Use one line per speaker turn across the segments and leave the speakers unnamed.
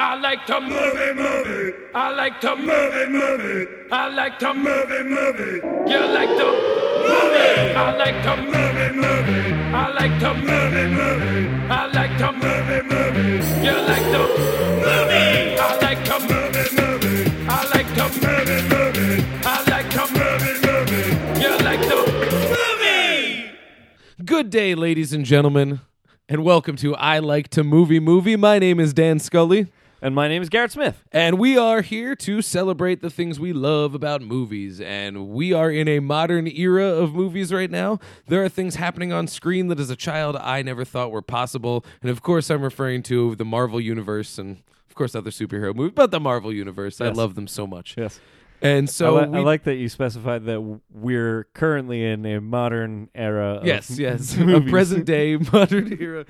I like to move it, move it. I like to move it, move it. I like to move it, move it. You like to move it. I like to move it, move it. I like to move it, move it. I like to move it, move it. You like to move it. I like to move it, move it. I like to move it, move it. I like to move it, move it. You like to move it.
Good day, ladies and gentlemen, and welcome to I Like to Movie Movie. My name is Dan Scully,
And my name is Garrett Smith.
and we are here to celebrate the things we love about movies. And we are in a modern era of movies right now. There are things happening on screen that as a child I never thought were possible. And of course, I'm referring to the Marvel Universe and, of course, other superhero movies, but the Marvel Universe. I
Yes.
love them so much.
Yes.
And so
So I, li- I
we-
like that you specified that w- we're currently in a modern era. Of
Yes, yes. A
movies.
present day modern era.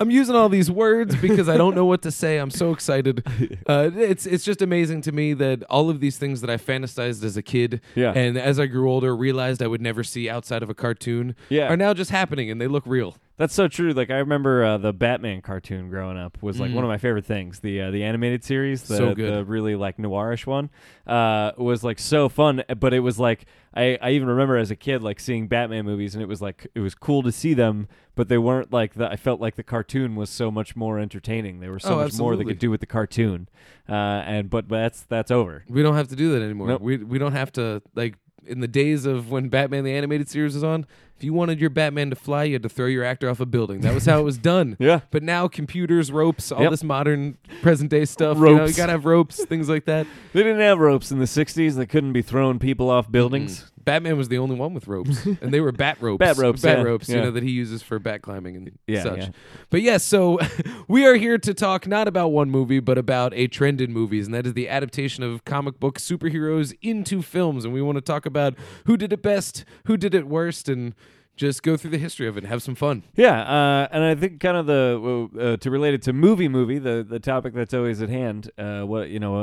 I'm using all these words because I don't know what to say. I'm so excited. Uh, it's it's just amazing to me that all of these things that I fantasized as a kid
Yeah.
and as I grew older realized I would never see outside of a cartoon
Yeah.
are now just happening and they look real.
That's so true. Like I remember uh, the Batman cartoon growing up was like one of my favorite things. The uh, the animated series, the,
So good.
the really like noirish one, uh, was like so fun. eh, But it was like I, I even remember as a kid like seeing Batman movies, and it was like it was cool to see them, but they weren't like the. I felt like the cartoon was so much more entertaining. There was so
Oh,
much more they
absolutely.
could do with the cartoon, uh, and but, but that's that's over.
We don't have to do that anymore.
Nope.
We we don't have to like in the days of when Batman the animated series was on, if you wanted your Batman to fly, you had to throw your actor off a building. That was how it was done.
Yeah.
But now computers, ropes, all
Yep.
this modern present day stuff. You, know, you
Ropes.
gotta have ropes, things like that.
They didn't have ropes in the '60s. They couldn't be throwing people off buildings.
Mm. Batman was the only one with ropes, and they were bat ropes.
Bat ropes,
bat
yeah,
ropes. You
yeah.
know that he uses for bat climbing and
Yeah,
such.
yeah.
But yes, so we are here to talk not about one movie, but about a trend in movies, and that is the adaptation of comic book superheroes into films. And we want to talk about who did it best, who did it worst, and just go through the history of it and have some fun.
Yeah, uh, and I think kind of the uh, to relate it to movie movie the the topic that's always at hand. Uh, what you know,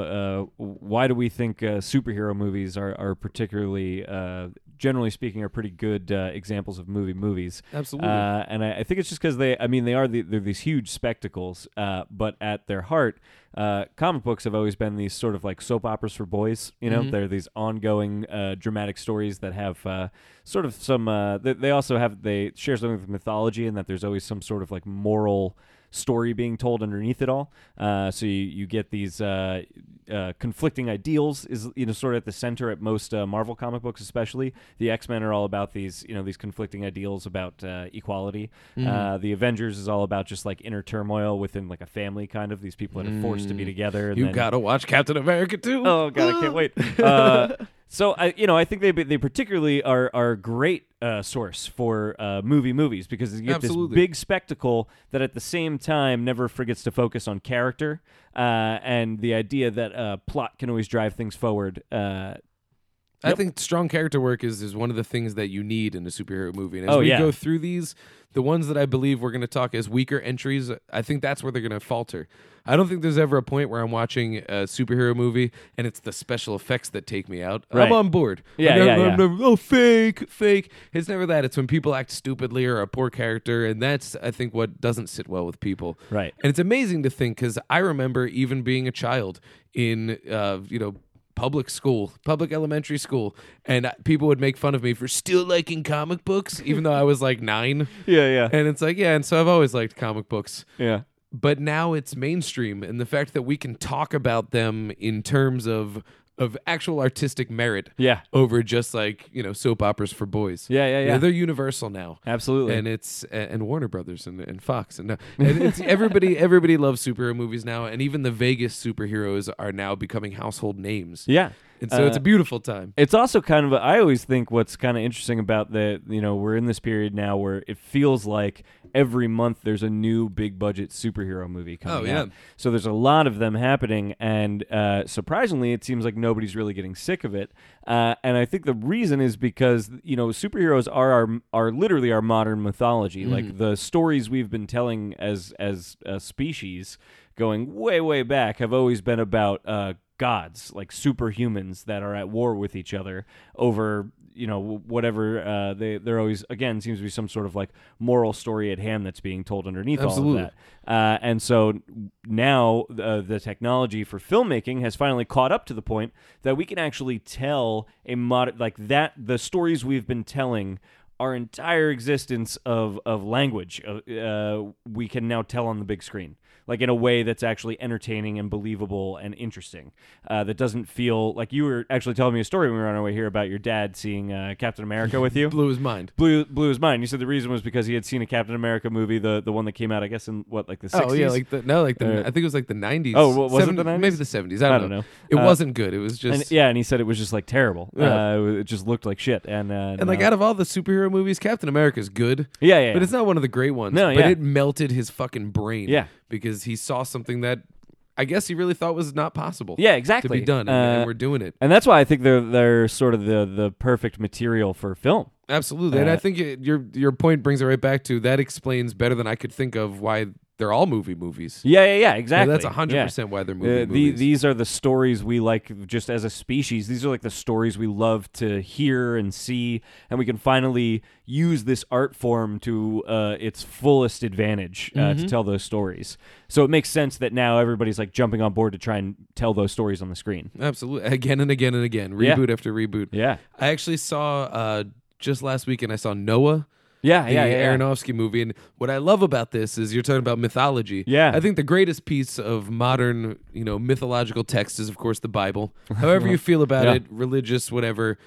uh, why do we think uh, superhero movies are are particularly uh, generally speaking are pretty good uh, examples of movie movies?
Absolutely.
Uh, and I, I think it's just because they I mean they are the, they're these huge spectacles, uh, but at their heart. Uh, comic books have always been these sort of like soap operas for boys. You know, they're these ongoing uh, dramatic stories that have uh, sort of some. Uh, they, they also have they share something with mythology in that there's always some sort of like moral story being told underneath it all. Uh, so you, you get these uh, uh, conflicting ideals is you know sort of at the center at most uh, Marvel comic books, especially the X Men are all about these you know these conflicting ideals about uh, equality. Uh, the Avengers is all about just like inner turmoil within like a family kind of these people that are forced to be together. And
you
then,
gotta watch Captain America too.
Oh god, I can't wait. Uh, so I, you know, I think they they particularly are are a great uh, source for uh, movie movies because you get
Absolutely.
this big spectacle that at the same time never forgets to focus on character uh, and the idea that uh, plot can always drive things forward. Uh,
I think strong character work is is one of the things that you need in a superhero movie. And as
Oh,
we
yeah.
go through these, the ones that I believe we're going to talk as weaker entries, I think that's where they're going to falter. I don't think there's ever a point where I'm watching a superhero movie and it's the special effects that take me out. I'm
Right.
on board.
Yeah,
I'm never-
yeah, yeah.
I'm never, oh, fake, fake. It's never that. It's when people act stupidly or a poor character, and that's I think what doesn't sit well with people.
Right.
And it's amazing to think because I remember even being a child in, uh, you know, public school, public elementary school, and I- people would make fun of me for still liking comic books, even though I was like nine.
yeah, yeah,
And it's like, yeah, and so I've always liked comic books.
yeah.
But now it's mainstream, and the fact that we can talk about them in terms of of actual artistic merit,
Yeah.
over just like you know soap operas for boys,
Yeah, yeah,
You know,
yeah.
they're universal now,
Absolutely.
and it's and Warner Brothers and, and Fox and, uh, and it's everybody everybody loves superhero movies now, and even the Vegas superheroes are now becoming household names.
yeah.
and so it's
Uh,
a beautiful time.
It's also kind of a, I always think what's kind of interesting about the you know we're in this period now where it feels like every month there's a new big budget superhero movie coming
Oh, yeah.
out. So there's a lot of them happening, and uh, surprisingly, it seems like nobody's really getting sick of it. Uh, and I think the reason is because you know superheroes are our are literally our modern mythology, like the stories we've been telling as as a species going way way back have always been about. Uh, gods, like superhumans that are at war with each other over you know w- whatever uh, they there always again seems to be some sort of like moral story at hand that's being told underneath all
Absolutely.
of that. Uh, and so now uh, the technology for filmmaking has finally caught up to the point that we can actually tell a mod like that the stories we've been telling our entire existence of of language uh, uh, we can now tell on the big screen like in a way that's actually entertaining and believable and interesting uh, that doesn't feel like you were actually telling me a story when we were on our way here about your dad seeing uh, captain america with you
Blew his mind.
blew blew his mind you said the reason was because he had seen a captain america movie the the one that came out i guess in what like the 60s
Oh yeah, like the, no, like the
Uh,
I think it was like the nineties.
Oh, wa- was it the 90s?
Maybe the seventies. I don't, know. It
Uh,
wasn't good. It was just
and, yeah, and he said it was just like terrible.
Yeah.
Uh, it just looked like shit. And, uh,
And like
no.
out of all the superhero movies, Captain America's good.
Yeah, yeah,
But
yeah.
it's not one of the great ones.
No,
but
yeah.
it melted his fucking brain.
Yeah.
Because he saw something that I guess he really thought was not possible.
Yeah, exactly.
To be done. And,
Uh,
and we're doing it.
and that's why I think they're they're sort of the the perfect material for film.
Absolutely. and
uh,
I think it, your your point brings it right back to that explains better than I could think of why they're all movie movies.
Yeah, yeah, yeah, exactly.
that's 100% why they're movie
Uh, the-
movies.
These are the stories we like, just as a species. These are like the stories we love to hear and see, and we can finally use this art form to uh, its fullest advantage uh, to tell those stories. So it makes sense that now everybody's like jumping on board to try and tell those stories on the screen.
Absolutely. Again and again and again.
Yeah.
Reboot after reboot.
Yeah,
I actually saw uh just last weekend I saw Noah.
yeah, yeah,
the
yeah, yeah.
Aronofsky movie. And what I love about this is you're talking about mythology.
Yeah.
I think the greatest piece of modern, you know, mythological text is, of course, the Bible. However you feel about
Yeah.
it, religious, whatever.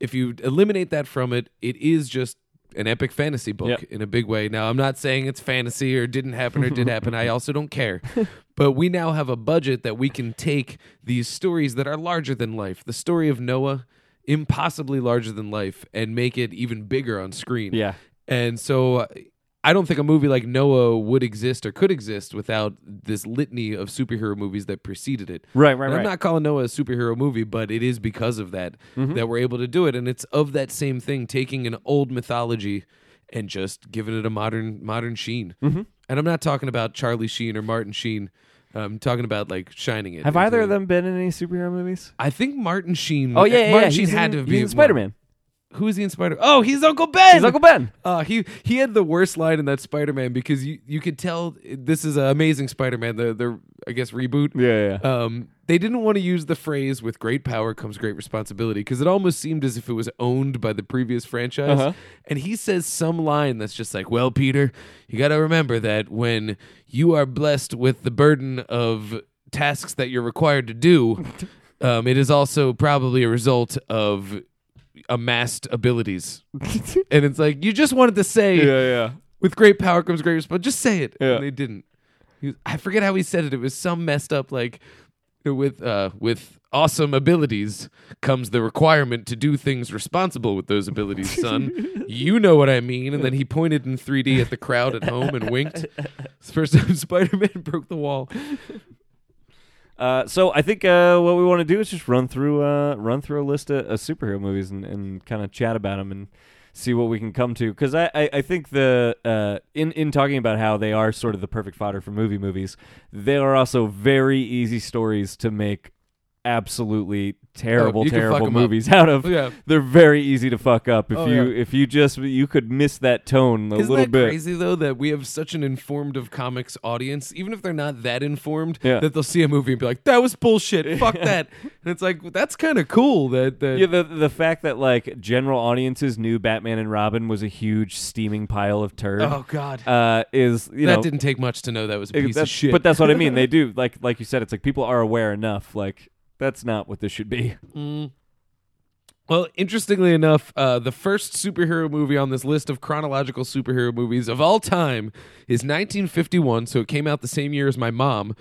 If you eliminate that from it, it is just an epic fantasy book
Yep.
in a big way. Now, I'm not saying it's fantasy or didn't happen or did happen. I also don't care. But we now have a budget that we can take these stories that are larger than life. The story of Noah, impossibly larger than life, and make it even bigger on screen.
Yeah.
And so uh, I don't think a movie like Noah would exist or could exist without this litany of superhero movies that preceded it.
Right, right,
And I'm
right.
not calling Noah a superhero movie, but it is because of that
Mm-hmm.
that we're able to do it and it's of that same thing taking an old mythology and just giving it a modern modern sheen.
Mm-hmm.
And I'm not talking about Charlie Sheen or Martin Sheen. I'm talking about like shining it.
Have
into-
either of them been in any superhero movies?
I think Martin Sheen.
Oh yeah, yeah,
Martin
yeah.
Sheen
He's
had
in,
to
he's
be
in Spider-Man.
Who is he in Spider? Oh, he's Uncle Ben.
He's Uncle Ben.
Uh, he he had the worst line in that Spider-Man because you you could tell this is an amazing Spider-Man. The the I guess reboot.
Yeah, yeah.
Um, they didn't want to use the phrase "with great power comes great responsibility" because it almost seemed as if it was owned by the previous franchise.
Uh-huh.
And he says some line that's just like, "Well, Peter, you got to remember that when you are blessed with the burden of tasks that you're required to do, um, it is also probably a result of amassed abilities." and it's like you just wanted to say,
yeah,
with great power comes great responsibility. Just say it.
Yeah.
And they didn't. He was- I forget how he said it. It was some messed up like with uh with awesome abilities comes the requirement to do things responsible with those abilities, son. you know what I mean. And then he pointed in 3D at the crowd at home and winked. It's the first time Spider-Man broke the wall.
Uh, so I think uh, what we want to do is just run through uh, run through a list of, of superhero movies and, and kind of chat about them and see what we can come to because I, I, I think the uh, in in talking about how they are sort of the perfect fodder for movie movies they are also very easy stories to make absolutely terrible
Oh, you can fuck
terrible
'em up.
movies out of
Yeah.
they're very easy to fuck up if
Oh,
you
yeah.
if you just you could miss that tone a
Isn't
little
that
bit
crazy though that we have such an informed of comics audience, even if they're not that informed,
Yeah.
that they'll see a movie and be like, "That was bullshit, fuck that," and it's like that's kind of cool that that
Yeah, the the fact that like general audiences knew Batman and Robin was a huge steaming pile of turd
Oh God,
uh, is you
that
know
didn't take much to know that was a
it-
piece
that's-
of shit.
But that's what I mean. They do like like you said. It's like people are aware enough. Like that's not what this should be.
well, interestingly enough, uh, the first superhero movie on this list of chronological superhero movies of all time is 1951. So it came out the same year as my mom,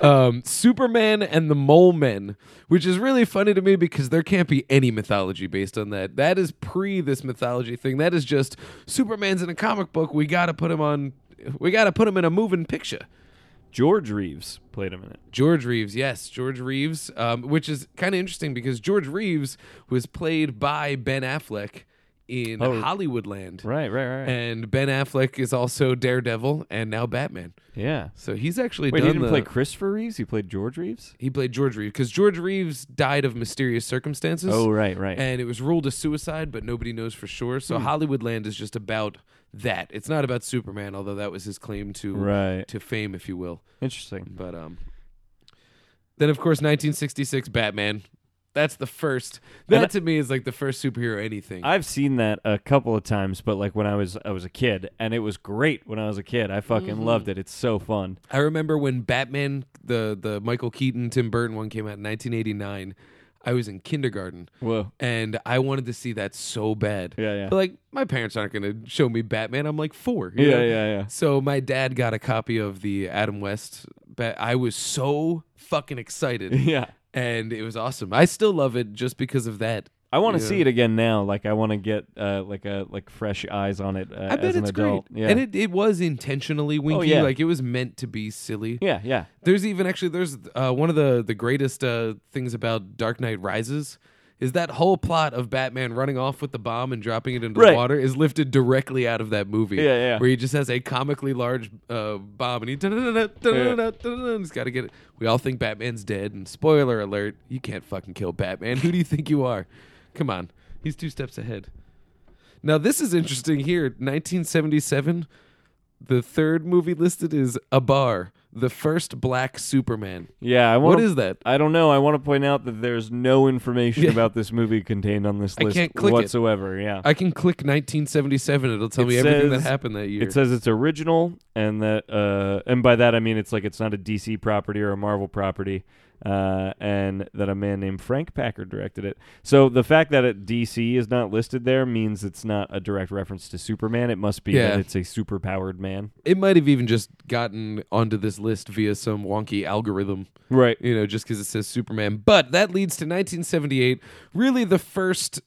um, Superman and the Mole Men, which is really funny to me because there can't be any mythology based on that. That is pre this mythology thing. That is just Superman's in a comic book. We got to put him on. We got to put him in a moving picture.
George Reeves played him in it.
George Reeves, yes, George Reeves, um, which is kind of interesting because George Reeves was played by Ben Affleck in
Oh.
Hollywoodland.
Right, right, right.
And Ben Affleck is also Daredevil and now Batman.
yeah.
So he's actually
Wait,
done
he didn't
the-
play Christopher Reeves. He played George Reeves.
he played George Reeves because George Reeves died of mysterious circumstances.
Oh, right, right. Hmm.
And it was ruled as suicide, but nobody knows for sure. So Hollywoodland is just about that. It's not about Superman, although that was his claim to
Right.
to fame, if you will.
Interesting.
But um, then of course 1966 Batman. That's the first. That
And I-
to me is like the first superhero anything.
I've seen that a couple of times, but like when I was I was a kid, and it was great when I was a kid. I fucking
Mm-hmm.
loved it. It's so fun.
I remember when Batman, the the Michael Keaton, Tim Burton one came out in 1989. I was in kindergarten.
Whoa.
And I wanted to see that so bad.
Yeah, yeah.
But like my parents aren't going to show me Batman. I'm like four. you
Yeah,
know?
yeah, yeah.
So my dad got a copy of the Adam West. Bat- I was so fucking excited,
Yeah.
and it was awesome. I still love it just because of that.
I want to
Yeah.
see it again now. Like I want to get uh, like a like fresh eyes on it. Uh,
I bet
as an
it's
adult.
great,
Yeah. Oh,
and it, it was intentionally winky.
yeah.
Like it was meant to be silly.
yeah, yeah.
There's even actually there's uh, one of the the greatest uh, things about Dark Knight Rises is that whole plot of Batman running off with the bomb and dropping it into the
Right.
water is lifted directly out of that movie.
Yeah, yeah.
Where he just has a comically large uh, bomb and he da-da-da-da, da-da-da-da, da-da-da, he's got to get it. We all think Batman's dead, and spoiler alert, you can't fucking kill Batman. Who do you think you are? Come on, he's two steps ahead. Now this is interesting. Here, 1977. The third movie listed is A Bar, the first black Superman.
Yeah, I want
What is that?
I don't know. I want to point out that there's no information
Yeah.
about this movie contained on this
I
list
can't click it.
whatsoever. Yeah.
I can click 1977. It'll tell
It
me everything that
says-
happened that year.
It says it's original, and that, uh, and by that I mean it's like it's not a DC property or a Marvel property, uh, and that a man named Frank Packer directed it. So the fact that it, DC is not listed there means it's not a direct reference to Superman. It must be
Yeah.
that it's a superpowered man.
it might have even just gotten onto this list via some wonky algorithm,
Right.
you know, just because it says Superman. But that leads to 1978, really the first,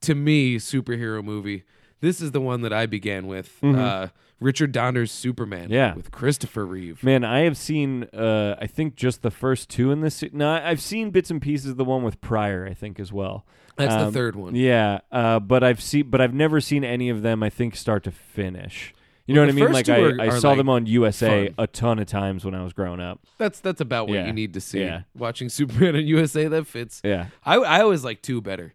to me, superhero movie. This is the one that I began with uh, Richard Donner's Superman
Mm-hmm. Yeah.
with Christopher Reeve.
Man, I have seen. Uh, I think just the first two in this. se- No, I- I've seen bits and pieces. The one with Pryor, I think, as well.
That's the third one.
um, Yeah, uh, but I've seen, but I've never seen any of them. I think start to finish. You know
Well,
what I
the
mean?
first
Like
two
I,
are-
I
are,
saw
like,
them on USA
fun.
a ton of times when I was growing up.
That's that's about what
Yeah.
you need to see.
Yeah.
Watching Superman and USA that fits.
Yeah,
I I always like two better.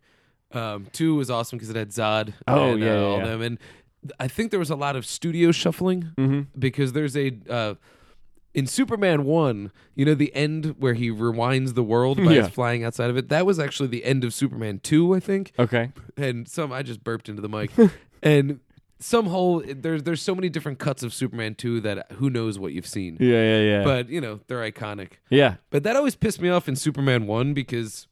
Um, two was awesome because it had Zod.
Oh,
and,
yeah,
uh,
yeah,
all
yeah.
them. And th- I think there was a lot of studio shuffling
Mm-hmm.
because there's a. Uh, in Superman 1, you know, the end where he rewinds the world by
Yeah.
his flying outside of it, that was actually the end of Superman 2, I think
okay,
and some I just burped into the mic, and some whole there's there's so many different cuts of Superman 2 that who knows what you've seen,
yeah, yeah, yeah,
but you know they're iconic.
yeah,
But that always pissed me off in Superman 1 because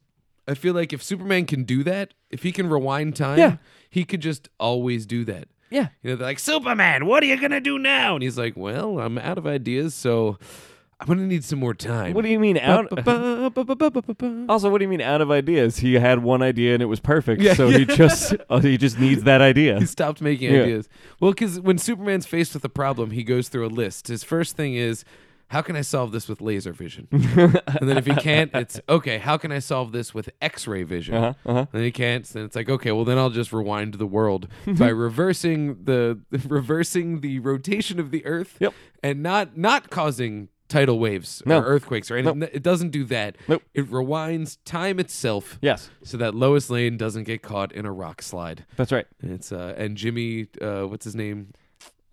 I feel like if Superman can do that, if he can rewind time,
Yeah.
he could just always do that.
yeah.
You know, they're like, Superman, what are you going to do now? And he's like, well, I'm out of ideas, so I'm going to need some more time.
What do you mean out?
Ba-ba-ba-ba-ba-ba-ba.
Also, what do you mean out of ideas? He had one idea and it was perfect,
Yeah,
so he just oh, he just needs that idea.
He stopped making
Yeah.
ideas. Well, because when Superman's faced with a problem, he goes through a list. His first thing is, how can I solve this with laser vision? and then if he can't, it's okay. How can I solve this with X-ray vision?
Uh-huh, uh-huh.
And he can't. Then it's like, okay, well then I'll just rewind the world by reversing the reversing the rotation of the Earth,
Yep.
and not not causing tidal waves
No.
or earthquakes or anything. It doesn't do that.
Nope.
It rewinds time itself.
Yes,
So that Lois Lane doesn't get caught in a rock slide.
that's right.
It's uh and Jimmy uh what's his name?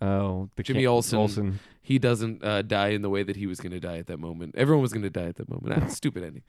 Oh, the
Jimmy
Ken-
Olsen.
Olsen.
He doesn't uh, die in the way that he was going to die at that moment. Everyone was going to die at that moment. Ah, stupid ending.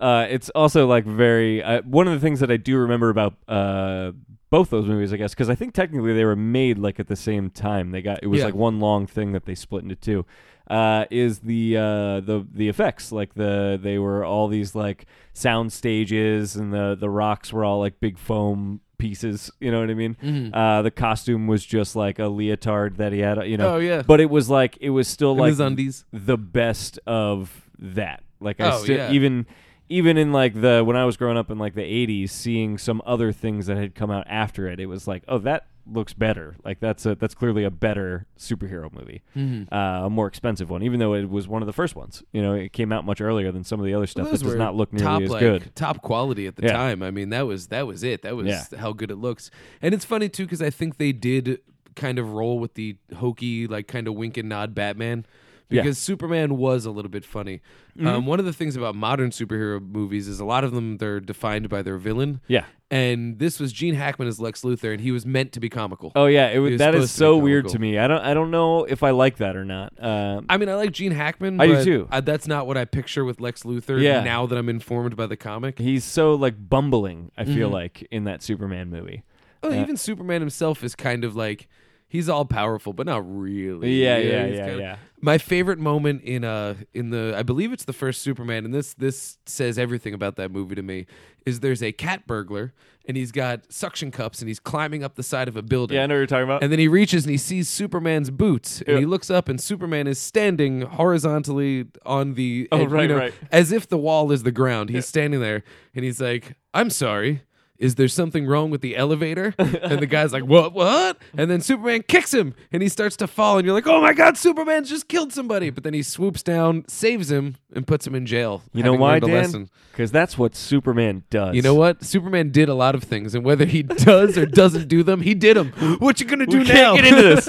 uh, it's also like very uh, one of the things that I do remember about uh, both those movies, I guess, because I think technically they were made like at the same time. They got it was
Yeah.
like one long thing that they split into two. Uh, is the uh, the the effects like the they were all these like sound stages and the the rocks were all like big foam pieces. You know what I mean?
Mm-hmm.
Uh, the costume was just like a leotard that he had. You know?
Oh, yeah.
But it was like it was still like
his undies.
the best of that. Like I
Oh,
still
yeah.
even even in like the when I was growing up in like the 80s seeing some other things that had come out after it it was like oh that looks better. Like that's a that's clearly a better superhero movie,
Mm-hmm.
uh, a more expensive one. Even though it was one of the first ones, you know, it came out much earlier than some of the other stuff
Those
that does
were
not look nearly
top,
as
like,
good.
Top quality at the
Yeah.
time. I mean, that was that was it. That was
Yeah.
how good it looks. And it's funny too because I think they did kind of roll with the hokey, like kind of wink and nod Batman.
Yeah. Mm-hmm.
Because Superman was a little bit funny. Um, one of the things about modern superhero movies is a lot of them they're defined by their villain.
Yeah.
And this was Gene Hackman as Lex Luthor, and he was meant to be comical.
Oh yeah, it, was
was
that is
supposed to be
so weird to
comical.
me. I don't I don't know if I like that or not. Uh,
I mean, I like Gene Hackman.
I do
but
too.
I- that's not what I picture with Lex Luthor.
Yeah.
Now that I'm informed by the comic,
he's so like bumbling. I feel
Mm-hmm.
like in that Superman movie.
Oh, even Superman himself is kind of like he's all powerful, but not really.
Yeah, yeah,
he's
yeah,
kinda-
yeah.
My favorite moment in uh in the I believe it's the first Superman, and this this says everything about that movie to me. Is there's a cat burglar, and he's got suction cups, and he's climbing up the side of a building.
Yeah, I know what you're talking about.
And then he reaches and he sees Superman's boots, and
Yeah.
he looks up, and Superman is standing horizontally on the
Oh,
and, you
right,
know,
right.
as if the wall is the ground. He's standing there, and he's like, "I'm sorry." Is there something wrong with the elevator? And the guy's like, "What? What?" And then Superman kicks him, and he starts to fall. And you're like, "Oh my God, Superman's just killed somebody!" But then he swoops down, saves him, and puts him in jail.
you know
having
why,
learned a
Dan?
lesson.
Because that's what Superman does.
You know what? Superman did a lot of things, and whether he does or doesn't do them, he did them. What you gonna do
We
now?
can't get into this.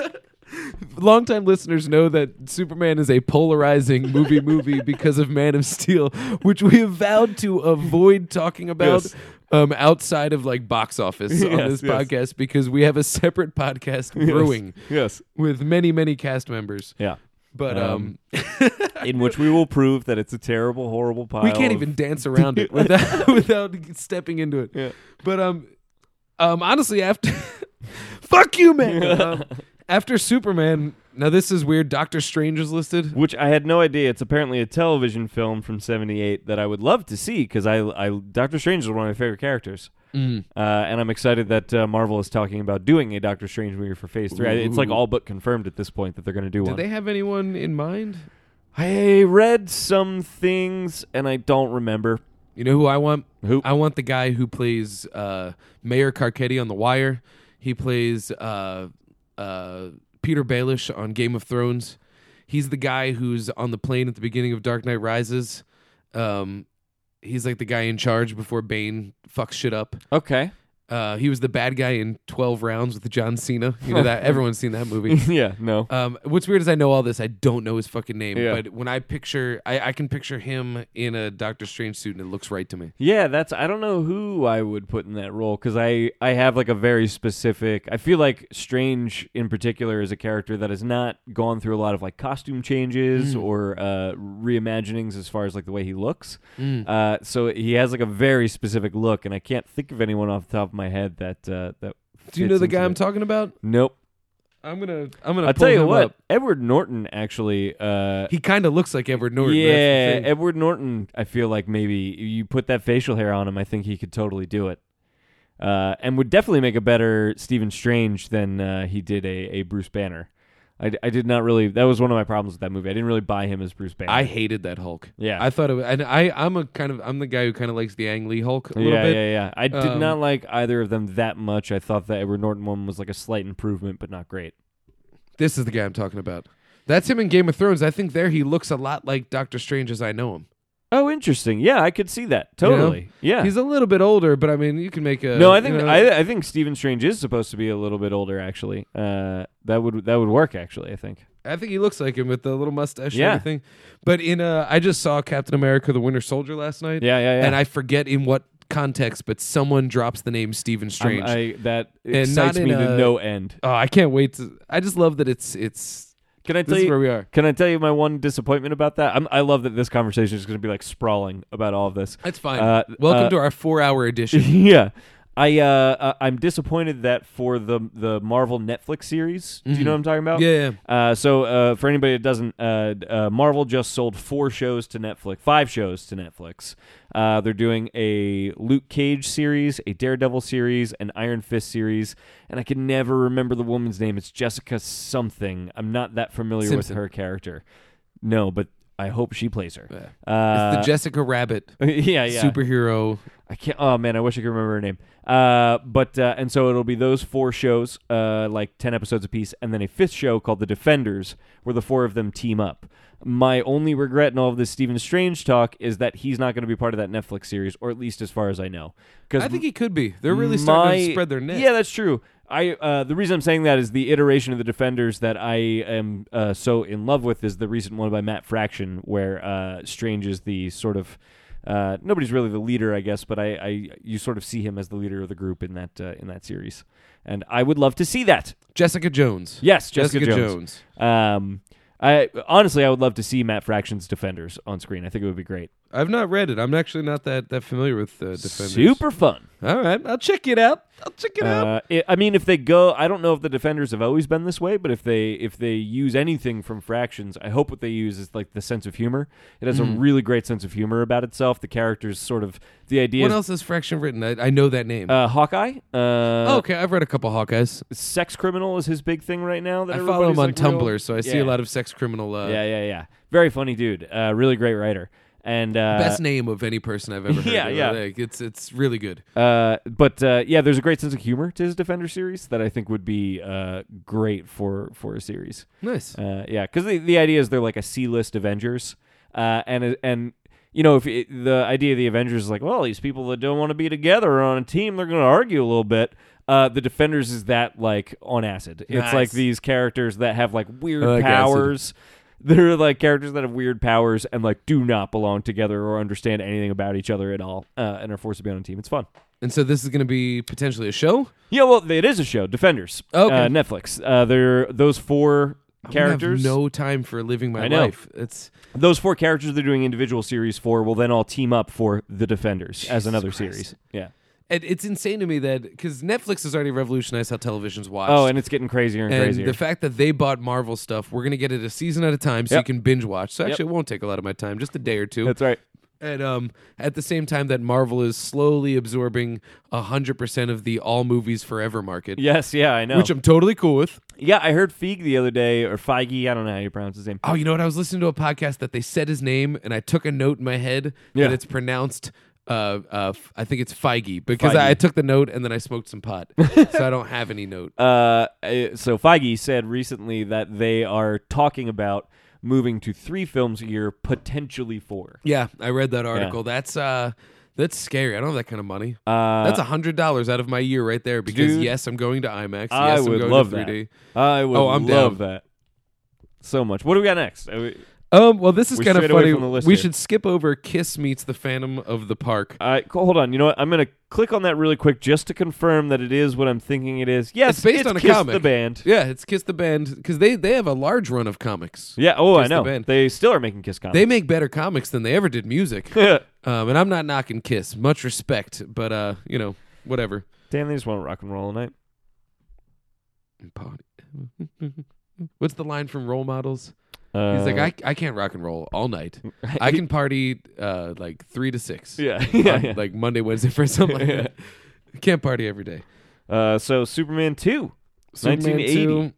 longtime listeners know that Superman is a polarizing movie movie because of Man of Steel, which we have vowed to avoid talking about.
Yes.
Um, outside of like box office on
Yes,
this
yes.
podcast, because we have a separate podcast brewing
Yes.
with many, many cast members.
Yeah.
But um,
In which we will prove that it's a terrible, horrible pile.
um, we can't
of-
even dance around it without without stepping into it.
Yeah.
But um, um, honestly, after fuck you, man. Um, after Superman, now this is weird. Doctor Strange is listed.
which I had no idea. It's apparently a television film from '78 that I would love to see because I, I Doctor Strange is one of my favorite characters,
Mm.
uh, and I'm excited that uh, Marvel is talking about doing a Doctor Strange movie for Phase Three. I- It's like
Ooh.
all but confirmed at this point that they're going to do
Do
one.
they have anyone in mind?
I read some things and I don't remember.
You know who I want?
Who?
I want the guy who plays uh, Mayor Carcetti on The Wire. He plays uh, uh, Peter Baelish on Game of Thrones. He's the guy who's on the plane at the beginning of Dark Knight Rises. Um, he's like the guy in charge before Bane fucks shit up.
Okay.
Uh, he was the bad guy in Twelve Rounds with John Cena. You know that everyone's seen that movie.
yeah. No.
Um, what's weird is I know all this. I don't know his fucking name,
Yeah.
but when I picture, I, I can picture him in a Doctor Strange suit, and it looks right to me.
Yeah, that's I don't know who I would put in that role because I I have like a very specific. I feel like Strange in particular is a character that has not gone through a lot of like costume
Mm.
changes or uh, reimaginings as far as like the way he looks. Uh, so he has like a very specific look, and I can't think of anyone off the top of my head that uh, that.
Do you know the guy I'm talking about?
Nope.
I'm gonna, I'm gonna.
I'll
pull
tell you
him
what.
up.
Edward Norton actually. Uh,
he kind of looks like Edward Norton. that's the
yeah,
thing.
Edward Norton. I feel like maybe you put that facial hair on him. I think he could totally do it, uh, and would definitely make a better Stephen Strange than uh, he did a, a Bruce Banner. I, d- I did not really. That was one of my problems with that movie. I didn't really buy him as Bruce Banner.
I hated that Hulk.
Yeah.
I thought it. Was, and I, I'm a kind of, I'm the guy who kind of likes the Ang Lee Hulk a little
yeah,
bit.
yeah, yeah. I did
Um,
not like either of them that much. I thought that Edward Norton one was like a slight improvement, but not great.
This is the guy I'm talking about. That's him in Game of Thrones. I think there he looks a lot like Doctor Strange as I know him.
Oh, interesting. Yeah, I could see that
you know?
totally. Yeah,
he's a little bit older, but I mean, you can make a.
no, I think
Uh, you know-
I, I think Stephen Strange is supposed to be a little bit older. Actually, uh, that would that would work. Actually, I think.
I think he looks like him with the little mustache
Yeah.
and everything. But in uh I just saw Captain America the Winter Soldier last night.
Yeah, yeah, yeah.
And I forget in what context, but someone drops the name Stephen Strange.
Um, I, that
not
excites
in
me to
a-
no end.
oh, I can't wait to I just love that it's it's
Can I
this
tell
is where
you?
we are.
Can I tell you my one disappointment about that? I'm, I love that this conversation is going to be like sprawling about all of this.
That's fine.
Uh,
Welcome
uh,
to our four hour edition.
yeah. I uh, uh, I'm disappointed that for the the Marvel Netflix series, do you
Mm-hmm.
know what I'm talking about?
Yeah, yeah.
Uh, so uh, for anybody that doesn't, uh, d- uh, Marvel just sold four shows to Netflix, five shows to Netflix. Uh, they're doing a Luke Cage series, a Daredevil series, an Iron Fist series, and I can never remember the woman's name. It's Jessica something. I'm not that familiar
Simpson.
with her character. No, but I hope she plays her.
Yeah.
Uh,
it's the Jessica Rabbit
yeah, yeah.
superhero
I can't. Oh man, I wish I could remember her name. Uh, but uh, and so it'll be those four shows, uh, like ten episodes apiece, and then a fifth show called The Defenders, where the four of them team up. My only regret in all of this Stephen Strange talk is that he's not going to be part of that Netflix series, or at least as far as I know. Because
I think he could be. They're really starting to
my-
spread their net.
Yeah, that's true. I uh, the reason I'm saying that is the iteration of the Defenders that I am uh, so in love with is the recent one by Matt Fraction, where uh, Strange is the sort of uh, nobody's really the leader, I guess, but I, I you sort of see him as the leader of the group in that uh, in that series, and I would love to see that.
Jessica Jones.
Yes, Jessica,
Jessica,
Jones. Um, I honestly, I would love to see Matt Fraction's Defenders on screen. I think it would be great.
I've not read it. I'm actually not that that familiar with uh, Defenders.
Super fun.
All right, I'll check it out. I'll check it out.
Uh, i I mean, if they go, I don't know if the defenders have always been this way, but if they if they use anything from fractions, I hope what they use is like the sense of humor. It has
Mm.
a really great sense of humor about itself. The characters sort of the idea.
What
is-
else is Fraction written? I, I know that name.
Uh, Hawkeye. Uh,
oh, okay, I've read a couple Hawkeyes.
Sex criminal is his big thing right now. That
I follow him on
everybody's, like,
Tumblr,
real-
so I see
Yeah.
a lot of sex criminal. Uh,
Yeah, yeah, yeah. Very funny dude. Uh, really great writer. And uh,
Best name of any person I've ever heard.
Yeah,
of.
yeah.
Like, it's it's really good.
Uh, but uh, yeah, there's a great sense of humor to his Defender series that I think would be uh, great for for a series.
Nice.
Uh, yeah, because the, the idea is they're like a C-list Avengers, uh, and and you know if it, the idea of the Avengers is like, well, these people that don't want to be together are on a team, they're going to argue a little bit. Uh, the Defenders is that like on acid. It's
Nice.
like these characters that have like weird
I like acid.
powers. They're like characters that have weird powers and like do not belong together or understand anything about each other at all, uh, and are forced to be on a team. It's fun.
And so this is going to be potentially a show.
Yeah, well, it is a show. Defenders.
Okay.
Uh, Netflix. Uh, they're those four
I'm gonna have
characters.
no time for living my
I know.
life. It's
Those four characters they're doing individual series for will then all team up for the Defenders as another series. Yeah.
it, it's insane to me that because Netflix has already revolutionized how television's watched.
Oh, and it's getting crazier and,
And
crazier.
the fact that they bought Marvel stuff, we're gonna get it a season at a time, so
Yep.
you can binge watch. So
Yep.
actually, it won't take a lot of my time, just a day or two.
That's right.
and um, at the same time that Marvel is slowly absorbing hundred percent of the all movies forever market,
Yes. Yeah, I know.
which I'm totally cool with.
yeah, I heard Feig the other day, or Feige. I don't know how you pronounce his name.
Oh, you know what? I was listening to a podcast that they said his name, and I took a note in my head
Yeah.
that it's pronounced. Uh, uh, F- I think it's Feige because I,
Feige.
I took the note and then I smoked some pot, so I don't have any note.
Uh, uh, so Feige said recently that they are talking about moving to three films a year, potentially four.
Yeah, I read that article. That's uh, that's scary. I don't have that kind of money.
Uh,
That's a hundred dollars out of my year right there because
Dude,
yes, I'm going to IMAX. Yes,
I
am
would
going
love
to 3D.
that. I would
Oh, I'm
love
down.
that so much. What do we got next? Are we-
Um, well, this is
We
kind of
strayed away
funny.
from the list
We
here.
should skip over Kiss meets the Phantom of the Park.
All right, cool, Uh, hold on. You know what? I'm going to click on that really quick just to confirm that it is what I'm thinking it is. Yes,
It's based on a
Kiss
comic.
the band.
Yeah, it's Kiss the Band because they they have a large run of comics.
Yeah. Oh,
Kiss
I
the
know.
band.
They still are making Kiss comics.
They make better comics than they ever did music. um, and I'm not knocking Kiss, much respect, but uh, you know, whatever.
Damn, they just want to rock and roll all night.
Party. What's the line from Role Models?
Uh,
He's like, I, I can't rock and roll all night. I can party uh, like three to six.
Yeah. yeah,
on,
yeah.
like Monday, Wednesday, for something like that. Can't party every day.
Uh, so Superman 2.
Superman
1980.
2.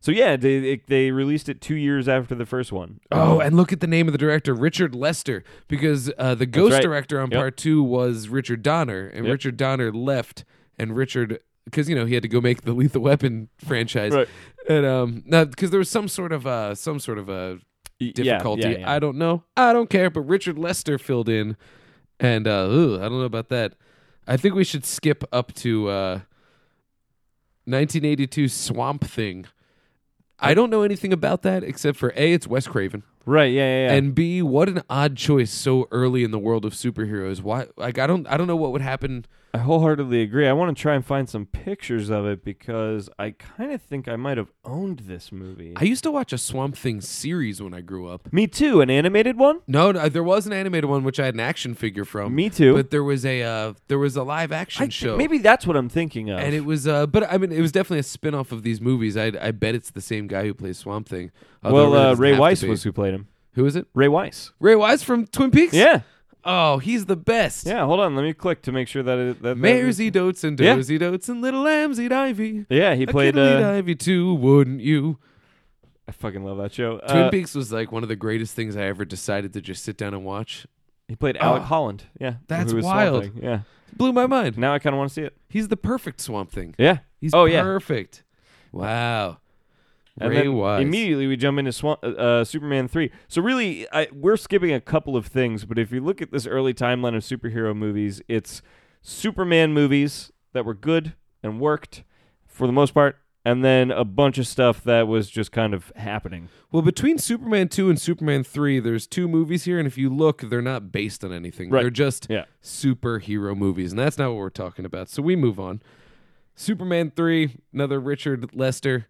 So yeah, they it, they released it two years after the first one.
Oh, and look at the name of the director, Richard Lester, because uh, the ghost
right.
director on
Yep.
part two was Richard Donner, and
Yep.
Richard Donner left, and Richard, because you know he had to go make the Lethal Weapon franchise,
Right.
and um, because there was some sort of uh, some sort of uh,
Y- yeah,
difficulty.
Yeah, yeah.
I don't know. I don't care. But Richard Lester filled in, and uh, ooh, I don't know about that. I think we should skip up to uh, 1982 Swamp Thing. I don't know anything about that except for a, it's Wes Craven,
right. Yeah, yeah, yeah.
and b, what an odd choice so early in the world of superheroes. Why? Like, I don't, I don't know what would happen.
I wholeheartedly agree. I want to try and find some pictures of it because I kind of think I might have owned this movie.
I used to watch a Swamp Thing series when I grew up.
Me too. An animated one.
No, no there was an animated one which I had an action figure from.
Me too.
But there was a, uh, there was a live action
I thi-
show.
Maybe that's what I'm thinking of.
and it was uh but i mean it was definitely a spin-off of these movies i i bet it's the same guy who plays swamp thing Although it
well,
really
uh,
doesn't
Ray
have to
Weiss
be.
was who played him.
who is it
Ray Weiss.
ray weiss from twin peaks
Yeah,
oh he's the best
yeah. Hold on, let me click to make sure that it, that. that-
mares eat oats and
Yeah.
does eat oats and little lambs eat ivy
yeah, he
A
played.
kid'll eat
Uh,
ivy too wouldn't you
I fucking love that show.
twin
Uh,
peaks was like one of the greatest things i ever decided to just sit down and watch
He played Alec
Oh.
Holland. Yeah,
That's
who was Swamp
wild.
Thing. Yeah.
Blew my mind.
Now I kind of want to see it.
He's the perfect Swamp Thing.
Yeah.
He's
oh yeah.
perfect. Wow.
And
Ray
then
Wise.
immediately we jump into Swan- uh, uh, Superman 3. So really, I, we're skipping a couple of things, but if you look at this early timeline of superhero movies, it's Superman movies that were good and worked for the most part, and then a bunch of stuff that was just kind of happening.
Well, between Superman 2 and Superman 3, there's two movies here, and if you look, they're not based on anything.
Right.
They're just
Yeah.
superhero movies, and that's not what we're talking about. So we move on. Superman 3, another Richard Lester.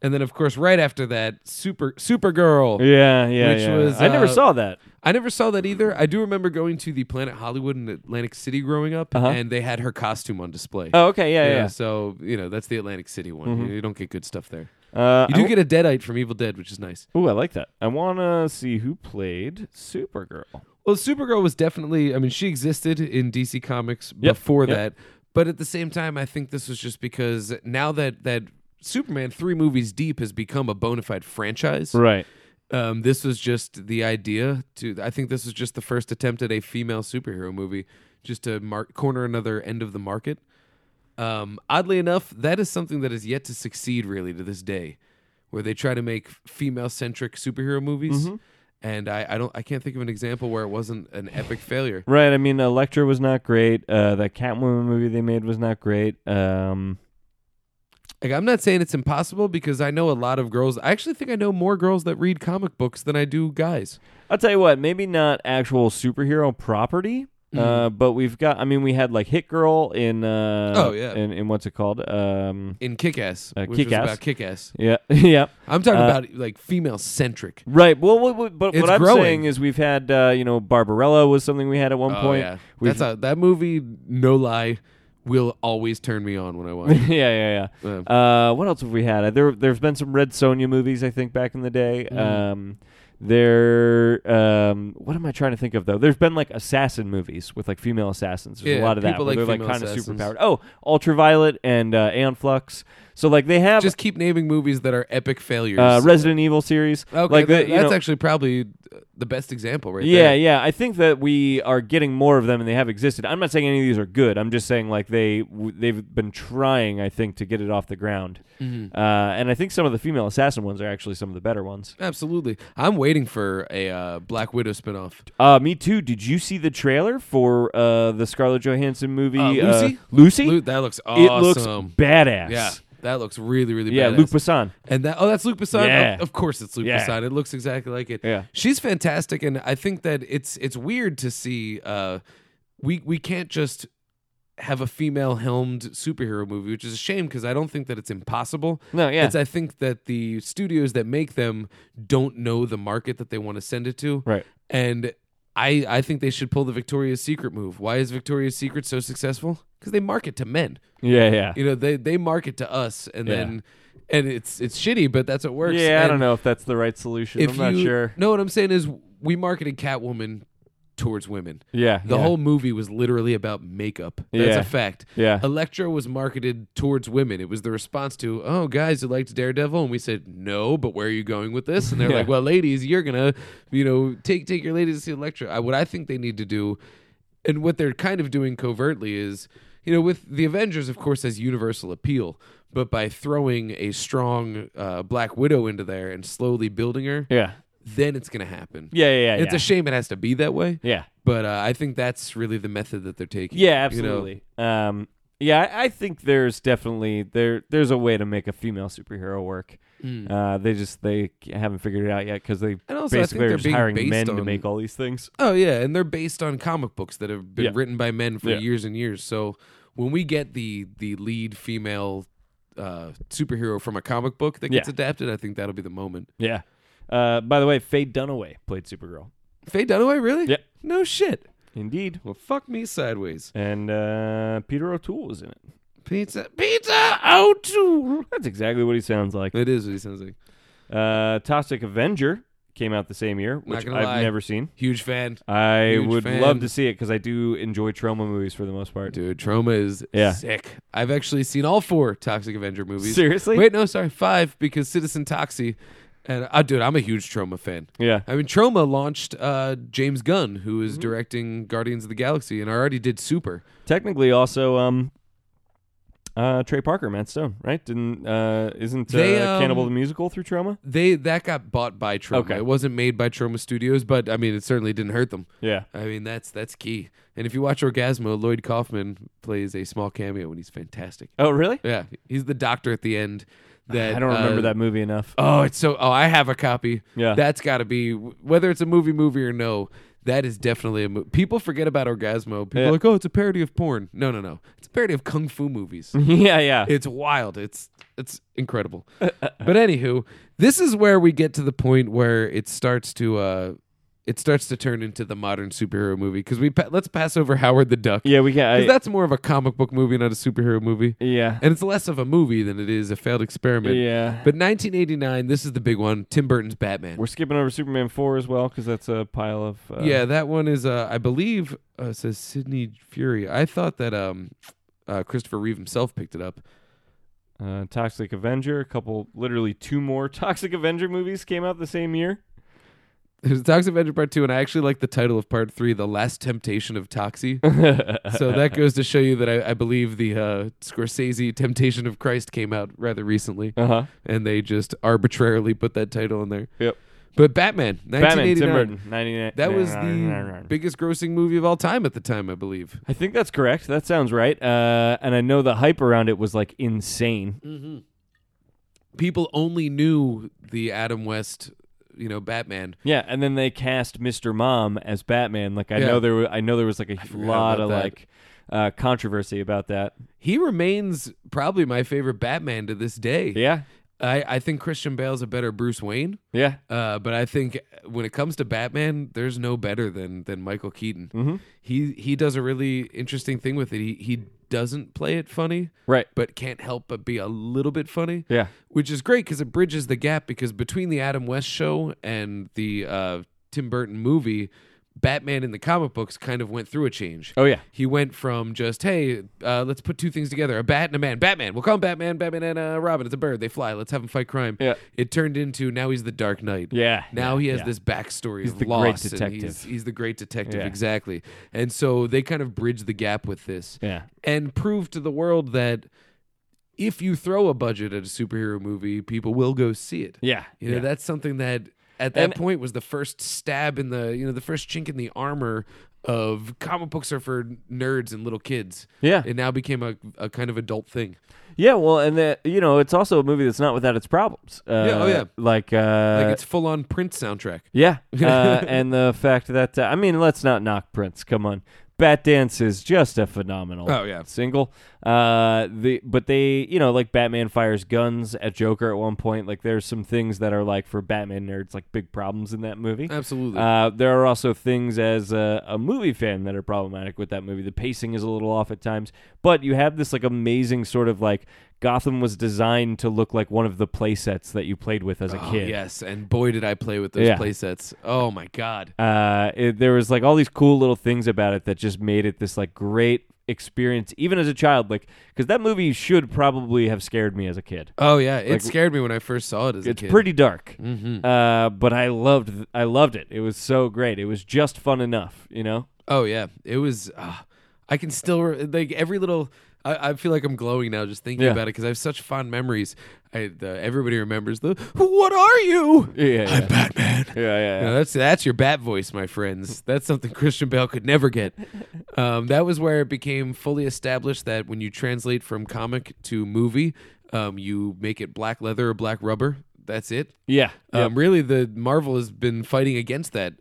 And then, of course, right after that, Super Supergirl.
Yeah, yeah,
Which
yeah.
was,
I never
uh,
saw that.
I never saw that either. I do remember going to the Planet Hollywood in Atlantic City growing up,
Uh-huh.
and they had her costume on display.
Oh, okay, yeah,
You know,
yeah. Mm-hmm.
So, you know, that's the Atlantic City one. You, you don't get good stuff there.
Uh,
You do get a Deadite from Evil Dead, which is nice.
Ooh, I like that. I want to see who played Supergirl.
Well, Supergirl was definitely, I mean, she existed in DC Comics
Yep,
before
yep.
that. But at the same time, I think this was just because now that, that Superman three movies deep has become a bona fide franchise,
Right.
um, this was just the idea to, I think this was just the first attempt at a female superhero movie just to mark, corner another end of the market. Um, oddly enough, that is something that is yet to succeed really to this day, where they try to make female centric superhero movies.
Mm-hmm.
And I, I don't I can't think of an example where it wasn't an epic failure.
Right. I mean, Electra was not great. Uh, that Catwoman movie they made was not great. Um,
Like I'm not saying it's impossible because I know a lot of girls. I actually think I know more girls that read comic books than I do guys.
I'll tell you what, maybe not actual superhero property. Uh, but we've got. I mean, we had like Hit Girl in. Uh,
Mm-hmm. Oh, yeah.
In, in what's it called? Um,
In Kick-Ass,
Uh,
which
Kick-Ass.
was about Kick-Ass.
yeah, yeah.
I'm talking
Uh,
about like female centric.
Right. Well, what, what, but
It's
what I'm
growing.
saying is we've had. Uh, you know, Barbarella was something we had at one
Oh
point.
yeah,
We've-
that's a, that movie. No lie, will always turn me on when I watch. it.
yeah, yeah, yeah. Uh, what else have we had? Uh, There, there's been some Red Sonja movies, I think, back in the day.
Mm-hmm.
Um, there, um, what am I trying to think of though? There's been like assassin movies with like female assassins. There's a
Yeah,
lot of that.
people
where
like
they're like
female
kind of
assassins.
superpowered. Oh, Ultraviolet and uh, Aeon Flux. So like they have
Just keep naming movies that are epic failures.
uh, Resident Evil series.
okay,
like
that-
the- you
that's
know-
actually probably uh, the best example right
yeah,
there.
yeah. I think that we are getting more of them, and they have existed. I'm not saying any of these are good. I'm just saying like they w- they've been trying, I think, to get it off the ground.
Mm-hmm.
Uh, and I think some of the female assassin ones are actually some of the better ones.
Absolutely. I'm waiting for a uh, Black Widow spinoff.
Uh, me too. Did you see the trailer for uh, the Scarlett Johansson movie
Uh, Lucy?
Lucy.
Luke, that looks awesome.
it looks badass.
yeah, that looks really, really
yeah.
badass.
Luke Besson.
And that oh, that's Luke Besson.
Yeah.
Of, of course, it's Luke
Yeah.
Besson. It looks exactly like it.
Yeah.
she's fantastic, and I think that it's it's weird to see. Uh, we we can't just have a female helmed superhero movie, which is a shame because I don't think that it's impossible.
No, yeah.
it's I think that the studios that make them don't know the market that they want to send it to,
Right.
and. I, I think they should pull the Victoria's Secret move. Why is Victoria's Secret so successful? Because they market to men
Yeah, yeah.
you know they they market to us and
Yeah.
then and it's it's shitty but that's what works
Yeah, I
And
don't know if that's the right solution.
if
I'm not
you-
sure.
no what i'm saying is we marketed catwoman towards women
Yeah,
the
yeah.
whole movie was literally about makeup that's
Yeah.
a fact
Yeah.
electro was marketed towards women it was the response to oh guys who liked daredevil and we said no but where are you going with this and they're
Yeah.
like well ladies you're gonna you know take take your ladies to see electro I, what i think they need to do and what they're kind of doing covertly is you know with the avengers of course has universal appeal but by throwing a strong uh, black widow into there and slowly building her
Yeah,
then it's gonna happen
yeah, yeah. yeah
it's a shame it has to be that way
yeah.
but uh, i think that's really the method that they're taking
Yeah,
you know?
absolutely. Um, yeah, I- I think there's definitely there there's a way to make a female superhero work. Uh, they just they c- haven't figured it out yet because they
Hmm. And also, I think
basically
they're
are just
being
hiring
based
men to
on-
make all these things.
Oh yeah, and they're based on comic books that have been
Yeah.
written by men for
Yeah.
years and years. So when we get the the lead female uh, superhero from a comic book that gets
Yeah.
adapted, I think that'll be the moment.
Yeah. Uh, by the way, Faye Dunaway played Supergirl.
Faye Dunaway, really?
Yep.
No shit.
Indeed.
Well, fuck me sideways.
And uh, Peter O'Toole was in it.
Pizza, pizza, O'Toole.
That's exactly what he sounds like.
That is what he sounds like.
Uh, Toxic Avenger came out the same year, which I've
gonna lie.
never seen.
Huge fan,
I
Huge
would
fan.
love to see it because I do enjoy trauma movies for the most part.
dude. Trauma is
Yeah.
sick. I've actually seen all four Toxic Avenger movies.
Seriously?
Wait, no, sorry, five because Citizen Toxie And uh, dude, I'm a huge Troma fan.
Yeah.
I mean, Troma launched uh, James Gunn, who
Mm-hmm.
is directing Guardians of the Galaxy, and already did Super.
Technically, also, um, uh, Trey Parker, Matt Stone, right? Didn't uh, isn't uh,
They, um,
Cannibal the musical through Trauma?
They that got bought by Troma.
Okay.
It wasn't made by Troma Studios, but I mean, it certainly didn't hurt them.
Yeah.
I mean, that's that's key. And if you watch Orgasmo, Lloyd Kaufman plays a small cameo, and he's fantastic.
Oh, really?
Yeah, he's the doctor at the end. That
I don't remember
uh,
that movie enough.
Oh, it's so. Oh, I have a copy.
Yeah.
that's got to be whether it's a movie, movie or no. That is definitely a movie. People forget about Orgasmo. People
Yeah.
are like, oh, it's a parody of porn. No, no, no. It's a parody of kung fu movies.
yeah, yeah.
it's wild. It's it's incredible. but anywho, this is where we get to the point where it starts to uh, it starts to turn into the modern superhero movie because we pa- let's pass over Howard the Duck.
yeah, we got.
'Cause
I-
that's more of a comic book movie, not a superhero movie.
yeah.
And it's less of a movie than it is a failed experiment.
Yeah.
But 1989, this is the big one. Tim Burton's Batman.
We're skipping over Superman 4 as well because that's a pile of. Uh,
yeah, that one is, uh, I believe, uh, it says Sidney Fury. I thought that um, uh, Christopher Reeve himself picked it up.
Uh, Toxic Avenger, a couple, literally two more Toxic Avenger movies came out the same year.
There's Toxic Avenger Part 2, and I actually like the title of Part 3, The Last Temptation of Toxie. so that goes to show you that I, I believe the uh, Scorsese Temptation of Christ came out rather recently,
Uh huh.
and they just arbitrarily put that title in there.
Yep.
But Batman, 1989.
Batman, Tim Burton, 99.
That was the biggest grossing movie of all time at the time, I believe.
I think that's correct. That sounds right. Uh, and I know the hype around it was like insane.
People only knew the Adam West, you know, Batman.
Yeah, and then they cast Mr. Mom as Batman. Like I
Yeah.
know there, were, I know there was like a
forgot
lot
about
of
that.
like uh, controversy about that.
He remains probably my favorite Batman to this day.
Yeah,
I, I think Christian Bale's a better Bruce Wayne,
yeah,
uh, but I think when it comes to Batman, there's no better than than Michael Keaton.
Mhm.
He he does a really interesting thing with it. He he doesn't play it funny,
right.
but can't help but be a little bit funny.
Yeah,
which is great because it bridges the gap because between the Adam West show and the uh, Tim Burton movie, Batman in the comic books kind of went through a change.
Oh, yeah.
he went from just hey, uh, let's put two things together: a bat and a man. Batman, we'll call him Batman. Batman and uh, Robin. It's a bird. They fly. Let's have him fight crime.
Yeah.
it turned into now he's the Dark Knight.
yeah.
Now
yeah,
he has
yeah.
this backstory
He's
of
the great
loss. and
detective.
he's, he's the great detective,
Yeah.
exactly. And so they kind of bridge the gap with this
Yeah,
and prove to the world that if you throw a budget at a superhero movie, people will go see it.
yeah.
You know,
yeah.
that's something that at that
And-
point was the first stab in the, you know, the first chink in the armor of comic books are for nerds and little kids.
Yeah.
It now became a, a kind of adult thing.
Yeah, well, and that you know, it's also a movie that's not without its problems. Uh,
Yeah, oh, yeah.
like, uh,
Like it's full on print soundtrack.
yeah, uh, and the fact that uh, I mean, let's not knock Prince. Come on, Bat Dance is just a phenomenal.
Oh, yeah.
single. Uh, the but they you know like Batman fires guns at Joker at one point. Like there's some things that are like for Batman nerds like big problems in that movie.
Absolutely.
Uh, there are also things as a, a movie fan that are problematic with that movie. The pacing is a little off at times, but you have this like amazing sort of like Gotham was designed to look like one of the playsets that you played with as a
Oh,
kid.
yes, and boy did I play with those
Yeah.
playsets. Oh my god.
Uh, it, there was like all these cool little things about it that just made it this like great experience, even as a child. Like because that movie should probably have scared me as a kid.
Oh yeah, it
Like-
scared me when I first saw it as a
it's
kid. Mm-hmm.
pretty dark. Uh, but I loved th- I loved it. It was so great. It was just fun enough, you know.
Oh yeah, it was. Uh, I can still re- like every little. I, I feel like I'm glowing now just thinking
Yeah.
about it because I have such fond memories. I, uh, everybody remembers the "What are you?"
Yeah, yeah,
I'm Batman.
Yeah, yeah,
You know, that's that's your bat voice, my friends. That's something Christian Bale could never get. Um, that was where it became fully established that when you translate from comic to movie, um, you make it black leather or black rubber. That's it.
yeah.
Um, Really, the Marvel has been fighting against that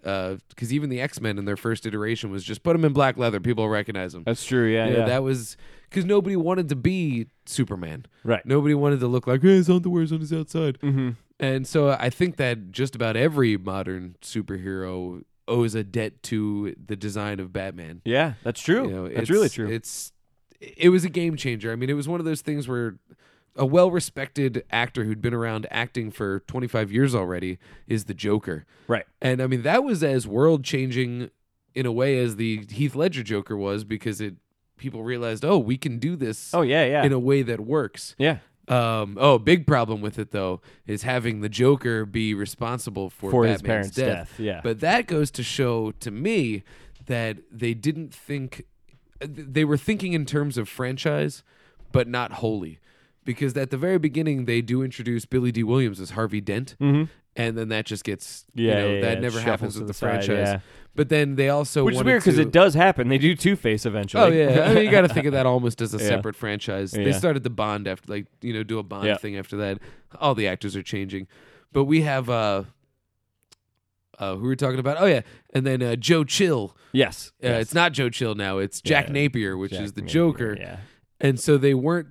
because even the X Men in their first iteration was just put them in black leather, people will recognize them.
That's true. Yeah,
You
yeah.
know, That was because nobody wanted to be Superman.
Right. Mm-hmm.
Nobody wanted to look like hey, his underwear's on his outside. And so I think that just about every modern superhero owes a debt to the design of Batman.
yeah, that's true.
You know,
that's
it's-
really true.
It's it was a game changer. I mean, it was one of those things where a well-respected actor who'd been around acting for 25 years already is the Joker.
right.
And I mean, that was as world-changing in a way as the Heath Ledger Joker was because it people realized, "Oh, we can do this
Oh yeah, yeah.
in a way that works."
yeah.
Um, oh, big problem with it though is having the Joker be responsible for,
For his
Batman's
parents' death, yeah.
but that goes to show to me that they didn't think they were thinking in terms of franchise, but not wholly, because at the very beginning they do introduce Billy D. Williams as Harvey Dent, and then that just gets you
Mm-hmm. Yeah,
know,
yeah,
that
yeah,
never
it
happens
shuffles to
with the,
the side,
franchise.
yeah.
But then they also
Which is
wanted
weird because
to-
it does happen. They do Two Face eventually.
Oh yeah, I mean, you got to think of that almost as a
Yeah.
separate franchise. They
Yeah.
started the Bond after, like you know, do a Bond
Yeah.
thing after that. All the actors are changing, but we have uh, uh who we are talking about? Oh yeah, and then uh, Joe Chill.
yes.
Uh,
yes.
It's not Joe Chill now. It's Jack
Yeah.
Napier, which
Jack
is the
Napier,
Joker.
Yeah.
And so they weren't.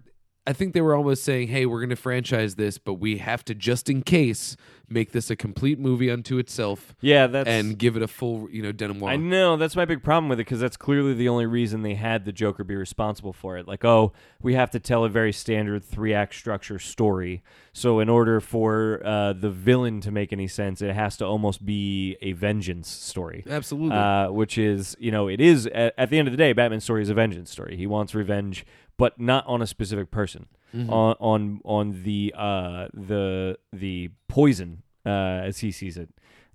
I think they were almost saying, "Hey, we're going to franchise this, but we have to just in case make this a complete movie unto itself
Yeah. That's
and give it a full, you know, denouement."
I know that's my big problem with it because that's clearly the only reason they had the Joker be responsible for it. Like, oh, we have to tell a very standard three act structure story. So, in order for uh, the villain to make any sense, it has to almost be a vengeance story.
Absolutely.
Uh, which is, you know, it is at, at the end of the day, Batman's story is a vengeance story. He wants revenge, but not on a specific person, on on on the uh, the the poison uh, as he sees it.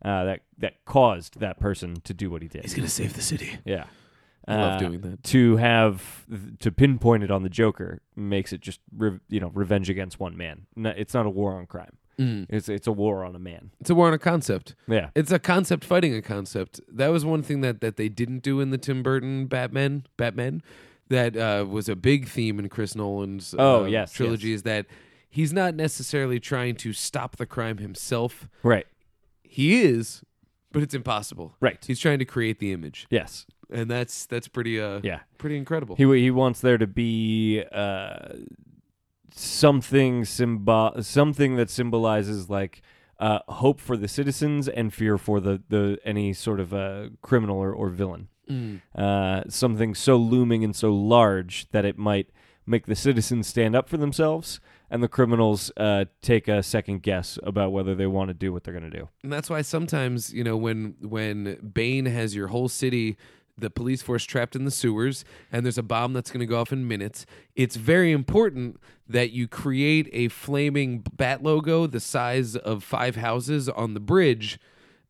Uh, that that caused that person to do what he did.
He's going to save the city.
Yeah. Uh,
I love doing that.
To have to pinpoint it on the Joker makes it just re- you know revenge against one man. No, it's not a war on crime. It's it's a war on a man.
Mm. It's a war on a concept.
Yeah.
It's a concept fighting a concept. That was one thing that that they didn't do in the Tim Burton Batman Batman that uh, was a big theme in Chris Nolan's
Oh,
uh,
yes,
trilogy
yes.
is that he's not necessarily trying to stop the crime himself.
Right.
He is, but it's impossible.
Right.
He's trying to create the image.
Yes.
And that's that's pretty uh
Yeah.
pretty incredible.
He he wants there to be uh, something symbol something that symbolizes like uh, hope for the citizens and fear for the, the any sort of uh, criminal or, or villain.
Mm.
Uh, something so looming and so large that it might make the citizens stand up for themselves and the criminals uh, take a second guess about whether they want to do what they're going to do.
And that's why sometimes, you know, when when Bane has your whole city, the police force trapped in the sewers, and there's a bomb that's going to go off in minutes, it's very important that you create a flaming bat logo the size of five houses on the bridge.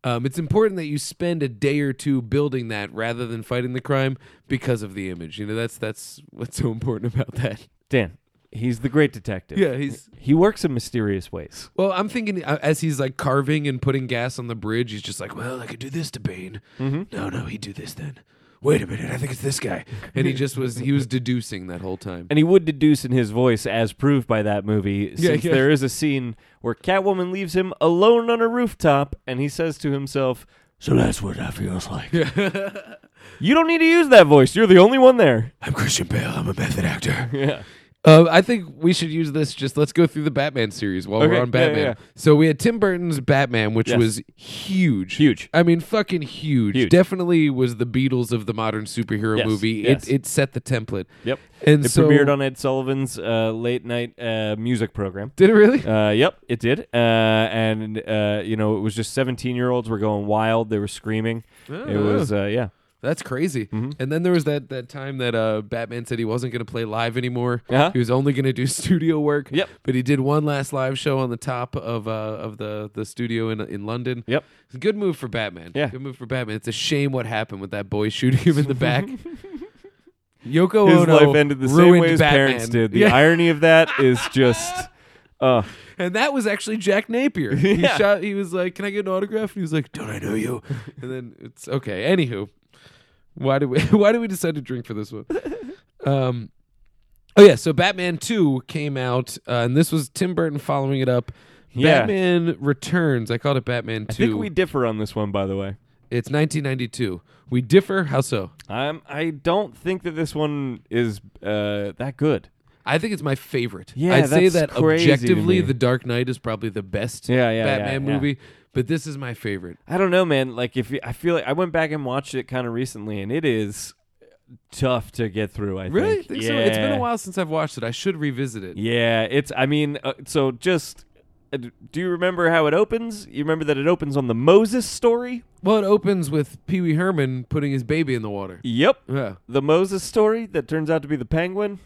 Um, it's important that you spend a day or two building that rather than fighting the crime because of the image. You know, that's that's what's so important about that.
Dan, he's the great detective.
Yeah, he's
He works in mysterious ways.
Well, I'm thinking uh, as he's like carving and putting gas on the bridge, he's just like, "Well, I could do this to Bane."
Mm-hmm.
No, no, he'd do this then. Wait a minute, I think it's this guy. And he just was he was deducing that whole time.
And he would deduce in his voice, as proved by that movie, since
yeah.
there is a scene where Catwoman leaves him alone on a rooftop, and he says to himself, "So that's what that feels like." you don't need to use that voice. You're the only one there.
I'm Christian Bale. I'm a method actor.
Yeah.
Uh, I think we should use this. Just let's go through the Batman series while
Okay,
we're on
yeah, yeah,
Batman.
yeah.
So we had Tim Burton's Batman, which
Yes.
was huge,
Huge.
I mean, fucking huge.
Huge.
Definitely was the Beatles of the modern superhero
Yes,
movie.
yes.
It it set the template.
Yep.
And
it
so
premiered on Ed Sullivan's uh, late night uh, music program.
Did it really?
Uh, yep, it did. Uh, and uh, you know, it was just 17 year olds were going wild. They were screaming. It was uh, yeah.
That's crazy.
Mm-hmm.
And then there was that that time that uh, Batman said he wasn't going to play live anymore.
Uh-huh.
He was only going to do studio work.
Yep.
But he did one last live show on the top of uh, of the the studio in in London.
Yep.
It's a good move for Batman.
Yeah.
Good move for Batman. It's a shame what happened with that boy shooting him in the back. Yoko
His
Ono
life ended the same
ruined
way his
Batman.
parents did. The
Yeah.
irony of that is just. Uh,
And that was actually Jack Napier. He
Yeah.
shot. He was like, "Can I get an autograph?" And he was like, "Don't I know you?" And then it's okay. Anywho, why did we why did we decide to drink for this one? Um, oh yeah, so Batman Two came out, uh, and this was Tim Burton following it up.
Yeah.
Batman Returns. I called it Batman
I think
Two.
we differ on this one, by the way.
it's 1992. We differ. How so?
Um, I don't think that this one is uh, that good.
I think it's my favorite.
Yeah,
I'd say
that's
that
crazy to
objectively,
me.
The Dark Knight is probably the best
Yeah, yeah, yeah,
Batman
yeah.
movie, but this is my favorite.
I don't know, man. Like, if you, I feel like I went back and watched it kind of recently, and it is tough to get through. I
Really?
think.
Think
yeah.
so? It's been a while since I've watched it. I should revisit it.
Yeah, it's. I mean, uh, so just. uh, Do you remember how it opens? You remember that it opens on the Moses story?
Well, it opens with Pee Wee Herman putting his baby in the water.
Yep.
Yeah.
the Moses story that turns out to be the penguin.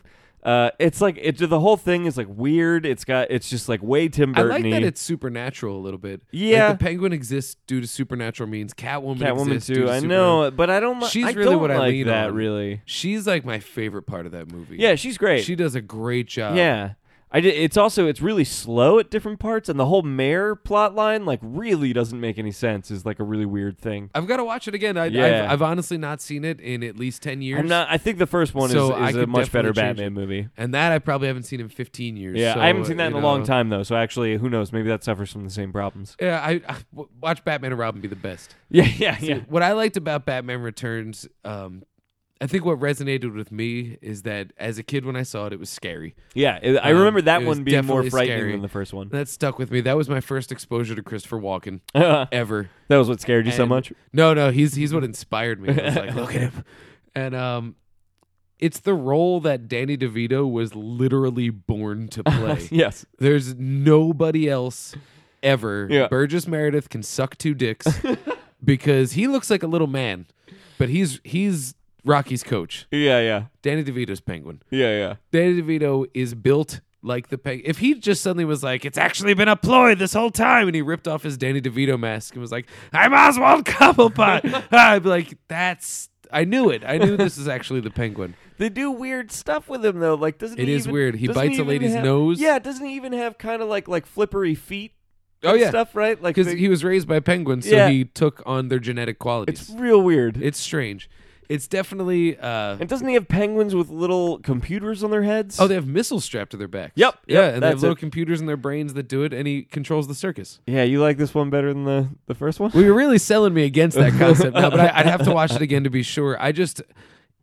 Uh, it's like it, the whole thing is like weird. It's got it's just like way Tim
I
Burton.
like that it's supernatural a little bit. Like,
Yeah.
the penguin exists due to supernatural means. Catwoman,
Catwoman
exists due
too.
to
I
supernatural-
know, but I don't. li-
She's
I
really
don't
what I
like
lean
that
on.
really.
She's like my favorite part of that movie.
Yeah, she's great.
she does a great job.
yeah. I di- it's also it's really slow at different parts, and the whole mayor plot line like really doesn't make any sense. Is like a really weird thing.
I've got to watch it again. I,
Yeah.
I've, I've honestly not seen it in at least ten years.
I'm not. I think the first one
So I
is, is a
could
much better
definitely change
Batman movie.
and that I probably haven't seen in fifteen years.
Yeah,
so,
I haven't seen that
you
in a
know.
long time though. So actually, who knows? Maybe that suffers from the same problems.
Yeah, I, I w- watch Batman and Robin be the best.
Yeah, yeah, yeah.
What I liked about Batman Returns, um, I think what resonated with me is that as a kid when I saw it, it was scary.
Yeah, it- I
Um,
remember that
it was
one being more
definitely
frightening
scary.
than the first one.
That stuck with me. That was my first exposure to Christopher Walken
that
ever.
was what scared you so
And-
much.
No, no, he's he's what inspired me. I was like, look at him. And um it's the role that Danny DeVito was literally born to play.
Yes.
There's nobody else ever.
Yeah.
Burgess Meredith can suck two dicks because he looks like a little man, but he's he's Rocky's coach.
Yeah, yeah,
Danny DeVito's penguin.
yeah, yeah.
Danny DeVito is built like the penguin. If he just suddenly was like, "It's actually been a ploy this whole time," and he ripped off his Danny DeVito mask and was like, "I'm Oswald Cobblepot," I'd be like, "That's." I knew it. I knew this is actually the penguin.
They do weird stuff with him though. Like doesn't
It
he
is
even-
weird. He
doesn't
bites a
even
lady's
have-
nose.
Yeah, doesn't he even have kind of like like flippery feet?
Oh,
and
yeah.
stuff right. Like
Because
they-
he was raised by penguins, so
Yeah.
he took on their genetic qualities.
it's real weird.
It's strange. It's definitely. Uh,
and doesn't he have penguins with little computers on their heads?
oh, they have missiles strapped to their backs.
Yep,
Yeah,
yep,
and they have
that's
little
it.
computers in their brains that do it, and he controls the circus.
yeah. You like this one better than the the first one?
Well, you're really selling me against that concept now, but I, I'd have to watch it again to be sure. I just.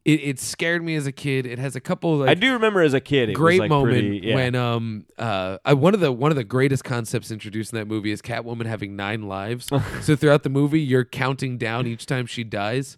It, it scared me as a kid. It has a couple like
I do remember as a kid. It was,
great
like,
moment
pretty- yeah.
when um uh I, one of the one of the greatest concepts introduced in that movie is Catwoman having nine lives. so throughout the movie, you're counting down each time she dies.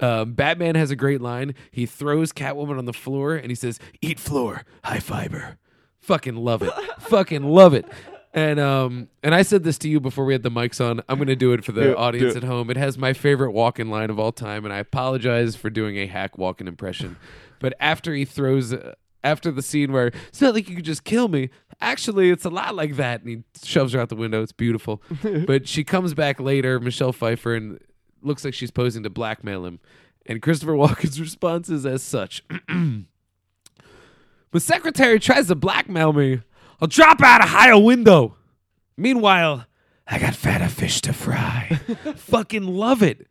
Um, Batman has a great line. He throws Catwoman on the floor and he says, "Eat floor, high fiber." Fucking love it. Fucking love it. And um and I said this to you before we had the mics on. I'm gonna do it for the
Do it, do
audience at
it.
home. It has my favorite walk-in line of all time, and I apologize for doing a hack walk-in impression. But after he throws, uh, after the scene where it's not like you could just kill me. Actually, it's a lot like that, and he shoves her out the window. It's beautiful. but she comes back later, Michelle Pfeiffer, and looks like she's posing to blackmail him. And Christopher Walken's response is as such. My secretary tries to blackmail me. I'll drop out a higher window. Meanwhile, I got fatter fish to fry. Fucking love it.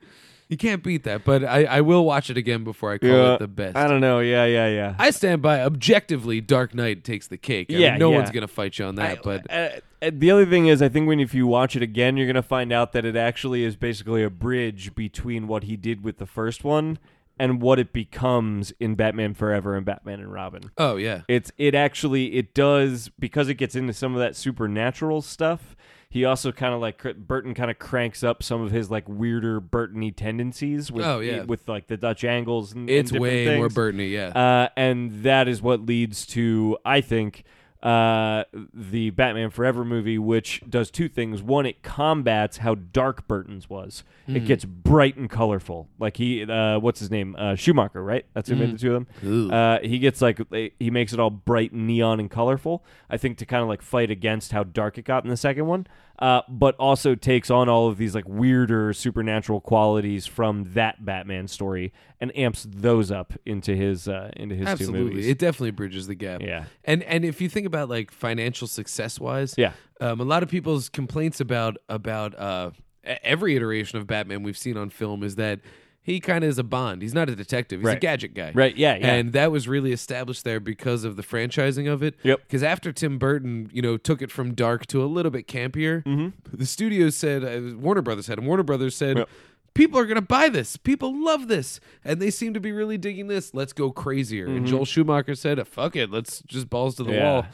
You can't beat that, but I, I will watch it again before I call
Yeah.
it the best.
I don't know. Yeah, yeah, yeah.
I stand by objectively Dark Knight takes the cake. I mean,
Yeah,
no
yeah.
one's gonna fight you on that, but
Uh, uh, the other thing is, I think when if you watch it again, you're gonna find out that it actually is basically a bridge between what he did with the first one and what it becomes in Batman Forever and Batman and Robin.
oh yeah.
It's it actually it does because it gets into some of that supernatural stuff. He also kind of like cr- Burton kind of cranks up some of his like weirder Burtony tendencies with
Oh, yeah.
with like the Dutch angles and and
It's
different
way more
things.
Burtony, yeah.
Uh, and that is what leads to, I think, uh, the Batman Forever movie, which does two things. One, it combats how dark Burton's was. It gets bright and colorful. Like he, uh, what's his name? Uh, Schumacher, right? That's who made the two of them. Uh, he gets like he makes it all bright and neon and colorful. I think to kind of like fight against how dark it got in the second one, uh, but also takes on all of these like weirder supernatural qualities from that Batman story and amps those up into his uh, into his two
Absolutely.
movies.
It definitely bridges the gap.
Yeah.
And and if you think about like financial success wise,
Yeah.
um, a lot of people's complaints about about uh, e- every iteration of Batman we've seen on film is that he kind of is a Bond. He's not a detective. He's a
Right.
gadget guy.
Right, yeah, yeah.
And that was really established there because of the franchising of it.
Yep.
Because after Tim Burton, you know, took it from dark to a little bit campier, the studios said, uh, Warner Brothers had, and Warner Brothers said.
Mm-hmm. Yep.
People are going to buy this. People love this. And they seem to be really digging this. Let's go crazier. And Joel "Uh, Schumacher said, fuck it. Let's just balls to the
Mm-hmm. Yeah.
wall.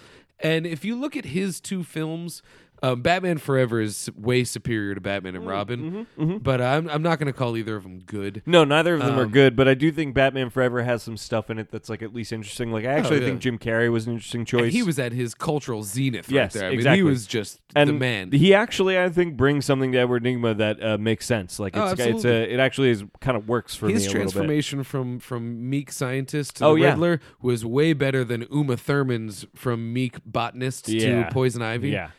And if you look at his two films, Um, Batman Forever is way superior to Batman
Mm,
and Robin,
mm-hmm,
but I'm I'm not going to call either of them good.
No, neither of them
um,
are good, but I do think Batman Forever has some stuff in it that's like at least interesting. Like I actually
Oh, yeah.
think Jim Carrey was an interesting choice.
He was at his cultural zenith
Yes,
right there. I mean,
exactly.
he was just the man.
He actually, I think, brings something to Edward Nigma that uh, makes sense. Like
Oh,
it's, it's a,
absolutely.
it actually is kind of works for
his
me a little bit.
transformation from from meek scientist to
Oh,
the
yeah.
Riddler was way better than Uma Thurman's from meek botanist
Yeah.
to poison ivy.
Yeah.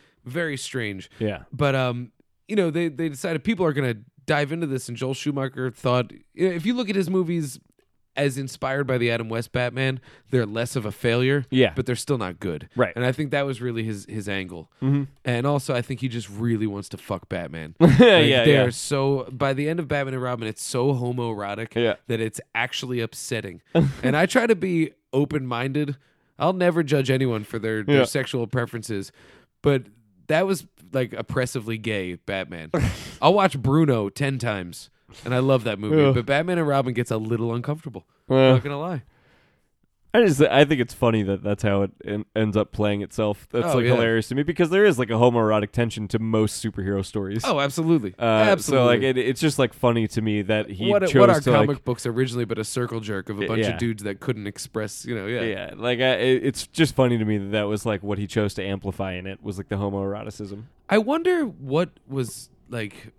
very strange.
Yeah.
but um, you know they they decided people are gonna dive into this, and Joel Schumacher thought if you look at his movies as inspired by the Adam West Batman, they're less of a failure.
Yeah.
but they're still not good.
Right. Mm-hmm.
and I think that was really his his angle. And also, I think he just really wants to fuck Batman.
yeah,
they
yeah.
are so by the end of Batman and Robin, it's so homoerotic
Yeah.
that it's actually upsetting. and I try to be open minded. I'll never judge anyone for their, their
Yeah.
sexual preferences, but that was like oppressively gay Batman. I'll watch Bruno ten times, and I love that movie.
Ugh.
But Batman and Robin gets a little uncomfortable.
Well.
Not gonna lie.
I just I think it's funny that that's how it en- ends up playing itself. That's
Oh,
like
yeah.
hilarious to me because there is like a homoerotic tension to most superhero stories.
Oh, absolutely,
Uh,
absolutely.
So like it, it's just like funny to me that he
what,
chose
what are
to
comic
like
books originally but a circle jerk of a bunch
yeah.
of dudes that couldn't express, you know,
yeah like I, it- it's just funny to me that that was like what he chose to amplify in it was like the homoeroticism.
I wonder what was like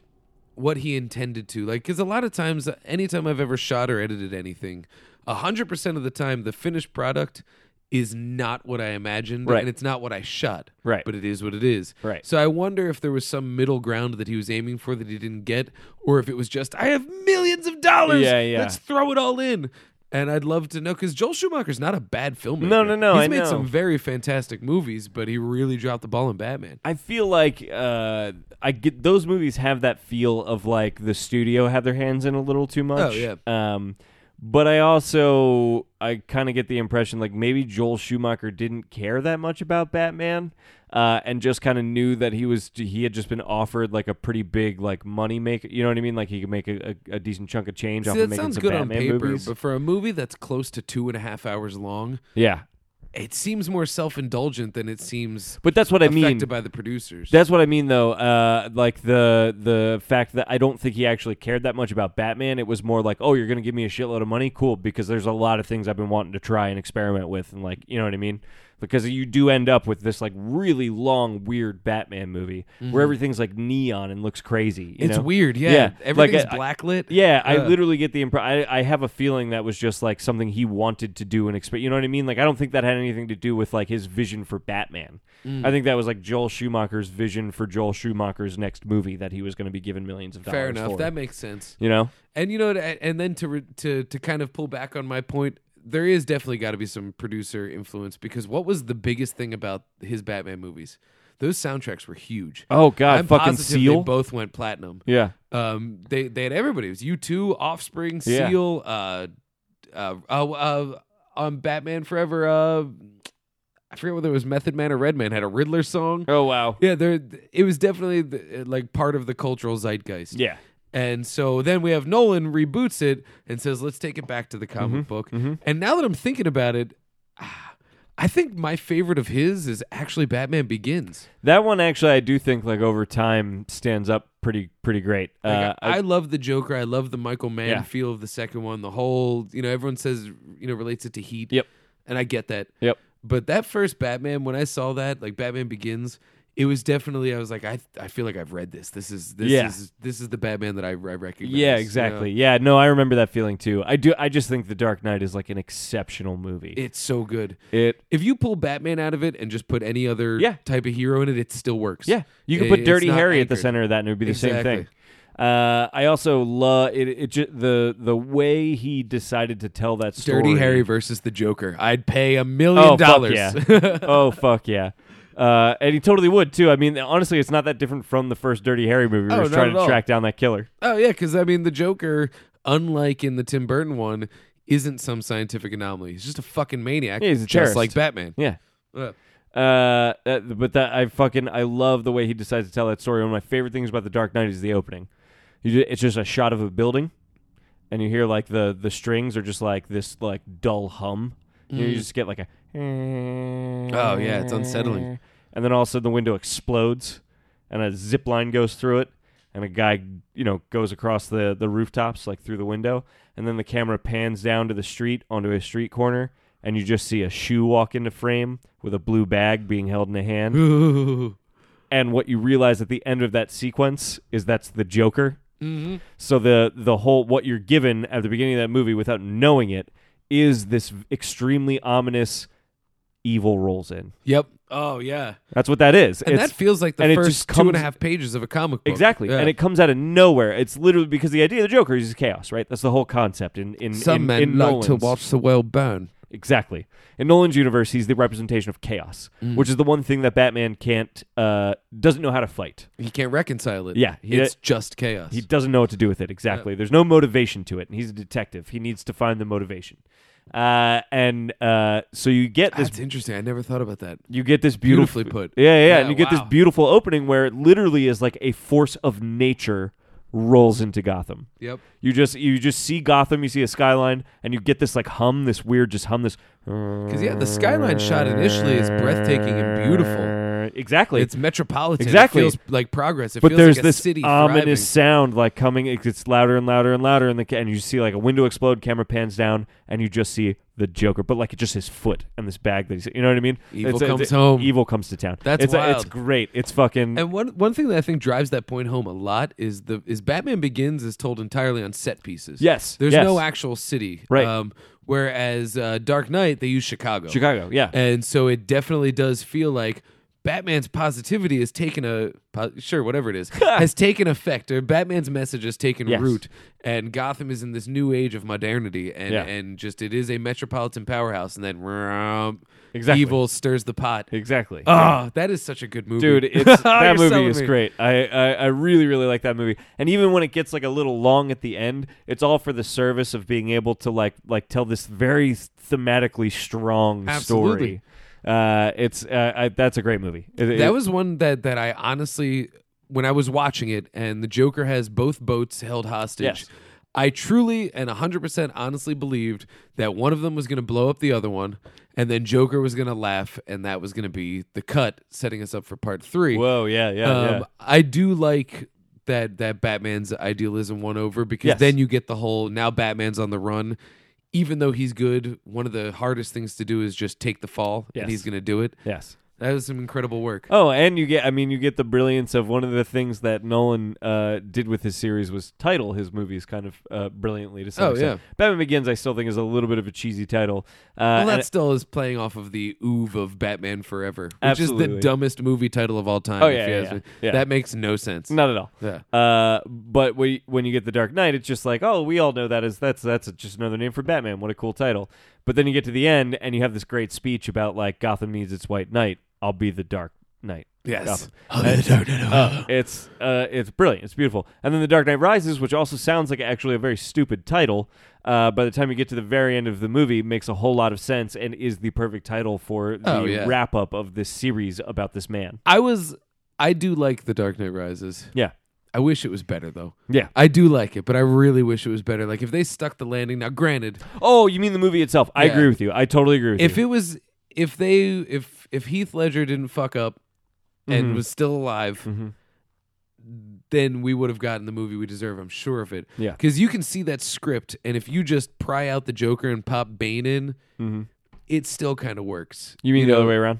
what he intended to like because a lot of times anytime i've ever shot or edited anything 100% of the time the finished product is not what i imagined
Right.
and it's not what i shot
Right.
but it is what it is
Right.
so i wonder if there was some middle ground that he was aiming for that he didn't get or if it was just i have millions of dollars
Yeah, yeah.
let's throw it all in and i'd love to know because joel schumacher's not a bad filmmaker
No, no, no,
he's
I
made
know.
some very fantastic movies but he really dropped the ball in batman
I feel like uh, I get those movies have that feel of like the studio had their hands in a little too much.
Oh, yeah.
Um, but I also I kind of get the impression like maybe Joel Schumacher didn't care that much about Batman, uh, and just kind of knew that he was he had just been offered like a pretty big like money maker. You know what I mean? Like he could make a, a, a decent chunk of change off
See,
of
that
making
sounds
some
good on
Batman
paper,
movies.
but for a movie that's close to two and a half hours long,
yeah.
it seems more self-indulgent than it seems
But that's what I mean.
affected by the producers.
That's what I mean, though. Uh, like the the fact that I don't think he actually cared that much about Batman. It was more like, oh, you're gonna give me a shitload of money, cool, because there's a lot of things I've been wanting to try and experiment with, and like, you know what I mean? Because you do end up with this like really long, weird Batman movie where everything's like neon and looks crazy. you
Mm-hmm. it's
know?
weird, yeah.
Like,
Everything's
I-
blacklit.
yeah, I
Ugh.
literally get the impression. I, I have a feeling that was just like something he wanted to do and expect. You know what I mean? Like, I don't think that had anything to do with like his vision for Batman.
Mm.
I think that was like Joel Schumacher's vision for Joel Schumacher's next movie that he was going to be given millions of dollars.
fair enough.
for.
That makes sense.
you know,
And you know, to- and then to re- to to kind of pull back on my point, there is definitely got to be some producer influence because what was the biggest thing about his Batman movies? Those soundtracks were huge.
Oh, God,
I'm
fucking
positive
Seal?
They both went platinum.
yeah,
Um, they they had everybody. It was U two, Offspring,
Yeah.
Seal, uh, uh, uh, uh, on Batman Forever. Uh, I forget whether it was Method Man or Redman had a Riddler song.
oh wow,
Yeah, there. It was definitely the, like part of the cultural zeitgeist.
yeah,
And so then we have Nolan reboots it and says, "Let's take it back to the
Mm-hmm.
comic book." And now that I'm thinking about it, ah, I think my favorite of his is actually Batman Begins.
that one actually I do think like over time stands up pretty pretty great. Uh,
Like, I, I love the Joker. I love the Michael Mann
Yeah.
feel of the second one. The whole, you know, everyone says, you know, relates it to Heat.
Yep.
And I get that.
yep,
But that first Batman, when I saw that, like Batman Begins, it was definitely I was like, I I feel like I've read this. This is this
Yeah.
is this is the Batman that I, I recognize.
yeah,
you know?
exactly, yeah. No, I remember that feeling too. I do. I just think The Dark Knight is like an exceptional movie.
It's so good.
it
If you pull Batman out of it and just put any other
Yeah.
type of hero in it, it still works.
Yeah, you could
It-
put
it's
Dirty
not
Harry at the
anchored.
center of that, and it would be the same
Exactly.
thing. Uh, I also love it. It ju- the the way he decided to tell that story.
Dirty Harry versus the Joker. I'd pay a million
Oh fuck
dollars.
yeah! oh fuck yeah! Uh, and he totally would too. I mean, honestly, it's not that different from the first Dirty Harry movie. Where
Oh,
he was
not
trying
at
to
all.
track down that killer.
Oh yeah, because I mean, the Joker, unlike in the Tim Burton one, isn't some scientific anomaly. He's just a fucking maniac.
Yeah, he's a
just
terrorist.
like Batman.
Yeah.
Uh,
Uh, uh, but that I fucking I love the way he decides to tell that story. One of my favorite things about The Dark Knight is the opening. You ju- it's just a shot of a building, and you hear like the the strings are just like this like dull hum. You, know, you just get like a
Mm. oh yeah, it's unsettling.
and then all of a sudden the window explodes. and a zip line goes through it, and a guy you know goes across the the rooftops like through the window, and then the camera pans down to the street onto a street corner, and you just see a shoe walk into frame with a blue bag being held in a hand.
Ooh.
and what you realize at the end of that sequence is that's the Joker. Mm-hmm. So the the whole what you're given at the beginning of that movie without knowing it is this extremely ominous evil rolls in.
Yep. Oh yeah.
That's what that is.
And
It's-
that feels like the
and it
first
just
two and a
comes-
half pages of a comic book.
exactly,
Yeah.
and it comes out of nowhere. It's literally because the idea of the Joker is chaos, right? That's the whole concept. In in
Some
in,
men
in
like to
Nolan's-
watch the world burn.
Exactly. In Nolan's universe, he's the representation of chaos,
Mm.
which is the one thing that Batman can't uh, doesn't know how to fight.
He can't reconcile it.
Yeah, he-
it's just chaos.
He doesn't know what to do with it exactly. There's no motivation to it, and he's a detective. He needs to find the motivation. Uh, and uh, so you get this,
That's interesting. I never thought about that.
you get this beautiful,
Beautifully put.
yeah, yeah,
Yeah,
and you get this
wow.
beautiful opening where it literally is like a force of nature rolls into Gotham.
Yep.
You just you just see Gotham, you see a skyline, and you get this like hum, this weird just hum, this.
Because yeah, the skyline shot initially is breathtaking and beautiful.
Exactly,
It's metropolitan.
Exactly.
It feels like progress. It
but
feels
there's
like a
this
city
ominous
thriving.
sound like coming. It gets louder and louder and louder, and the ca- and you see like a window explode. Camera pans down, and you just see the Joker, but like it's just his foot and this bag that he's. You know what I mean?
Evil
It's- it's-
comes home.
Evil comes to town.
That's
it's, it's
wild.
great. It's fucking.
And one one thing that I think drives that point home a lot is the is Batman Begins is told entirely on set pieces.
Yes,
there's
yes.
no actual city.
Right.
Um, whereas uh, Dark Knight, they use Chicago.
Chicago, yeah.
And so it definitely does feel like Batman's positivity has taken a po- sure whatever it is has taken effect, or Batman's message has taken
Yes.
root, and Gotham is in this new age of modernity, and
Yeah.
and just it is a metropolitan powerhouse, and then vroom,
Exactly.
evil stirs the pot.
exactly.
Ah, that is such a good movie,
Dude, it's, that
You're
movie
selling
is
me.
great. I, I, I really, really like that movie. And even when it gets like a little long at the end, it's all for the service of being able to like like tell this very thematically strong
Absolutely.
story. Uh, it's uh, I, that's a great movie. It- it-
That was one that that I honestly, when I was watching it, and the Joker has both boats held hostage.
Yes.
I truly and 100% honestly believed that one of them was going to blow up the other one, and then Joker was going to laugh, and that was going to be the cut, setting us up for part three.
Whoa, yeah, yeah,
um,
yeah.
I do like that that Batman's idealism won over because
Yes.
then you get the whole now Batman's on the run. Even though he's good, one of the hardest things to do is just take the fall,
Yes.
and he's going to do it.
Yes.
That was some incredible work.
Oh, and you get I mean you get the brilliance of one of the things that Nolan uh, did with his series was title his movies kind of uh, brilliantly to some
Oh,
extent. Batman Begins I still think is a little bit of a cheesy title.
Well,
Uh,
that
and-
still is playing off of the oove of Batman Forever, which is
Absolutely.
the dumbest movie title of all time.
Oh,
if
yeah,
you
yeah,
ask
yeah.
me.
Yeah.
That makes no sense.
not at all.
Yeah.
Uh, but we, when you get the Dark Knight, it's just like, oh, we all know that is that's that's just another name for Batman. What a cool title! But then you get to the end, and you have this great speech about like Gotham needs its White Knight. I'll be the Dark Knight.
Yes.
Gotham. Uh, it's uh, it's brilliant. It's beautiful. And then the Dark Knight Rises, which also sounds like actually a very stupid title. Uh, by the time you get to the very end of the movie, makes a whole lot of sense and is the perfect title for the
Oh, yeah.
wrap up of this series about this man.
I was, I do like The Dark Knight Rises.
Yeah.
I wish it was better though.
Yeah.
I do like it, but I really wish it was better. Like if they stuck the landing. Now, granted,
Oh, you mean the movie itself? I
Yeah.
agree with you. I totally agree with you.
if it was, if they, if if Heath Ledger didn't fuck up and
Mhm.
was still alive,
Mhm.
then we would have gotten the movie we deserve. I'm sure of it.
Yeah.
Because you can see that script, and if you just pry out the Joker and pop Bane in,
Mhm.
it still kind of works.
You mean the
know?
other way around?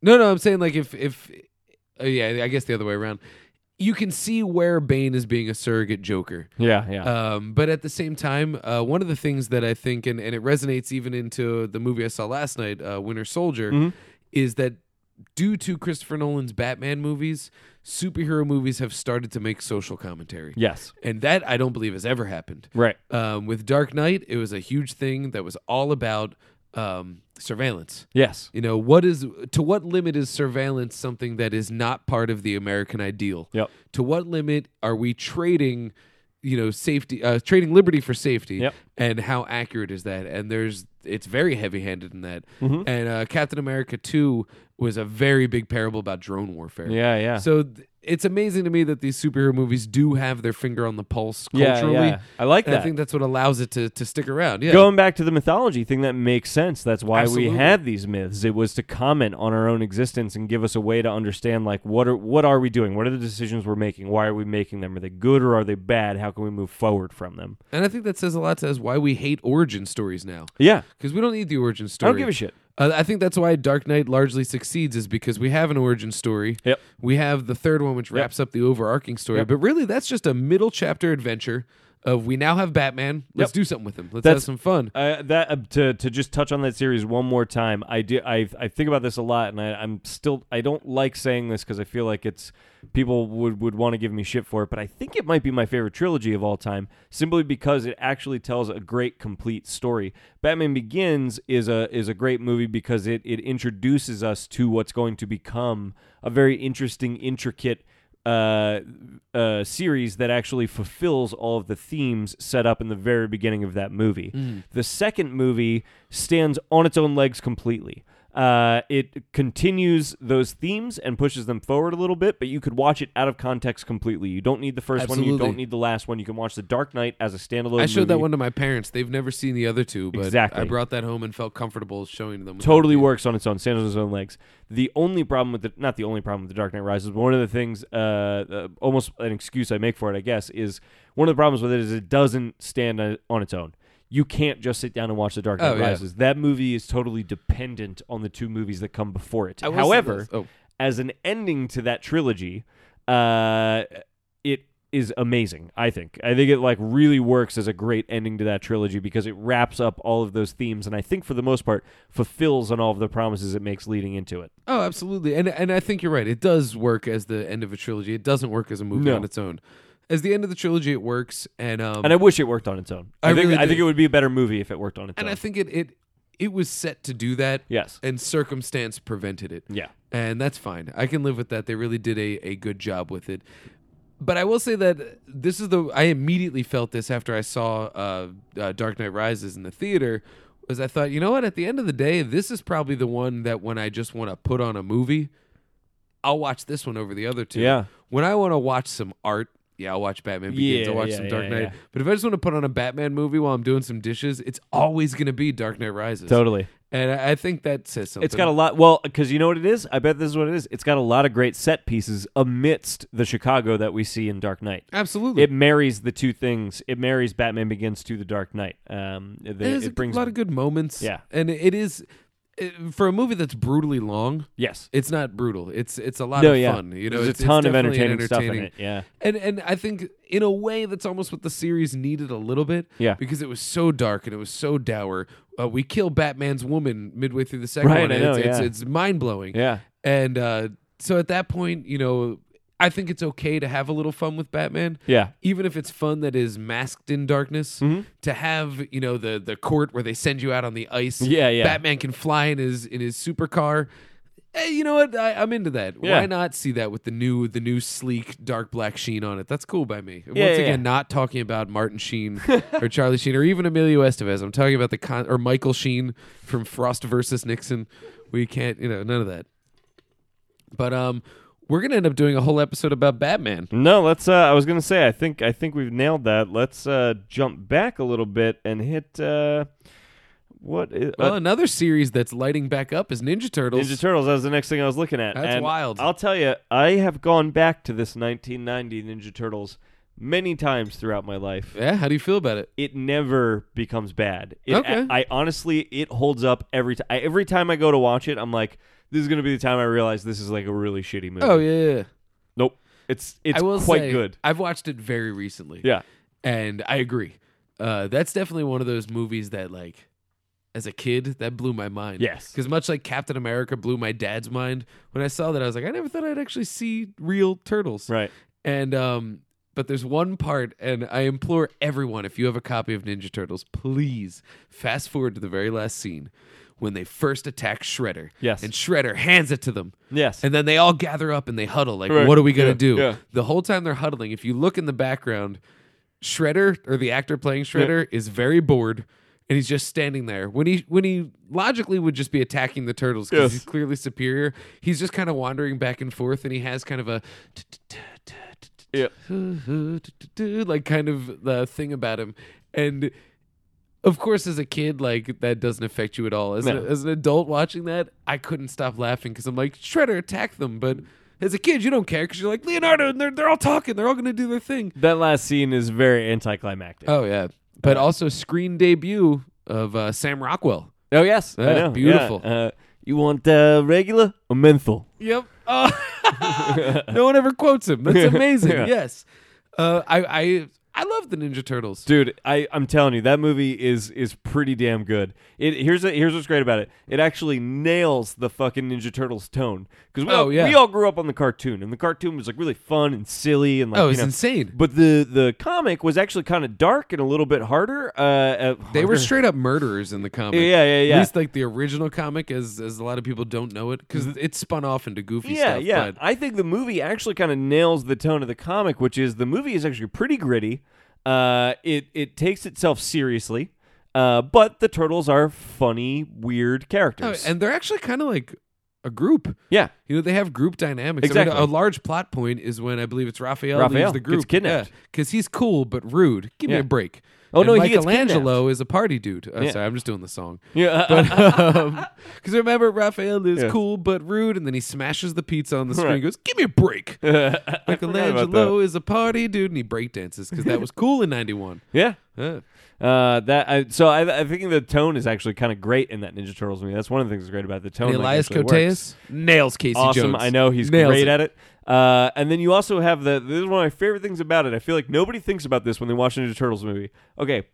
No, no. I'm saying like if if uh, yeah, I guess the other way around. You can see where Bane is being a surrogate Joker.
Yeah, yeah.
Um, but at the same time, uh, one of the things that I think, and, and it resonates even into the movie I saw last night, uh, Winter Soldier,
Mhm.
is that due to Christopher Nolan's Batman movies, superhero movies have started to make social commentary.
yes.
And that I don't believe has ever happened.
Right.
Um, with Dark Knight, it was a huge thing that was all about um, surveillance.
Yes.
You know, what is to what limit is surveillance something that is not part of the American ideal?
Yep.
To what limit are we trading, you know, safety, uh, trading liberty for safety?
Yep.
and how accurate is that? And there's it's very heavy-handed in that.
Mm-hmm.
And uh, Captain America Two was a very big parable about drone warfare.
Yeah, yeah.
So th- it's amazing to me that these superhero movies do have their finger on the pulse
Yeah,
culturally.
yeah. I like
And I
that.
think that's what allows it to to stick around. Yeah.
Going back to the mythology thing, that makes sense. That's why
Absolutely.
we had these myths. It was to comment on our own existence and give us a way to understand, like, what are what are we doing? What are the decisions we're making? Why are we making them? Are they good or are they bad? How can we move forward from them?
And I think that says a lot to us why we hate origin stories now.
Yeah,
Because we don't need the origin
I
story.
don't give a shit.
Uh, I think that's why Dark Knight largely succeeds is because we have an origin story.
Yep.
We have the third one, which wraps up the overarching story. But really, that's just a middle chapter adventure of we now have Batman. Let's
Yep.
do something with him. Let's have
That's-
some fun.
Uh, that uh, to to just touch on that series one more time. I do I I think about this a lot, and I, I'm still I don't like saying this because I feel like it's people would would want to give me shit for it, but I think it might be my favorite trilogy of all time, simply because it actually tells a great complete story. Batman Begins is a is a great movie because it it introduces us to what's going to become a very interesting, intricate uh, uh, series that actually fulfills all of the themes set up in the very beginning of that movie.
Mm.
The second movie stands on its own legs completely. Uh, it continues those themes and pushes them forward a little bit, but you could watch it out of context completely. You don't need the first one.
Absolutely.
You don't need the last one. You can watch The Dark Knight as a standalone.
I showed that
movie.
one to my parents. They've never seen the other two, but
Exactly.
I brought that home and felt comfortable showing them.
totally works on its own, stands on its own legs. The only problem with the not the only problem with the Dark Knight Rises, but one of the things, uh, uh, almost an excuse I make for it, I guess, is one of the problems with it is it doesn't stand on on its own. You can't just sit down and watch The Dark Knight
Oh, yeah.
Rises. That movie is totally dependent on the two movies that come before it.
I will say
However,
this- oh.
as an ending to that trilogy, uh, it is amazing. I think. I think it like really works as a great ending to that trilogy because it wraps up all of those themes, and I think for the most part fulfills on all of the promises it makes leading into it.
Oh, absolutely. And and I think you're right. It does work as the end of a trilogy. It doesn't work as a movie
No.
on its own. As the end of the trilogy, it works. And um,
And I wish it worked on its own.
I
I, think
really
I think
do.
it would be a better movie if it worked on its
and
own.
I think it it it was set to do that.
yes.
And circumstance prevented it.
Yeah.
And that's fine. I can live with that. They really did a, a good job with it. But I will say that this is the I immediately felt this after I saw uh, uh, Dark Knight Rises in the theater was I thought, you know what, at the end of the day, this is probably the one that when I just want to put on a movie, I'll watch this one over the other two.
Yeah.
When I want to watch some art, yeah, I'll watch Batman Begins.
Yeah,
I'll watch
yeah,
some Dark
yeah,
Knight.
yeah.
But if I just want to put on a Batman movie while I'm doing some dishes, it's always going to be Dark Knight Rises.
Totally.
And I I think that says something.
It's got a lot. Well, because you know what it is. I bet this is what it is. It's got a lot of great set pieces amidst the Chicago that we see in Dark Knight.
absolutely.
it marries the two things. It marries Batman Begins to The Dark Knight. Um, the-
There's
it brings
a lot of good moments.
Yeah.
and it is it, for a movie that's brutally long.
yes,
It's not brutal. It's it's a lot
no,
of
yeah.
fun. You know,
There's
it's
a ton
it's
of
definitely an
entertaining, stuff in
entertaining-
it. Yeah,
And and I think in a way that's almost what the series needed a little bit.
Yeah.
because it was so dark and it was so dour. Uh, we kill Batman's woman midway through the second
Right,
one.
I
and it's,
know, yeah.
it's, it's mind blowing.
yeah,
And uh, so at that point, you know, I think it's okay to have a little fun with Batman.
yeah.
Even if it's fun that is masked in darkness,
Mm-hmm.
to have you know the the court where they send you out on the ice,
Yeah, yeah.
Batman can fly in his in his supercar. Eh, you know what? I, I'm into that.
Yeah.
Why not see that with the new the new sleek dark black sheen on it? That's cool by me. And
Yeah,
Once
yeah,
again,
yeah.
not talking about Martin Sheen or Charlie Sheen or even Emilio Estevez. I'm talking about the con- or Michael Sheen from Frost versus Nixon. We can't, you know, none of that. But um, we're gonna end up doing a whole episode about Batman.
No, let's. Uh, I was gonna say. I think. I think we've nailed that. Let's uh, jump back a little bit and hit. Uh, what is,
Well,
uh,
another series that's lighting back up is Ninja Turtles.
Ninja Turtles? That was the next thing I was looking at.
That's
And
wild.
I'll tell you, I have gone back to this 1990 Ninja Turtles many times throughout my life.
yeah, how do you feel about it?
it never becomes bad. It,
Okay.
I, honestly, it holds up every time. Every time I go to watch it, I'm like, this is gonna be the time I realize this is like a really shitty movie.
Oh yeah, yeah, yeah.
Nope. It's it's
I will
quite
say,
good.
I've watched it very recently.
Yeah.
and I agree. Uh, that's definitely one of those movies that, like, as a kid, that blew my mind.
Yes.
because much like Captain America blew my dad's mind when I saw that, I was like, I never thought I'd actually see real turtles.
Right.
And um, but there's one part, and I implore everyone, if you have a copy of Ninja Turtles, please fast forward to the very last scene when they first attack Shredder.
Yes.
And Shredder hands it to them.
Yes.
And then they all gather up and they huddle, like,
Right.
what are we gonna
Yeah,
do?
yeah.
The whole time they're huddling, if you look in the background, Shredder or the actor playing Shredder is very bored and he's just standing there. When he when he logically would just be attacking the turtles because
Yes.
he's clearly superior, he's just kind of wandering back and forth and he has kind of a
Yep.
like kind of the thing about him and of course as a kid like that doesn't affect you at all as,
No.
an, as an adult watching that i couldn't stop laughing because i'm like shredder attack them but as a kid you don't care because you're like leonardo and they're, they're all talking they're all going to do their thing
That last scene is very anticlimactic.
oh yeah but also screen debut of uh, sam rockwell
oh yes, I
Yeah,
know,
beautiful.
yeah. Uh, you want uh, regular or menthol?
Yep. Uh, no one ever quotes him. That's amazing.
Yeah.
Yes. Uh, I I I love the Ninja Turtles.
Dude, I, I'm telling you, that movie is is pretty damn good. It here's a, here's what's great about it. It actually nails the fucking Ninja Turtles tone because we,
Oh,
all-
yeah.
we all grew up on the cartoon, and the cartoon was like really fun and silly and like
Oh,
you
it's
know.
insane.
But the the comic was actually kind of dark and a little bit harder. Uh, uh,
They were
harder.
straight up murderers in the comic.
Yeah, yeah, yeah.
At least like the original comic, as as a lot of people don't know it, because it spun off into goofy
Mm-hmm. yeah,
stuff.
yeah.
But
I think the movie actually kind of nails the tone of the comic, which is the movie is actually pretty gritty. Uh, it it takes itself seriously, uh, but the turtles are funny, weird
Oh,
characters.
and they're actually kind of like a group.
yeah,
You know, they have group dynamics. I mean,
Exactly.
a large plot point is when I believe it's Raphael,
Raphael
leaves the
gets
group.
kidnapped.
Because he's cool but rude. Give me
Yeah.
a break.
Oh,
And
no, he gets
Michelangelo is a party dude. Oh,
Yeah.
Sorry, I'm just doing the song.
yeah.
Because remember, Raphael is
Yes.
cool but rude, and then he smashes the pizza on the screen.
Right.
and Goes, give me a break. Michelangelo
that.
is a party dude, and he breakdances because that was cool in '91.
yeah.
Huh.
Uh, that I, so I, I think the tone is actually kind of great in that Ninja Turtles movie. That's one of the things that's great about the tone.
And
like,
Elias
actually
Koteas
works.
nails Casey
awesome.
Jones.
I know he's
Nails it.
great at it. Uh, and then you also have the this is one of my favorite things about it. I feel like nobody thinks about this when they watch a Ninja Turtles movie. Okay,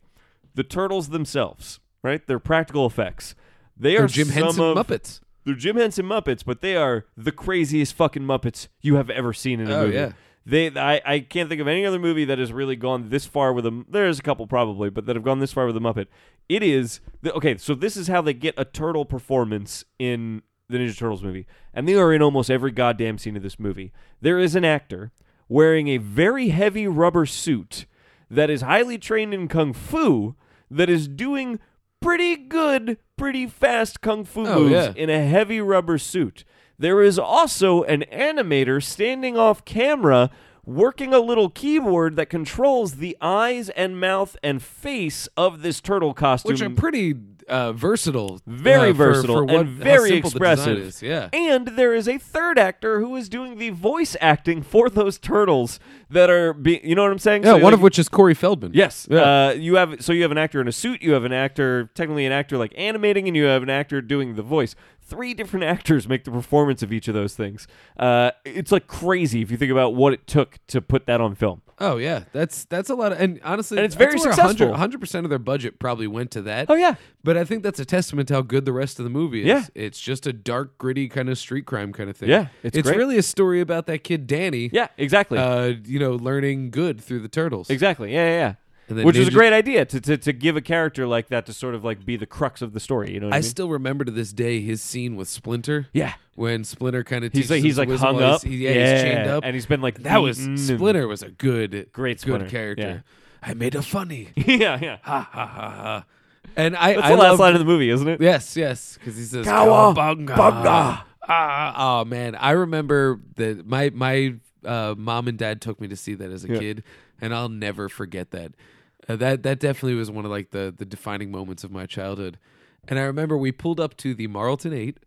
the turtles themselves, right? They're practical effects. They
They're
are
Jim
some
Henson
of,
Muppets.
They're Jim Henson Muppets, but they are the craziest fucking Muppets you have ever seen in a
Oh,
movie.
yeah.
They, I, I can't think of any other movie that has really gone this far with a. There's a couple probably, but that have gone this far with a Muppet. It is the, okay. So this is how they get a turtle performance in the Ninja Turtles movie, and they are in almost every goddamn scene of this movie. There is an actor wearing a very heavy rubber suit that is highly trained in kung fu that is doing pretty good, pretty fast kung fu
Oh,
moves
yeah.
in a heavy rubber suit. There is also an animator standing off camera working a little keyboard that controls the eyes and mouth and face of this turtle costume.
which are pretty uh, versatile,
very
uh, for-
versatile
for what-
and
how
very
simple the design
expressive.
is, Yeah,
And there is a third actor who is doing the voice acting for those turtles that are be- you know what I'm saying?
yeah.
So,
One
like,
of which is Corey Feldman.
Yes.
Yeah.
Uh, you have so you have an actor in a suit, you have an actor technically an actor like animating, and you have an actor doing the voice. Three different actors make the performance of each of those things. Uh, it's like crazy if you think about what it took to put that on film.
Oh yeah, that's that's a lot, of, and honestly,
And it's very successful.
One hundred percent of their budget probably went to that.
Oh, yeah.
but I think that's a testament to how good the rest of the movie is.
Yeah.
it's just a dark, gritty kind of street crime kind of thing.
Yeah, it's great.
really a story about that kid Danny.
Yeah, exactly.
uh, you know, learning good through the turtles.
exactly. Yeah, yeah. yeah.
And then
Which is a
Ninja-
great idea to, to, to give a character like that to sort of like be the crux of the story. You know what I,
I
mean?
still remember to this day his scene with Splinter.
Yeah.
when Splinter kind of
he's like he's like hung up.
yeah, he's chained up,
and he's been like
That was
beaten and-
Splinter was a good,
Great Splinter,
good character. I made a funny,
yeah, yeah.
ha ha ha ha, and I.
That's
I
the last
loved-
line of the movie, isn't it?
Yes, yes, because he says "Cowabunga." Ah, oh man, I remember that my my uh, mom and dad took me to see that as a kid, and I'll never forget that. Uh, that that definitely was one of like the the defining moments of my childhood. And I remember we pulled up to the Marlton Eight,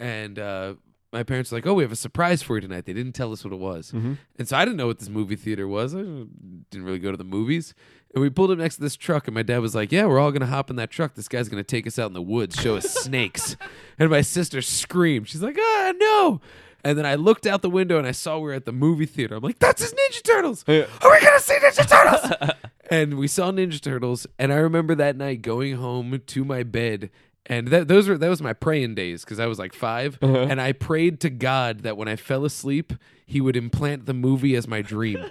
and uh, my parents were like, "Oh, we have a surprise for you tonight." They didn't tell us what it was, and so I didn't know what this movie theater was. I didn't really go to the movies. And we pulled up next to this truck, and my dad was like, "Yeah, we're all gonna hop in that truck. This guy's gonna take us out in the woods, show us snakes." And my sister screamed. She's like, "Ah, no!" And then I looked out the window and I saw we were at the movie theater. I'm like, "That's his Ninja Turtles.
Yeah.
Are we gonna see Ninja Turtles?" and we saw Ninja Turtles. And I remember that night going home to my bed and that those were that was my praying days because I was like 5
Uh-huh.
and I prayed to God that when I fell asleep, He would implant the movie as my dream.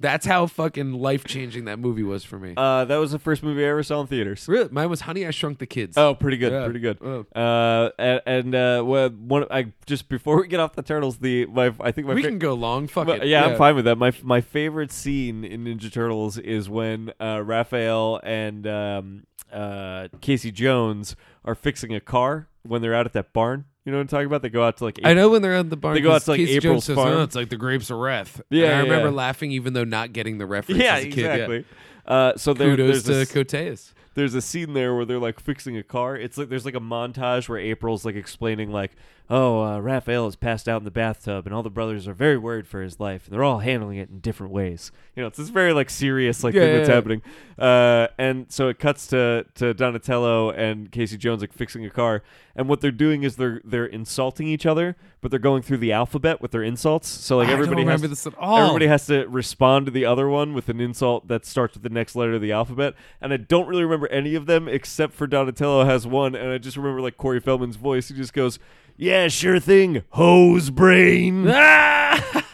That's how fucking life changing that movie was for me.
Uh, that was the first movie I ever saw in theaters.
really, mine was Honey I Shrunk the Kids.
Oh, pretty good,
Yeah.
pretty good.
Oh.
Uh, and, and uh, well, one I just before we get off the turtles, the my I think my
we
fa-
can go long. Fuck
But-
it.
yeah, I'm fine with that. My my favorite scene in Ninja Turtles is when uh, Raphael and um, uh, Casey Jones are fixing a car when they're out at that barn. You know what I'm talking about? They go out to like
I know when they're on the barn.
They go
'cause
out to, like,
Casey Jones
April's
says,
farm.
"Oh, it's like the grapes of wrath. And
Yeah,
I remember
yeah.
laughing, even though not getting the reference.
yeah,
as a kid. yeah.
exactly. Uh, so there,
Kudos
there's
to
a, s-
Coteus.
there's a scene there where they're like fixing a car. It's like there's like a montage where April's like explaining like, oh, uh, Raphael is passed out in the bathtub, and all the brothers are very worried for his life, and they're all handling it in different ways. You know, it's this very like serious like
Yeah,
thing
yeah,
that's
yeah.
happening. Uh, and so it cuts to to Donatello and Casey Jones like fixing a car, and what they're doing is they're they're insulting each other, but they're going through the alphabet with their insults. So like
I don't
everybody has
remember
to-
this at all.
Everybody has to respond to the other one with an insult that starts with the next letter of the alphabet. And I don't really remember any of them except for Donatello has one. And I just remember like Corey Feldman's voice. He just goes, "Yeah, sure thing, hose brain."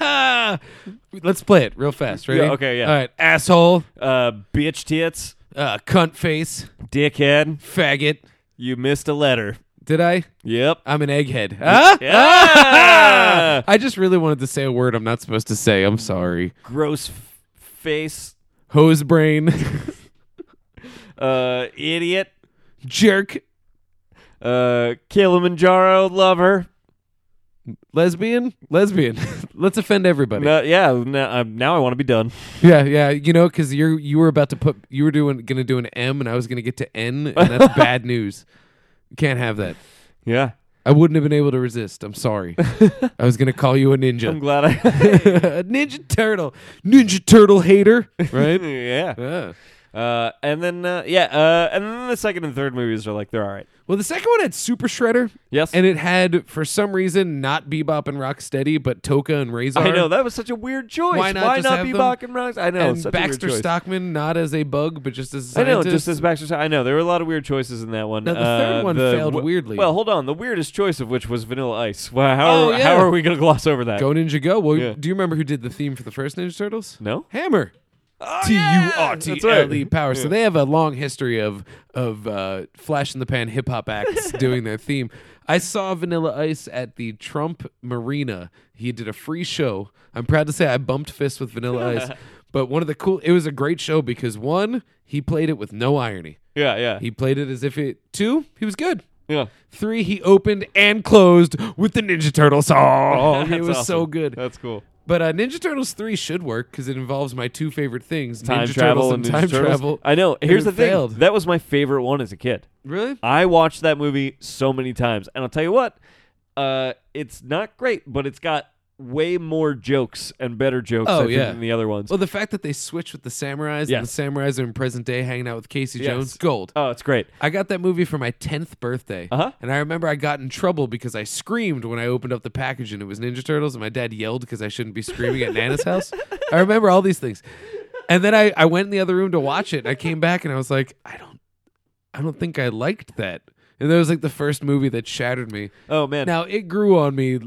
Ah! Let's play it real fast. Ready?
Yeah, okay, yeah.
All right. Asshole,
Uh, bitch tits,
uh, cunt face,
dickhead,
faggot.
you missed a letter.
Did I?
Yep.
I'm an egghead. Huh?
Ah!
I just really wanted to say a word I'm not supposed to say. I'm sorry.
Gross f- face,
Hose brain,
uh, idiot,
jerk,
uh, Kilimanjaro lover.
lesbian, lesbian. Let's offend everybody.
No, yeah, no, um, now I want to be done.
Yeah, yeah, you know, because you're you were about to put you were doing gonna do an M, and I was gonna get to N, and that's bad news. Can't have that.
Yeah.
I wouldn't have been able to resist. I'm sorry. I was gonna call you a
I'm
ninja,
glad I.
a ninja turtle, ninja turtle hater, right?
yeah.
Yeah.
Uh, and then uh, yeah, uh, and then the second and third movies are like they're all right.
Well, the second one had Super Shredder,
Yes,
and it had for some reason not Bebop and Rocksteady, but Toka and Razor.
I know that was such a weird choice.
Why not just have them?
Bebop and Rox? I know
and
such a
Baxter
weird choice.
Stockman not as a bug, but just as a
I know,
scientist.
just as Baxter. Stock- I know there were a lot of weird choices in that one.
Now, the third
Uh,
one
the
failed
w-
weirdly.
Well, hold on. The weirdest choice of which was Vanilla Ice. Well, how
Oh,
are
yeah.
how are we going to gloss over that?
Go Ninja Go. Well,
Yeah.
do you remember who did the theme for the first Ninja Turtles?
no.
Hammer.
Oh,
T U R T L E power. So they have a long history of of uh, flash in the pan hip hop acts doing their theme. I saw Vanilla Ice at the Trump Marina. He did a free show. I'm proud to say I bumped fists with Vanilla Ice. But one of the cool, it was a great show because one, he played it with no irony.
Yeah, yeah,
He played it as if it. Two, he was good.
yeah.
Three, he opened and closed with the Ninja Turtle song. it
That's
was so
awesome.
good.
That's cool.
But uh, Ninja Turtles three should work because it involves my two favorite things:
Time
Ninja
travel
Turtles
and
and
Ninja
time
Turtles.
travel.
I know.
And
Here's
it
the thing.
failed.
That was my favorite one as a kid.
Really?
I watched that movie so many times, and I'll tell you what, uh, it's not great, but it's got way more jokes and better jokes
Oh,
I think,
yeah.
than the other ones.
Well, the fact that they switch with the samurais
Yes.
and the samurais are in present day hanging out with Casey
Yes.
Jones, gold.
oh, it's great.
I got that movie for my tenth birthday,
Uh-huh.
and I remember I got in trouble because I screamed when I opened up the package and it was Ninja Turtles, and my dad yelled because I shouldn't be screaming at Nana's house. I remember all these things, and then I, I went in the other room to watch it, and I came back and I was like, I don't, I don't think I liked that, and that was like the first movie that shattered me.
Oh man.
Now it grew on me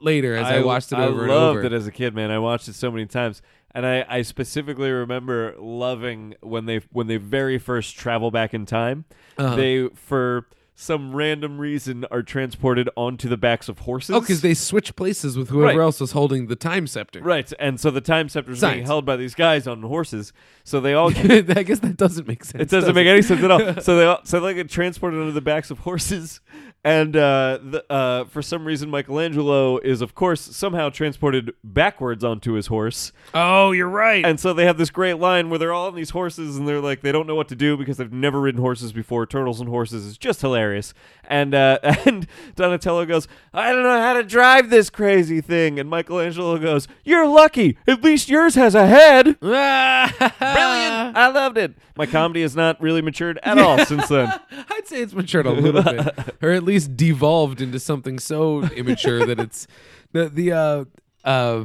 later as I, watched it over
I
and
loved
over.
it as a kid, man. I watched it so many times, and I, I specifically remember loving when they when they very first travel back in time.
Uh-huh.
They for some random reason are transported onto the backs of horses.
oh, because they switch places with whoever
Right.
else was holding the time scepter.
Right, and so the time scepter is being
Science.
held by these guys on horses. So they all
I guess that doesn't make sense.
It doesn't make any sense at all. So they all, so they get transported under the backs of horses, and uh, the, uh, for some reason Michelangelo is of course somehow transported backwards onto his horse,
Oh, you're right.
and so they have this great line where they're all on these horses and they're like they don't know what to do because they've never ridden horses before. Turtles and horses is just hilarious, and uh, and Donatello goes, I don't know how to drive this crazy thing, and Michelangelo goes, You're lucky. At least yours has a head. Brilliant! I loved it. My comedy has not really matured at all since then.
I'd say it's matured a little bit, or at least devolved into something so immature that it's the the uh uh.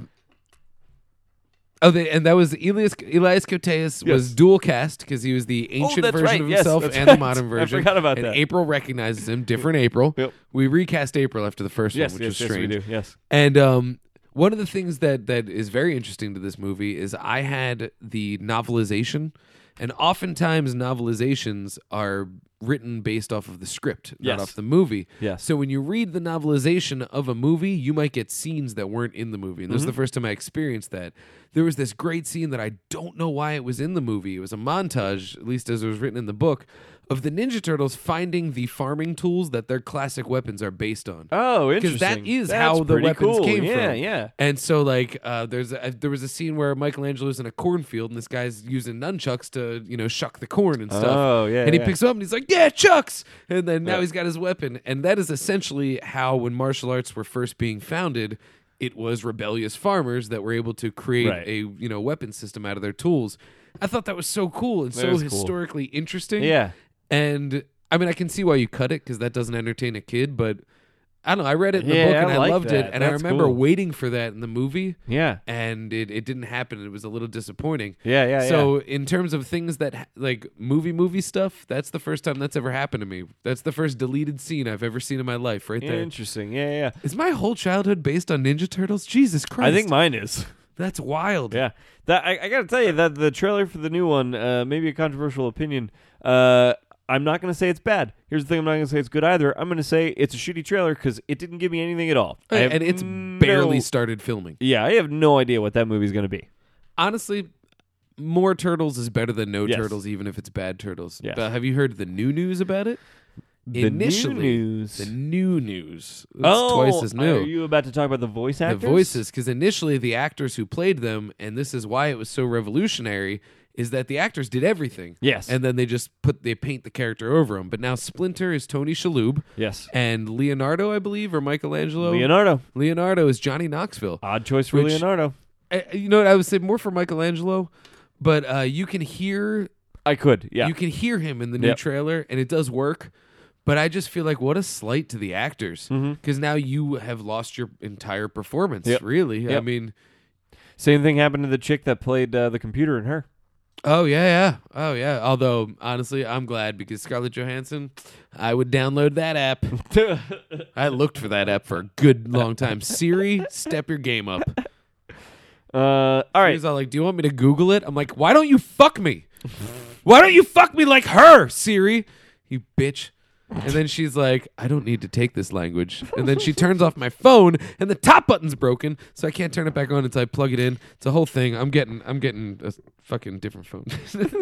Oh, they, and that was Elias Elias Coteus was
Yes. Oh,
dual cast because he was the ancient
that's
version
right.
of
Yes,
himself
that's
and
right.
the modern
I
version.
forgot about
and
that.
April recognizes him, different April.
Yep.
We recast April after the first one, which was
yes,
strange.
we do. Yes.
And um, One of the things that that is very interesting to this movie is I had the novelization, and oftentimes novelizations are written based off of the script, not
Yes.
off the movie.
Yes.
So when you read the novelization of a movie, you might get scenes that weren't in the movie. And this is the
Mm-hmm.
first time I experienced that. There was this great scene that I don't know why it was in the movie. It was a montage, at least as it was written in the book, of the Ninja Turtles finding the farming tools that their classic weapons are based on.
Oh,
because
interesting.
that is
That's
how the
pretty
weapons
cool.
came
Yeah,
from.
yeah.
And so like uh, there's a, there was a scene where Michelangelo's in a cornfield and this guy's using nunchucks to you know shuck the corn and stuff.
Oh, yeah,
And he
yeah.
picks him up and he's like, yeah, chucks. And then now
Yeah.
he's got his weapon. And that is essentially how when martial arts were first being founded. It was rebellious farmers that were able to create
Right.
a you know weapon system out of their tools. I thought that was so cool and so
is cool.
historically interesting.
Yeah.
And I mean, I can see why you cut it because that doesn't entertain a kid, but I don't know. I read it in
Yeah,
the book and
I
I,
like
loved it.
that.
And I
That's
remember
cool.
waiting for that in the movie,
Yeah.
and it, it didn't happen. It was a little disappointing.
Yeah, yeah,
So, in terms of things that, ha- like movie, movie stuff, that's the first time that's ever happened to me. That's the first deleted scene I've ever seen in my life, right there.
Interesting. Yeah, yeah.
Is my whole childhood based on Ninja Turtles? Jesus Christ.
I think mine is.
that's wild.
Yeah, that I, I gotta tell you that the trailer for the new one, uh, maybe a controversial opinion. Uh, I'm not gonna say it's bad. Here's the thing: I'm not gonna say it's good either. I'm gonna say it's a shitty trailer because it didn't give me anything at all. I have
Uh, And it's
no-
barely started filming.
yeah, I have no idea what that movie's gonna be.
honestly, more turtles is better than no
Yes.
turtles, even if it's bad turtles.
Yes.
But have you heard the new news about it?
The
Initially,
new news.
the new news. It's
oh,
twice as
Are
new.
you about to talk about the voice
The
actors?
voices, because initially the actors who played them, and this is why it was so revolutionary, is that the actors did everything.
Yes.
And then they just put they paint the character over them. But now Splinter is Tony Shalhoub,
Yes.
and Leonardo, I believe, or Michelangelo.
Leonardo.
Leonardo is Johnny Knoxville.
Odd choice for
Which-
Leonardo.
I- you know what I would say more for Michelangelo, but uh, you can hear
I could. Yeah.
you can hear him in the new
Yep.
trailer, and it does work. But I just feel like what a slight to the actors because now you have lost your entire performance.
Mm-hmm. Yep.
Really, I
Yep.
mean,
Same thing happened to the chick that played uh, the computer in her.
oh yeah, yeah, oh yeah. Although honestly, I'm glad because Scarlett Johansson, I would download that app. I looked for that app for a good long time. Siri, step your game up.
Uh, all right.
He's all like, "Do you want me to Google it?" I'm like, "Why don't you fuck me? Why don't you fuck me like her, Siri? You bitch." And then she's like, "I don't need to take this language." And then she turns off my phone, and the top button's broken, so I can't turn it back on until I plug it in. It's a whole thing. I'm getting, I'm getting a fucking different phone.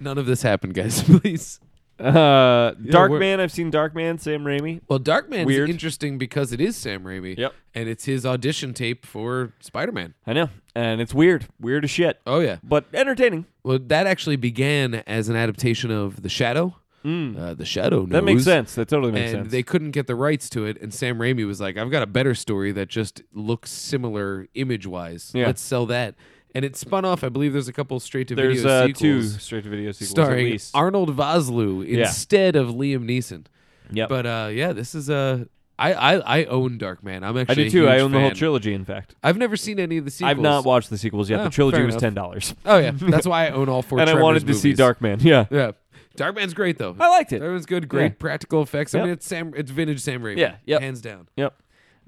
None of this happened, guys. Please.
Uh, Dark
we're-
Man. I've seen Dark Man. Sam Raimi.
Well, Darkman's
Weird.
interesting because it is Sam Raimi.
Yep.
And it's his audition tape for Spider-Man.
I know, and it's weird, weird as shit,
Oh yeah.
but entertaining.
Well, that actually began as an adaptation of The Shadow. Uh, the Shadow knows.
Hmm. That makes sense. That totally makes
And
sense.
they couldn't get the rights to it, and Sam Raimi was like, "I've got a better story that just looks similar image-wise.
Yeah.
Let's sell that." And it spun off. I believe there's a couple straight to
There's
video
uh, two
sequels
straight to video sequels
starring
at least.
Arnold Vosloo
Yeah.
instead of Liam Neeson.
Yep.
But uh, yeah, this is a. I, I I own Dark Man. I'm
I
actually
do
a
too. I
huge
own the whole
fan.
trilogy. In fact,
I've never seen any of the sequels.
I've not watched the sequels yet.
Ah,
the trilogy
fair
was
enough.
ten dollars,
Oh yeah, that's why I own all four.
and I
Trevor's
wanted to see
movies.
Dark Man. Yeah,
Yeah, Darkman's great though.
I liked it.
Everyone's good. Great
Yeah.
practical effects. I
Yep.
mean, it's Sam. It's vintage Sam Raimi.
Yeah, yep.
hands down.
Yep.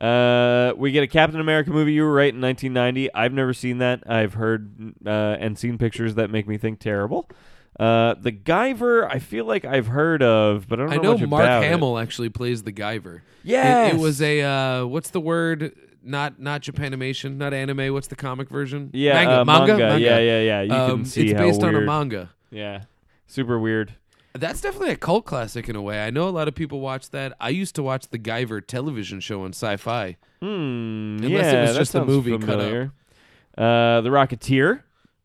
Uh, we get a Captain America movie. You were right in 1990. I've never seen that. I've heard uh, and seen pictures that make me think terrible. Uh, the Guyver, I feel like I've heard of, but I don't
I
know,
know
much
Mark
about it.
Hamill actually plays the Guyver.
Yes!
it, it was a uh, what's the word? Not not Japanimation, not anime. What's the comic version?
Yeah,
manga,
uh,
manga,
manga.
manga.
Yeah, yeah, yeah. You
um,
can see
it's
how
based on a
weird-
manga.
Yeah, super weird.
That's definitely a cult classic in a way. I know a lot of people watch that. I used to watch the Guyver television show on Sci-Fi.
Hmm.
Unless it
yeah,
was
that
just the
sounds
movie cut
familiar. Uh, the Rocketeer,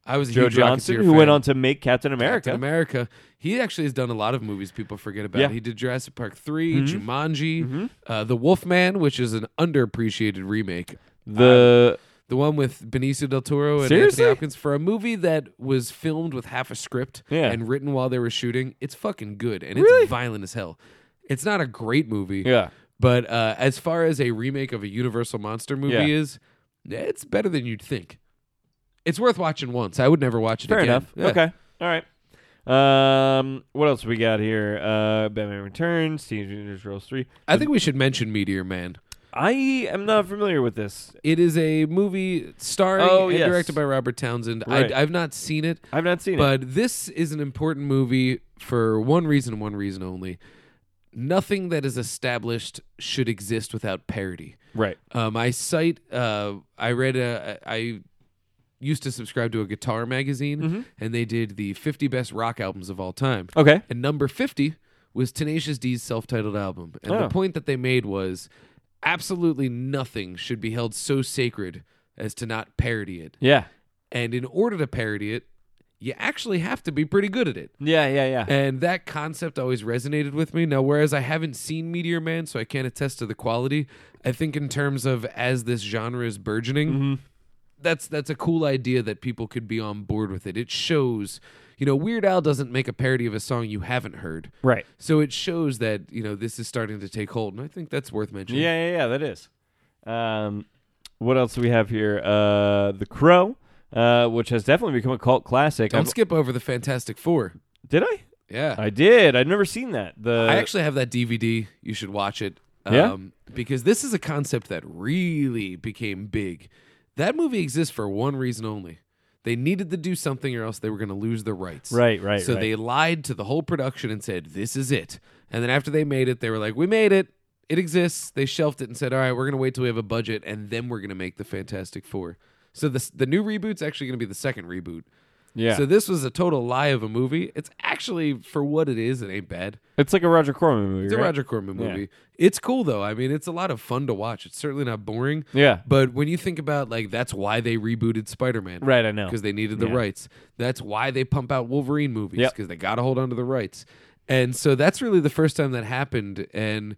I was a
Joe
huge
Johnson,
Rocketeer
who went
fan.
on to make Captain America.
Captain America. He actually has done a lot of movies people forget about.
Yeah. Mm-hmm.
He did Jurassic Park 3, Jumanji, uh, The Wolfman, which is an underappreciated remake.
The
The one with Benicio del Toro and
Seriously?
Anthony Hopkins for a movie that was filmed with half a script
Yeah.
and written while they were shooting. It's fucking good and
Really?
it's violent as hell. It's not a great movie.
yeah,
But uh, as far as a remake of a Universal Monster movie
Yeah.
is, it's better than you'd think. It's worth watching once. I would never watch it
fair
again.
enough.
Yeah.
Okay, all right. Um, what else we got here? Uh, Batman Returns, Teenage Mutant Ninja Turtles three.
I think we should mention Meteor Man.
I am not familiar with this.
It is a movie starring
Oh,
and
yes.
directed by Robert Townsend.
Right.
I, I've not seen it,
I've not seen it.
but this is an important movie for one reason and one reason only. Nothing that is established should exist without parody.
Right.
Um, I cite. Uh, I read a. I used to subscribe to a guitar magazine,
Mm-hmm.
and they did the 50 best rock albums of all time.
Okay.
And number 50 was Tenacious D's self titled album. And the
Oh.
point that they made was absolutely nothing should be held so sacred as to not parody it.
Yeah.
And in order to parody it, you actually have to be pretty good at it.
Yeah. Yeah. Yeah.
And that concept always resonated with me. Now, whereas I haven't seen Meteor Man, so I can't attest to the quality, I think in terms of as this genre is burgeoning, that's that's a cool idea that people could be on board with it. It shows, you know, Weird Al doesn't make a parody of a song you haven't heard.
right.
So it shows that, you know, this is starting to take hold. And I think that's worth mentioning.
Yeah, yeah, yeah, that is. Um, what else do we have here? Uh, the Crow, uh, which has definitely become a cult classic.
Don't
I've-
skip over the Fantastic Four.
did I?
Yeah.
I did. I'd never seen that. The
I actually have that DVD. You should watch it.
Uh,
Um,
Yeah?
Because this is a concept that really became big. That movie exists for one reason only. They needed to do something or else they were going to lose their rights.
right, right,
So
right.
they lied to the whole production and said, this is it. And then after they made it, they were like, we made it. It exists. They shelved it and said, all right, we're going to wait till we have a budget and then we're going to make the Fantastic Four. So this, the new reboot's actually going to be the second reboot.
yeah.
So this was a total lie of a movie. It's actually, for what it is, it ain't bad.
it's like a Roger Corman movie.
It's a
right?
Roger Corman
Yeah.
movie. It's cool though. I mean, it's a lot of fun to watch. It's certainly not boring.
Yeah.
But when you think about like that's why they rebooted Spider-Man.
Right, I know.
Because they needed the
Yeah.
rights. That's why they pump out Wolverine movies
Yep.
because they got to hold on to the rights. And so that's really the first time that happened and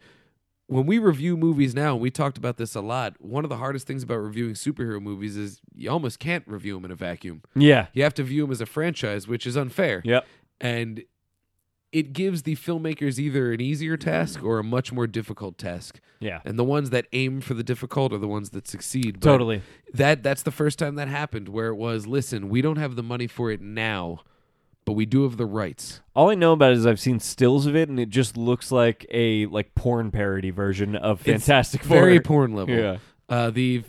when we review movies now, and we talked about this a lot, one of the hardest things about reviewing superhero movies is you almost can't review them in a vacuum.
Yeah.
You have to view them as a franchise, which is unfair
Yep.
and it gives the filmmakers either an easier task or a much more difficult task.
Yeah.
And the ones that aim for the difficult are the ones that succeed. But
Totally.
That that's the first time that happened where it was, listen, we don't have the money for it now, but we do have the rights.
All I know about it is I've seen stills of it, and it just looks like a like porn parody version of
It's
Fantastic Four.
Very porn level.
Yeah.
Uh, the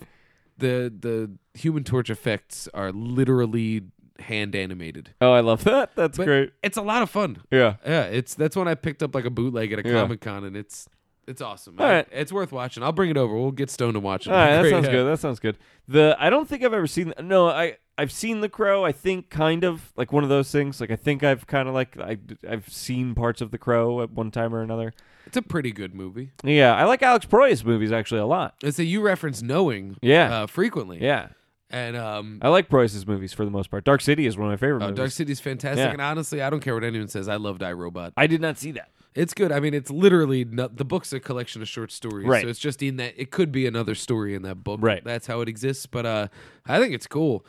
the the human torch effects are literally hand animated.
Oh, I love that. That's
But
great.
it's a lot of fun.
Yeah.
Yeah, it's that's when I picked up like a bootleg at a
Yeah.
comic con, and it's it's awesome.
All
I-
right.
it's worth watching. I'll bring it over. We'll get stoned and watch it.
All right, that
Great,
sounds
yeah.
good. That sounds good. The I don't think I've ever seen. No, I I've seen The Crow. I think kind of like one of those things. Like I think I've kind of like I I've seen parts of The Crow at one time or another.
It's a pretty good movie.
Yeah, I like Alex Proyas movies actually a lot.
And so you reference knowing,
Yeah.
uh, frequently,
Yeah,
and um,
I like Proyas' movies for the most part. Dark City is one of my favorite
uh,
movies.
Dark City's fantastic.
Yeah.
And honestly, I don't care what anyone says. I loved iRobot.
I did not see that.
It's good. I mean, it's literally not, the book's a collection of short stories,
Right.
so it's just in that it could be another story in that book.
Right.
That's how it exists. But uh, I think it's cool.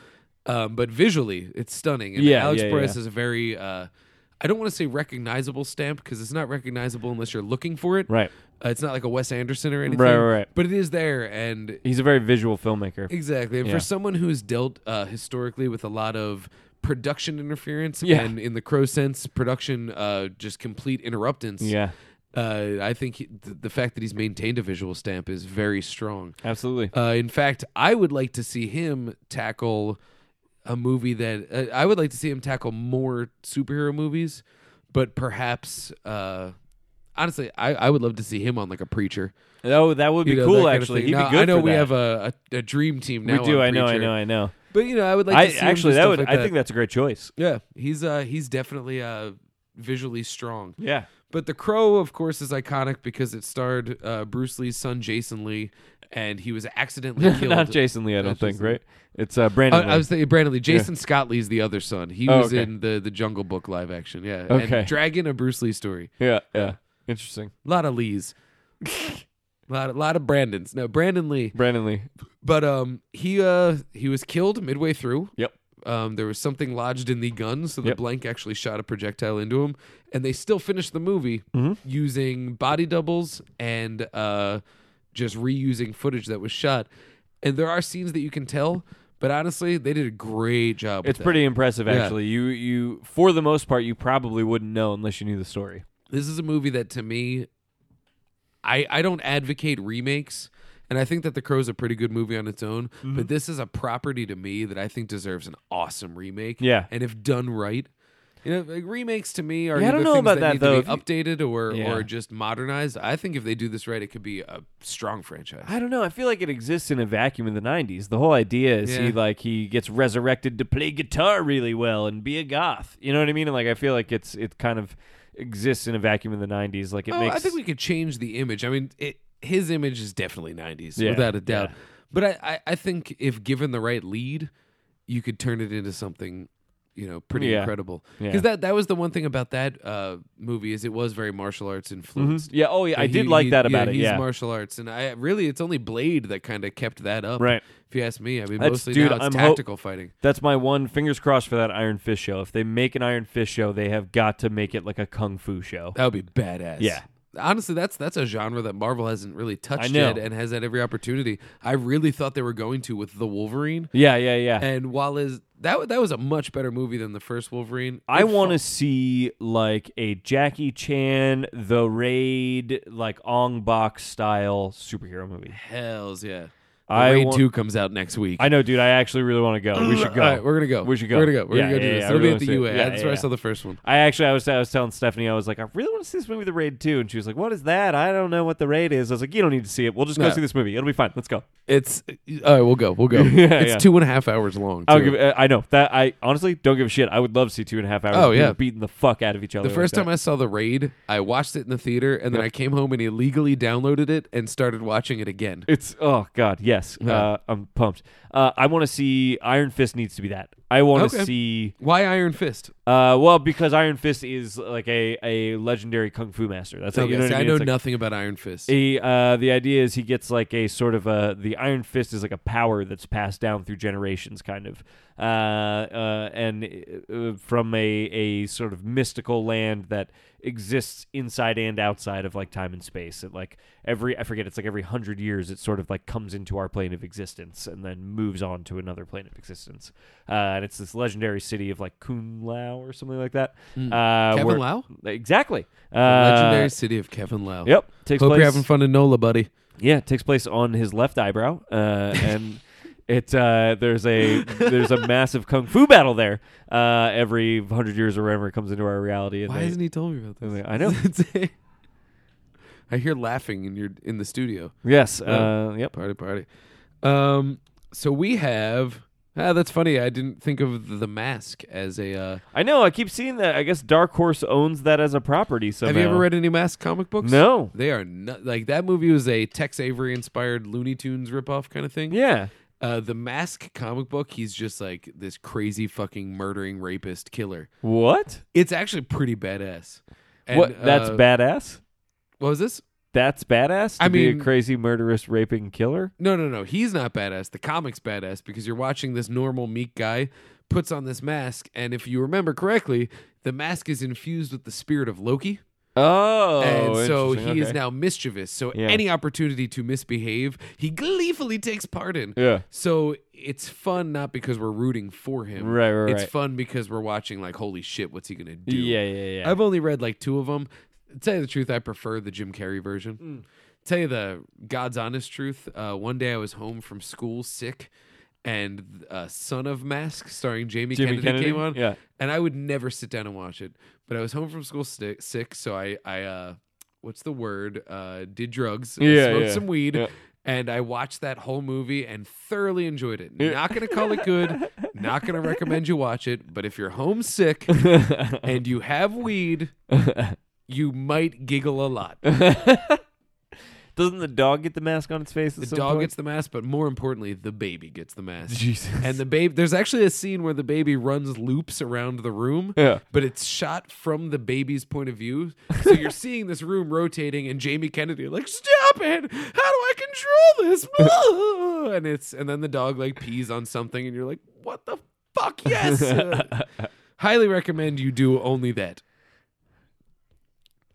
Um, but visually, it's stunning. And
Yeah,
Alex
yeah,
Perez
yeah.
is a very. Uh, I don't want to say recognizable stamp because it's not recognizable unless you're looking for it.
Right.
Uh, it's not like a Wes Anderson or anything.
Right, right, right.
But it is there, and
He's a very visual filmmaker.
Exactly. And
Yeah.
for someone who's dealt uh, historically with a lot of production interference
Yeah.
and in the crow sense production uh, just complete interruptance
Yeah,
uh, i think he, th- the fact that he's maintained a visual stamp is very strong
absolutely.
uh, in fact i would like to see him tackle a movie that uh, i would like to see him tackle more superhero movies but perhaps uh, honestly I, I would love to see him on like a preacher
Oh, that would be
You know, that
cool
kind of
actually.
thing.
He'd
Now,
be good.
i know
for
we
that.
have a, a, a dream team
We
now
do.
on
I know. I
Preacher.
know. I know.
But you know, I would like
I
to see him
actually
do
that
stuff
would.
like
I think that's a great choice.
yeah, he's uh he's definitely uh visually strong.
Yeah.
But The Crow, of course, is iconic because it starred uh, Bruce Lee's son Jason Lee, and he was accidentally killed.
Not Jason Lee, I don't
Not
think,
Jason
right? It's uh,
Uh,
Brandon. Lee.
I was thinking Brandon Lee. Jason Scott Lee's the other son. He
Oh,
was
okay.
in the the Jungle Book live action. Yeah.
Okay.
And Dragon, a Bruce Lee story.
yeah, yeah. Interesting.
A lot of Lees. A lot, lot of Brandons. No, Brandon Lee.
Brandon Lee.
But um, he uh he was killed midway through.
Yep.
um, there was something lodged in the gun, so the
Yep.
blank actually shot a projectile into him, and they still finished the movie
Mm-hmm.
using body doubles and uh, just reusing footage that was shot. And there are scenes that you can tell, but honestly, they did a great job. with
It's
that.
pretty impressive, actually. You, you, for the most part, you probably wouldn't know unless you knew the story.
This is a movie that to me, I I don't advocate remakes. And I think that The Crow's a pretty good movie on its own,
Mm-hmm.
but this is a property to me that I think deserves an awesome remake.
Yeah.
And if done right, you know, like remakes to me are
Yeah, I
either
don't know
things
about that,
need
though.
to
If
be
you-
updated or
Yeah.
or just modernized. I think if they do this right, it could be a strong franchise.
I don't know. I feel like it exists in a vacuum in the '90s. The whole idea is
Yeah.
he like he gets resurrected to play guitar really well and be a goth. You know what I mean? And like I feel like it's it kind of exists in a vacuum in the '90s. Like it
Oh,
makes.
I think we could change the image. I mean, it, his image is definitely 90s,
Yeah,
without a doubt.
yeah.
But I, I, I think if given the right lead, you could turn it into something, you know, pretty
Yeah.
incredible. Because
Yeah.
that, that was the one thing about that uh, movie is it was very martial arts influenced.
yeah. Oh, yeah. I
He-
did like
he-
that about it.
He's
Yeah.
martial arts, and I really it's only Blade that kind of kept that up,
Right.
If you ask me, I mean,
That's-
mostly
dude,
now it's
I'm ho-
tactical fighting.
That's my one fingers crossed for that Iron Fist show. If they make an Iron Fist show, they have got to make it like a kung fu show.
That would be badass.
Yeah.
Honestly, that's that's a genre that Marvel hasn't really touched
know.
yet and has had every opportunity. I really thought they were going to with the Wolverine,
Yeah, yeah, yeah.
and while is that wa- that was a much better movie than the first Wolverine.
I
It
want
fu-
to see like a Jackie Chan, The Raid, like Ong Bak style superhero movie.
Hells yeah. The
I
Raid
want-
Two comes out next week.
I know, dude. I actually really want to go. We should go.
All right, we're gonna go.
We should go.
We're gonna go. We're
Yeah,
gonna go do
yeah,
this.
yeah, I
It'll
really
be at the
wanna see
UA.
it. Yeah,
That's
yeah,
where I
yeah.
saw the first one.
I actually, I was, I was telling Stephanie, I was like, I really want to see this movie, The Raid 2. And she was like, What is that? I don't know what The Raid is. I was like, You don't need to see it. We'll just go
No.
see this movie. It'll be fine. Let's go.
It's all right. We'll go. We'll go.
Yeah,
it's
yeah.
two and a half hours long.
I
too.
don't give. uh, I know that. I honestly don't give a shit. I would love to see two and a half hours.
Oh,
of people
yeah.
beating the fuck out of each other.
The first
like
time I saw The Raid, I watched it in the theater, and then I came home and illegally downloaded it and started watching it again.
that. it's oh god, yes. Uh, I'm pumped. Uh, I want to see Iron Fist needs to be that. I want to
Okay.
see.
Why Iron Fist?
Uh, well, because Iron Fist is like a, a legendary kung fu master. That's
Okay,
you know
see,
what I
I
mean?
know
It's like-
nothing about Iron Fist.
He, uh, the idea is he gets like a sort of a the Iron Fist is like a power that's passed down through generations, kind of, uh, uh, and uh, from a a sort of mystical land that exists inside and outside of like time and space. It like every I forget it's like every hundred years it sort of like comes into our plane of existence and then moves on to another plane of existence. Uh, and it's this legendary city of like Kun Lao or something like that. Uh,
Hmm. Kevin
where-
Lau?
exactly. Uh,
The legendary city of Kevin Lau.
Yep. Takes
Hope
place.
you're having fun in NOLA, buddy.
Yeah, it takes place on his left eyebrow, uh, and it uh, there's a there's a massive kung fu battle there uh, every hundred years or whatever it comes into our reality. And
Why
they-
hasn't he told me about this?
they- I know.
It's- I hear laughing in your in the studio.
yes. Uh, yep.
Party, party. Um, so we have. Ah, that's funny. I didn't think of the mask as a. Uh,
I know. I keep seeing that. I guess Dark Horse owns that as a property. So
have you ever read any mask comic books?
No.
They are not like that movie was a Tex Avery inspired Looney Tunes ripoff kind of thing.
Yeah.
Uh, the Mask comic book, he's just like this crazy fucking murdering rapist killer.
What?
It's actually pretty badass. And,
what? That's
uh,
badass.
What was this?
That's badass. To
I
be
mean-
a crazy murderous raping killer.
No, no, no. He's not badass. The comic's badass because you're watching this normal meek guy puts on this mask, and if you remember correctly, the mask is infused with the spirit of Loki.
Oh,
and so he is now mischievous. So
Yeah.
any opportunity to misbehave, he gleefully takes part in.
Yeah.
So it's fun not because we're rooting for him.
Right, right,
It's
right.
fun because we're watching like, holy shit, what's he gonna do?
Yeah, yeah, yeah.
I've only read like two of them. To tell you the truth, I prefer the Jim Carrey version. Tell you the God's honest truth. Uh, one day I was home from school sick, and uh, Son of Mask, starring Jamie
Jamie
Kennedy,
Kennedy?
came on.
Yeah.
and I would never sit down and watch it. But I was home from school sti- sick, so I, I, uh, what's the word? Uh, did drugs. I
Yeah,
smoked
yeah,
some weed.
yeah.
And I watched that whole movie and thoroughly enjoyed it. Not gonna call it good. not gonna recommend you watch it. But if you're homesick and you have weed, you might giggle a lot. The
Doesn't the dog get the mask on its face? At some
dog
point?
gets the mask, but more importantly, the baby gets the mask.
Jesus.
And the baby, there's actually a scene where the baby runs loops around the room,
Yeah.
but it's shot from the baby's point of view. So you're seeing this room rotating, and Jamie Kennedy like, "Stop it! How do I control this?" Blah!" and it's and then the dog like pees on something, and you're like, "What the fuck? Yes!" Uh, highly recommend you do only that.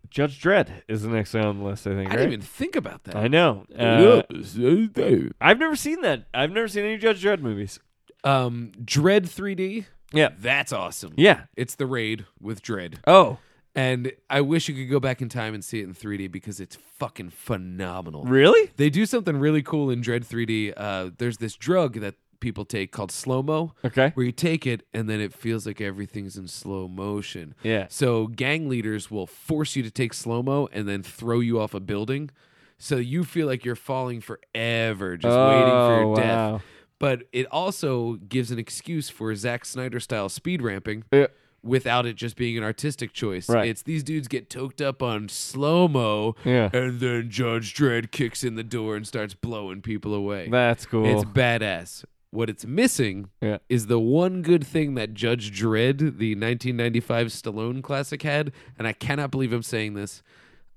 Judge Dredd is the next on the list, I think.
I
right?
didn't even think about that.
I know. Uh,
Yes,
I've never seen that. I've never seen any Judge Dredd movies.
um, Dread 3D.
Yeah.
That's awesome.
Yeah.
It's the raid with Dread.
Oh.
And I wish you could go back in time and see it in 3D because it's fucking phenomenal.
Really?
They do something really cool in Dread 3D. Uh, there's this drug that people take called slow mo,
Okay.
where you take it and then it feels like everything's in slow motion.
Yeah.
So gang leaders will force you to take slow mo and then throw you off a building, so you feel like you're falling forever, just waiting for your
Oh, wow.
death. But it also gives an excuse for Zack Snyder style speed ramping.
Yeah.
Without it just being an artistic choice,
Right.
it's these dudes get toked up on slow mo,
Yeah.
and then Judge Dredd kicks in the door and starts blowing people away.
That's cool.
It's badass. What it's missing
Yeah.
is the one good thing that Judge Dredd, the 1995 Stallone classic, had, and I cannot believe I'm saying this.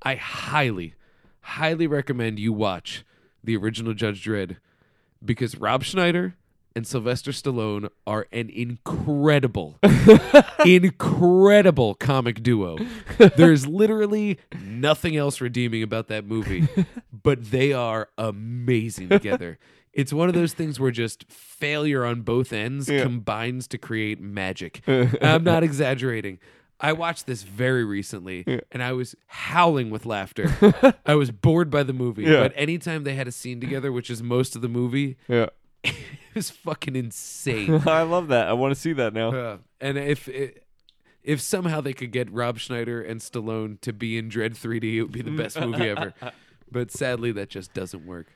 I highly, highly recommend you watch the original Judge Dredd because Rob Schneider and Sylvester Stallone are an incredible, incredible comic duo. There's literally nothing else redeeming about that movie, but they are amazing together. It's one of those things where just failure on both ends combines to create magic. I'm not exaggerating. I watched this very recently and I was howling with laughter. I was bored by the movie,
Yeah.
but anytime they had a scene together, which is most of the movie,
yeah.
it was fucking insane.
I love that. I want to see that now.
Uh, and if it, if somehow they could get Rob Schneider and Stallone to be in Dread 3D, it would be the best movie ever. But sadly, that just doesn't work.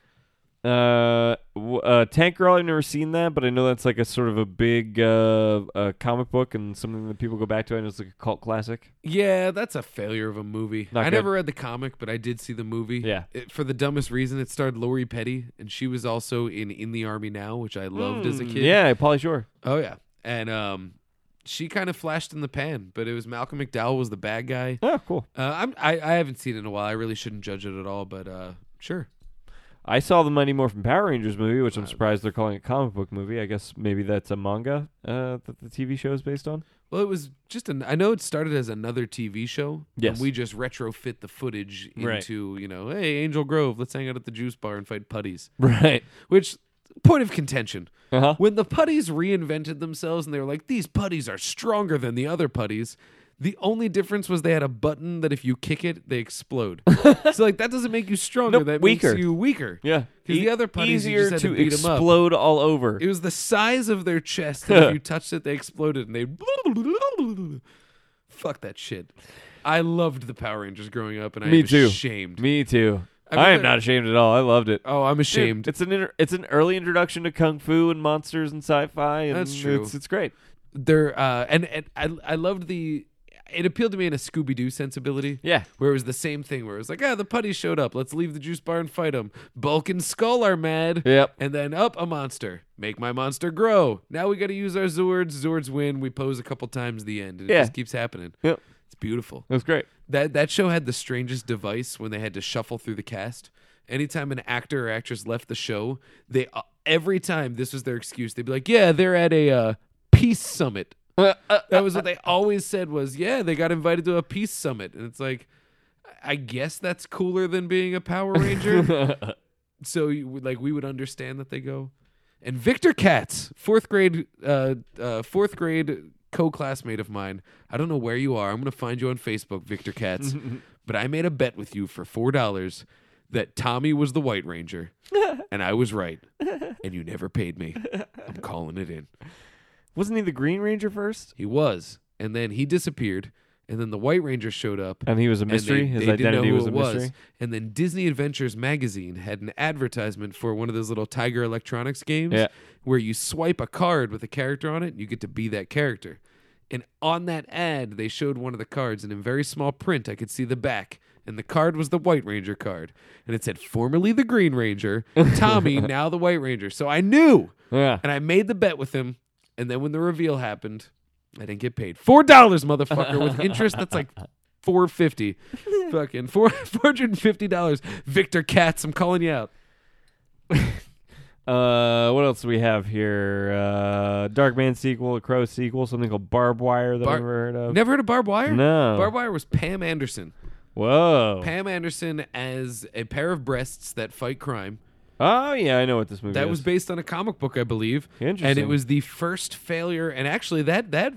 Uh, w- uh, Tank Girl. I've never seen that, but I know that's like a sort of a big uh, uh comic book and something that people go back to. I know it's like a cult classic.
Yeah, that's a failure of a movie.
Not
I
good.
never read the comic, but I did see the movie.
Yeah.
It- for the dumbest reason, it starred Lori Petty, and she was also in In the Army Now, which I loved as a kid.
Hmm. Mm. Yeah, Polly Shore.
Oh yeah, and um, she kind of flashed in the pan, but it was Malcolm McDowell was the bad guy.
Oh, cool.
Uh, I'm I, I haven't seen it in a while. I really shouldn't judge it at all, but uh, sure.
I saw the Mighty Morphin Power Rangers movie, which
Uh,
I'm surprised they're calling it a comic book movie. I guess maybe that's a manga uh, that the TV show is based on.
Well, it was just an. I know it started as another TV show.
Yes.
And we just retrofit the footage
Right.
into you know, hey, Angel Grove, let's hang out at the juice bar and fight putties.
Right.
Which point of contention.
Uh huh.
When the putties reinvented themselves and they were like, these putties are stronger than the other putties, the only difference was they had a button that if you kick it, they explode. so, like, that doesn't make you stronger.
Nope,
that
weaker.
makes you weaker.
Yeah. E-
'Cause the other putties, you
easier
just had
to,
to beat 'em up.
explode all over.
It was the size of their chest that if you touched it, they exploded and they. Fuck that shit. I loved the Power Rangers growing up, and I
Me
am
too.
ashamed.
Me too. I,
remember-
am not ashamed at all. I loved it.
oh, I'm
Dude,
ashamed.
it's an inter- it's an early introduction to kung fu and monsters and sci-fi. And
That's true.
It's, it's great.
there uh and, and I I loved the it appealed to me in a Scooby Doo sensibility.
Yeah.
Where it was the same thing where it was like, ah, the putty showed up. Let's leave the juice bar and fight them. Bulk and Skull are mad.
Yep.
And then up a monster. Make my monster grow. Now we got to use our Zords. Zords win. We pose a couple times the end. And it
Yeah.
just keeps happening.
Yep.
It's beautiful.
It was great.
That that show had the strangest device when they had to shuffle through the cast. Anytime an actor or actress left the show, they uh, every time this was their excuse. They'd be like, "Yeah, they're at a uh, peace summit." that was what they always said was, "Yeah, they got invited to a peace summit." And it's like I guess that's cooler than being a Power Ranger. so you would- like we would understand that they go. And Victor Katz, fourth grade, uh, uh, fourth grade co-classmate of mine. I don't know where you are. I'm gonna find you on Facebook, Victor Katz. but I made a bet with you for four dollars that Tommy was the White Ranger, and I was right. And you never paid me. I'm calling it in.
Wasn't he the Green Ranger first?
He was, and then he disappeared, and then the White Ranger showed up.
And he was a
and
mystery.
they-
His
they didn't
identity
know
was
who
a
it
mystery.
And then Disney Adventures magazine had an advertisement for one of those little Tiger Electronics games
Yeah.
where you swipe a card with a character on it and you get to be that character. And on that ad, they showed one of the cards, and in very small print, I could see the back. And the card was the White Ranger card. And it said, formerly the Green Ranger, Tommy, now the White Ranger. So I knew.
Yeah.
And I made the bet with him. And then when the reveal happened, I didn't get paid. Four dollars, motherfucker, with interest that's like four fifty. Fucking four four hundred and fifty dollars. Victor Katz, I'm calling you out.
Uh, what else do we have here? Uh, Dark Man sequel, a Crow sequel, something called Barbed Wire that
Bar-
I've never heard of.
Never heard of Barb Wire?
No.
Barb Wire was Pam Anderson.
Whoa.
Pam Anderson as a pair of breasts that fight crime.
oh yeah, I know what this movie
That
is.
was based on a comic book, I believe. And
Interesting.
it was the first failure, and actually that that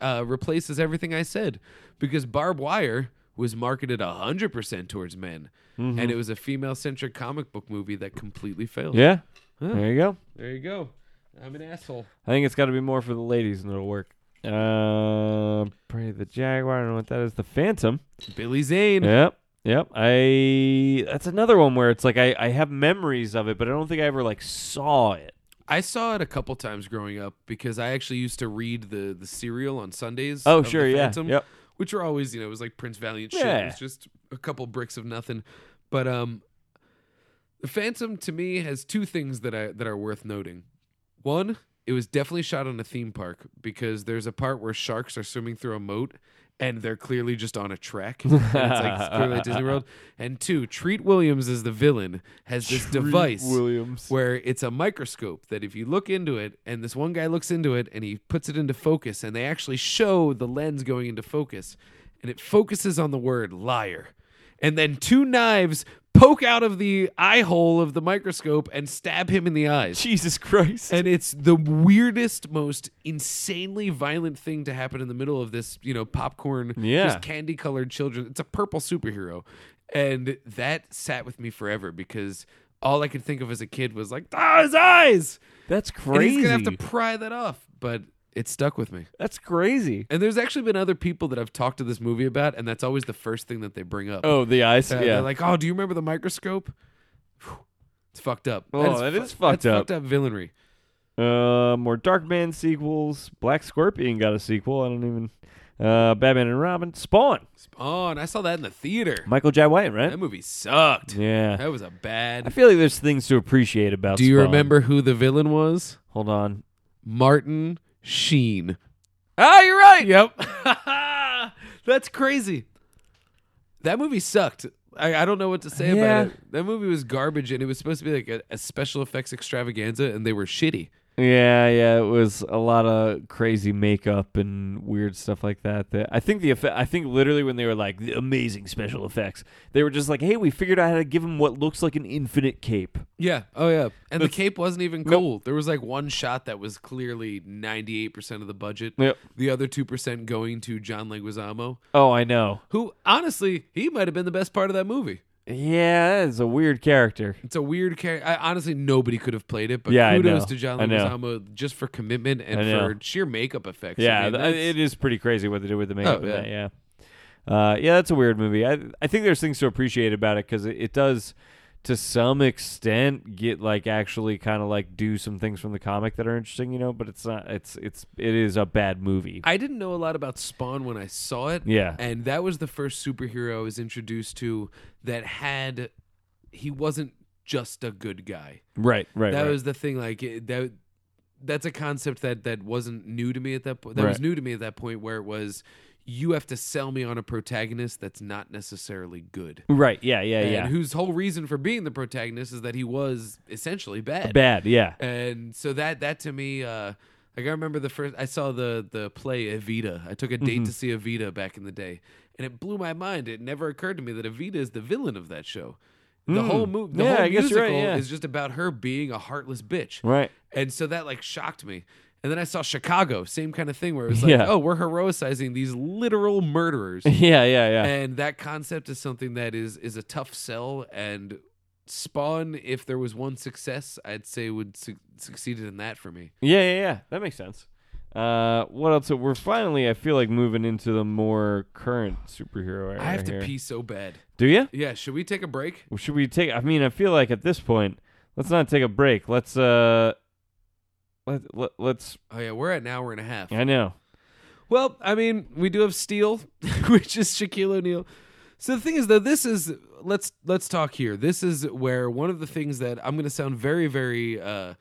uh, replaces everything I said because Barb Wire was marketed 100% towards men
Mm-hmm.
and it was a female-centric comic book movie that completely failed.
Yeah. There you go.
There you go. I'm an asshole.
I think it's got to be more for the ladies and it'll work. Uh, Prey the Jaguar. I don't know what that is. The Phantom.
Billy Zane.
Yep. Yep. I. That's another one where it's like I, I have memories of it, but I don't think I ever like saw it.
I saw it a couple times growing up because I actually used to read the the serial on Sundays.
Oh,
of The
sure, yeah,
Phantom,
yep.
Which were always, you know, it was like Prince Valiant shit. It
Yeah.
was just a couple bricks of nothing. But um, the Phantom to me has two things that I that are worth noting. One, it was definitely shot on a theme park because there's a part where sharks are swimming through a moat and they're clearly just on a track. And it's like it's clearly at Disney World. And two, Treat Williams is the villain has this device
Williams.
where it's a microscope that if you look into it and this one guy looks into it and he puts it into focus and they actually show the lens going into focus and it focuses on the word liar and then two knives poke out of the eye hole of the microscope and stab him in the eyes
Jesus Christ.
and it's the weirdest most insanely violent thing to happen in the middle of this you know popcorn
Yeah.
just candy colored children it's a purple superhero and that sat with me forever because all I could think of as a kid was like, ah, his eyes.
That's
And
crazy.
he's gonna have to pry that off, but it stuck with me.
That's crazy.
And there's actually been other people that I've talked to this movie about, and that's always the first thing that they bring up.
Oh, the eyes.
Uh,
yeah.
They're like, oh, do you remember the microscope? Whew, It's fucked up.
Oh, that is fucked
that's
up.
Fucked up villainry.
Uh, more Darkman sequels. Black Scorpion got a sequel. I don't even. Uh, Batman and Robin. Spawn.
Oh, and I saw that in the theater.
Michael J. White,
That
right?
movie sucked.
Yeah.
That was a
I
bad.
feel like there's things to appreciate about.
Do you
Spawn.
remember who the villain was?
Hold on.
Martin Sheen. Ah, you're right. Yep. That's crazy. That movie sucked. I, I don't know what to say
Yeah.
about it. That movie was garbage, and it was supposed to be like a, a special effects extravaganza, and they were shitty.
Yeah, yeah, it was a lot of crazy makeup and weird stuff like that. That I think the effect, I think literally when they were like the amazing special effects, they were just like, "Hey, we figured out how to give him what looks like an infinite cape."
Yeah. Oh, yeah. And the cape wasn't even cool. There was like one shot that was clearly 98% of the budget.
Yep.
The other 2% going to John Leguizamo,
Oh, I know.
who honestly, he might have been the best part of that movie.
Yeah, that is a weird character.
It's a weird character. I, honestly, nobody could have played it, but
Yeah, I
kudos
know.
to John
I know.
Leguizamo just for commitment and
I know.
for sheer makeup effects. I
Yeah,
mean,
th-
that's-
it is pretty crazy what they did with the makeup.
Oh,
and
yeah.
that, yeah. Uh, yeah, that's a weird movie. I I think there's things to appreciate about it because it, it does, to some extent, get like actually kind of like do some things from the comic that are interesting, you know. But it's not. It's it's it is a bad movie.
I didn't know a lot about Spawn when I saw it.
Yeah.
And that was the first superhero I was introduced to that had. He wasn't just a good guy.
right, right.
that
right.
was the thing. Like, it, that. That's a concept that, that wasn't new to me at that point. That was
Right.
new to me at that point, where it was, you have to sell me on a protagonist that's not necessarily good.
right. Yeah, yeah,
and
yeah.
whose whole reason for being the protagonist is that he was essentially bad.
Bad. Yeah.
And so that that to me, uh, like I remember the first I saw the the play Evita. I took a
Mm-hmm.
date to see Evita back in the day, and it blew my mind. It never occurred to me that Evita is the villain of that show. The whole movie, the
Mm. Yeah,
whole
I guess you're
musical
right, yeah.
is just about her being a heartless bitch.
Right.
And so that like shocked me. And then I saw Chicago, same kind of thing where it was like,
Yeah.
oh, we're heroicizing these literal murderers
Yeah, yeah, yeah.
and that concept is something that is is a tough sell and spawn if there was one success i'd say would su- succeeded in that for me
Yeah, yeah, yeah. That makes sense. Uh, what else? We're finally, I feel like, moving into the more current superhero era.
i have
here.
to pee so bad
Do you?
yeah should we take a break
Well, Should we take? I mean, I feel like at this point, let's not take a break. Let's uh, let, let let's.
oh yeah we're at an hour and a half
I know.
well i mean we do have steel which is shaquille o'neal so the thing is though this is let's let's talk here this is where one of the things that i'm going to sound very very uh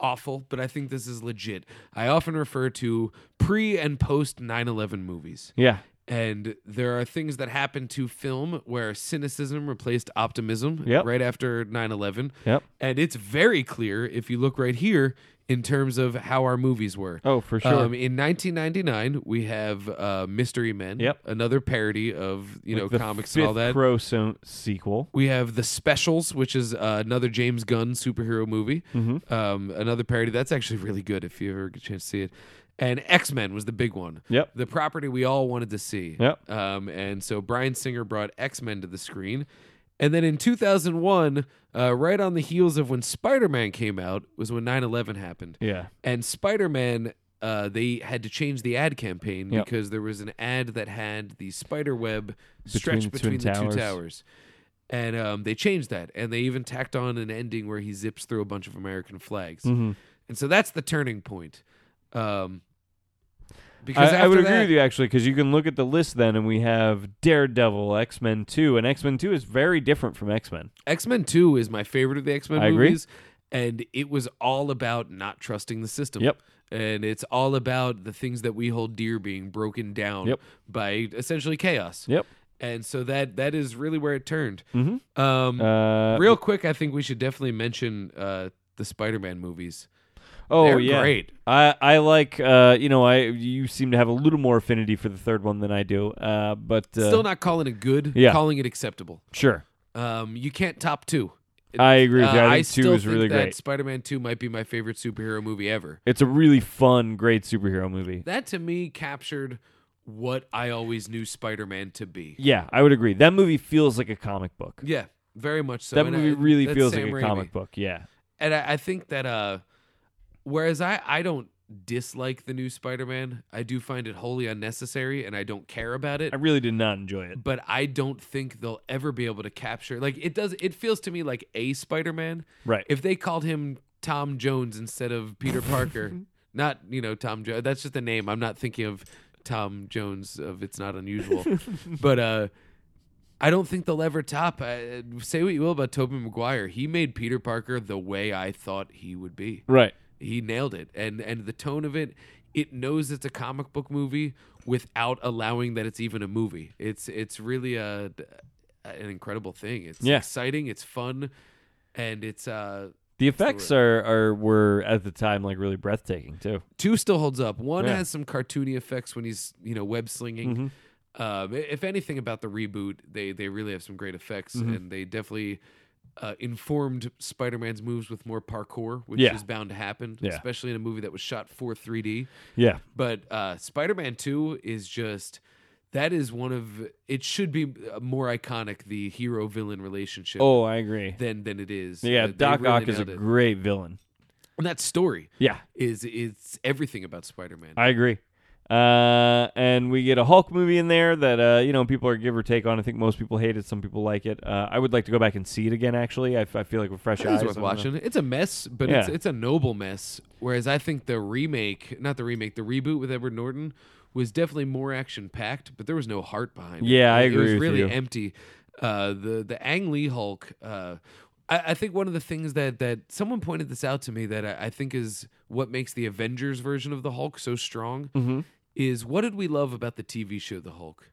awful but i think this is legit i often refer to pre and post 9-11 movies
Yeah.
and there are things that happen to film where cynicism replaced optimism
Yep.
right after 9-11
Yep.
and it's very clear if you look right here in terms of how our movies were
Oh, for sure.
um, in 1999 we have uh, mystery men
Yep.
another parody of you know
The
comics and all
fifth
that
Crow so- sequel.
we have the specials which is uh, another james
Mm-hmm.
gunn superhero movie um, another parody that's actually really good if you ever get a chance to see it and X Men was the big one.
Yep.
The property we all wanted to see.
Yep.
Um, and so Brian Singer brought X Men to the screen. And then in 2001, uh, right on the heels of when Spider Man came out, was when 9 11 happened.
Yeah.
And Spider Man, uh, they had to change the ad campaign
Yep.
because there was an ad that had the spider web stretched
the twin
between the
towers.
two towers. And um, they changed that. And they even tacked on an ending where he zips through a bunch of American flags.
Hmm. Mm-hmm.
And so that's the turning point. Um, because
I, I would
after
agree
that-
with you actually, because you can look at the list then, and we have Daredevil, X Men Two, and X Men Two is very different from X Men.
X Men Two is my favorite of the X Men
I agree.
movies, and it was all about not trusting the system.
Yep.
And it's all about the things that we hold dear being broken down
Yep.
by essentially chaos.
Yep.
And so that that is really where it turned. Um,
Uh,
real quick, I think we should definitely mention uh, the Spider Man movies.
oh
They're
yeah,
great.
I I like uh you know I you seem to have a little more affinity for the third one than I do. Uh, but uh,
Still not calling it good.
Yeah.
Calling it acceptable.
sure.
Um, you can't top two.
I agree with you.
Uh,
I think
still
two is
think
really
that
great.
Spider Man Two might be my favorite superhero movie ever.
It's a really fun, great superhero movie.
That to me captured what I always knew Spider Man to be.
Yeah, I would agree. That movie feels like a comic book.
Yeah, very much so.
that
And
movie
I-
really
that's
feels
Sam
like a
Raimi.
comic book. Yeah.
And I, I think that uh whereas I, I don't dislike the new Spider Man, I do find it wholly unnecessary and I don't care about it.
I really did not enjoy it.
but I don't think they'll ever be able to capture like it does it feels to me like a Spider Man.
Right.
If they called him Tom Jones instead of Peter Parker, not you know Tom Jones. That's just the name. I'm not thinking of Tom Jones of It's Not Unusual, but uh, I don't think they'll ever top. Uh, say what you will about Tobey Maguire, he made Peter Parker the way I thought he would be
Right.
he nailed it and and the tone of it it knows it's a comic book movie without allowing that it's even a movie it's it's really a an incredible thing it's
Yeah.
exciting it's fun and it's uh
The effects are, are were at the time like really breathtaking too.
two still holds up one
Yeah.
has some cartoony effects when he's you know web slinging
Mm-hmm.
um, i- if anything about the reboot they they really have some great effects
Mm-hmm.
and they definitely uh, informed spider-man's moves with more parkour which
Yeah.
is bound to happen
Yeah.
especially in a movie that was shot for 3d
Yeah.
But uh, Spider Man 2 is just. That is one of. It should be uh, more iconic, the hero villain relationship.
Oh, I agree.
Than, than it is.
yeah,
Uh, they
Doc
really
Ock is a
nailed it.
great villain.
And that story
Yeah,
is it's everything about Spider Man.
I agree. Uh, and we get a Hulk movie in there that uh, you know people are give or take on. I think most people hate it, some people like it. Uh, I would like to go back and see it again. Actually, I, f- I feel like with fresh
It
eyes,
is worth
I don't
watching. It's a mess, but it's
Yeah.
it's a noble mess. Whereas I think the remake, not the remake, the reboot with Edward Norton was definitely more action packed, but there was no heart behind it.
Yeah, I
It was
agree with
really
you.
empty. Uh, the the Ang Lee Hulk. Uh, I, I think one of the things that that someone pointed this out to me that I, I think is what makes the Avengers version of the Hulk so strong
Mm-hmm.
is what did we love about the TV show The Hulk?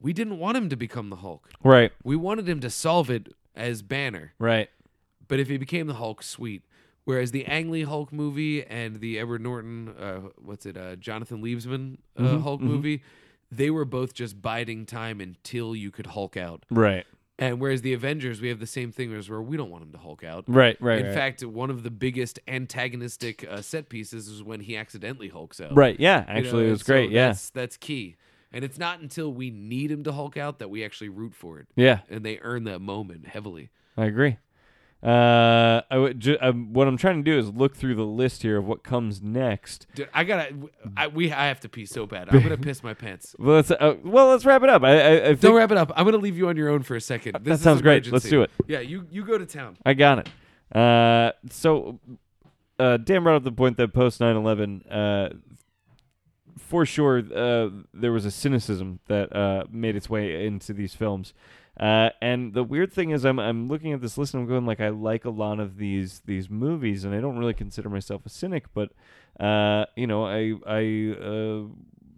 We didn't want him to become the Hulk.
know. Right,
We wanted him to solve it as Banner
right.
but if he became the Hulk, sweet. Whereas the Ang Lee Hulk movie and the Edward Norton, uh, what's it, uh, Jonathan Leavesman uh,
Mm-hmm,
Hulk movie, they were both just biding time until you could Hulk out.
Right.
And whereas the Avengers, we have the same thing whereas where we don't want him to Hulk out.
Right. Right.
In
right.
fact, one of the biggest antagonistic uh, set pieces is when he accidentally Hulks out.
Right. Yeah.
You know,
Actually, it
and
was
so
great. Yeah.
That's, that's key. And it's not until we need him to Hulk out that we actually root for it.
Yeah.
And they earn that moment heavily.
I agree. Uh, I would ju- um, what I'm trying to do is look through the list here of what comes next.
Dude, I gotta.
Mm.
I, we. I have to pee so bad. I'm gonna piss my pants.
Well, let's uh, well let's wrap it up. I I, I think
Don't wrap it up. I'm gonna leave you on your own for a second. This is
sounds great. Let's
emergency.
do it.
Yeah, you you go to town.
I got it. Uh, so, uh, Dan brought up the point that post 9 11, uh, for sure, uh, there was a cynicism that uh, made its way into these films. Uh, and the weird thing is, I'm I'm looking at this list and I'm going like I like a lot of these these movies, and I don't really consider myself a cynic, but uh, you know, I I uh,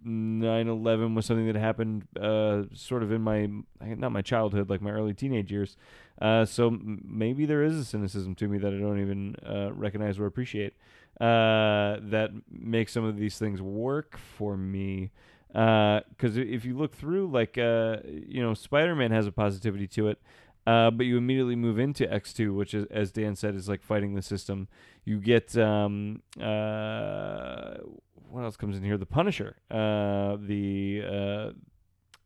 9/11 was something that happened uh, sort of in my not my childhood, like my early teenage years. Uh, so m- maybe there is a cynicism to me that I don't even uh, recognize or appreciate uh, that makes some of these things work for me. Because if you look through, like uh, you know, Spider-Man has a positivity to it. Uh, but you immediately move into X2, which is, as Dan said, is like fighting the system. You get um, uh, what else comes in here? The Punisher, uh, the uh,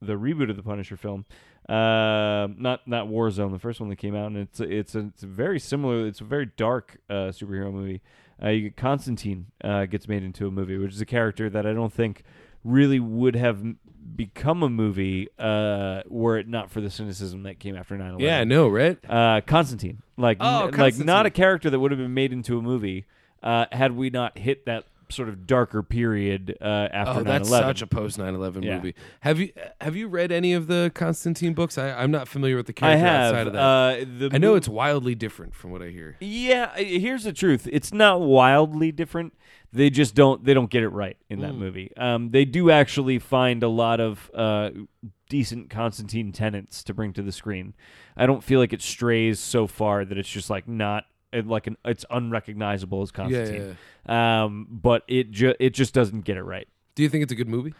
the reboot of the Punisher film, uh, not not Warzone, the first one that came out, and it's it's a, it's a very similar. It's a very dark uh, superhero movie. Uh, you get Constantine uh, gets made into a movie, which is a character that I don't think really would have m- become a movie uh, were it not for the cynicism that came after 9-11
Yeah, I know, right?
uh, Constantine. Like,
Oh,
n- like
Constantine.
not a character that would have been made into a movie uh, had we not hit that sort of darker period uh, after
Oh,
9/11.
that's such a post 9/11
Yeah.
movie. Have you have you read any of the Constantine books? I, I'm not familiar with the
I
character outside
have.
of that.
Uh, the
I know
mo-
it's wildly different from what I hear.
Yeah, I- here's the truth. It's not wildly different. They just don't they don't get it right in
Mm.
that movie. Um, they do actually find a lot of uh, decent Constantine tenants to bring to the screen. I don't feel like it strays so far that it's just like not uh, like an it's unrecognizable as Constantine. Um, but it ju- it just doesn't get it right.
Do you think it's a good movie?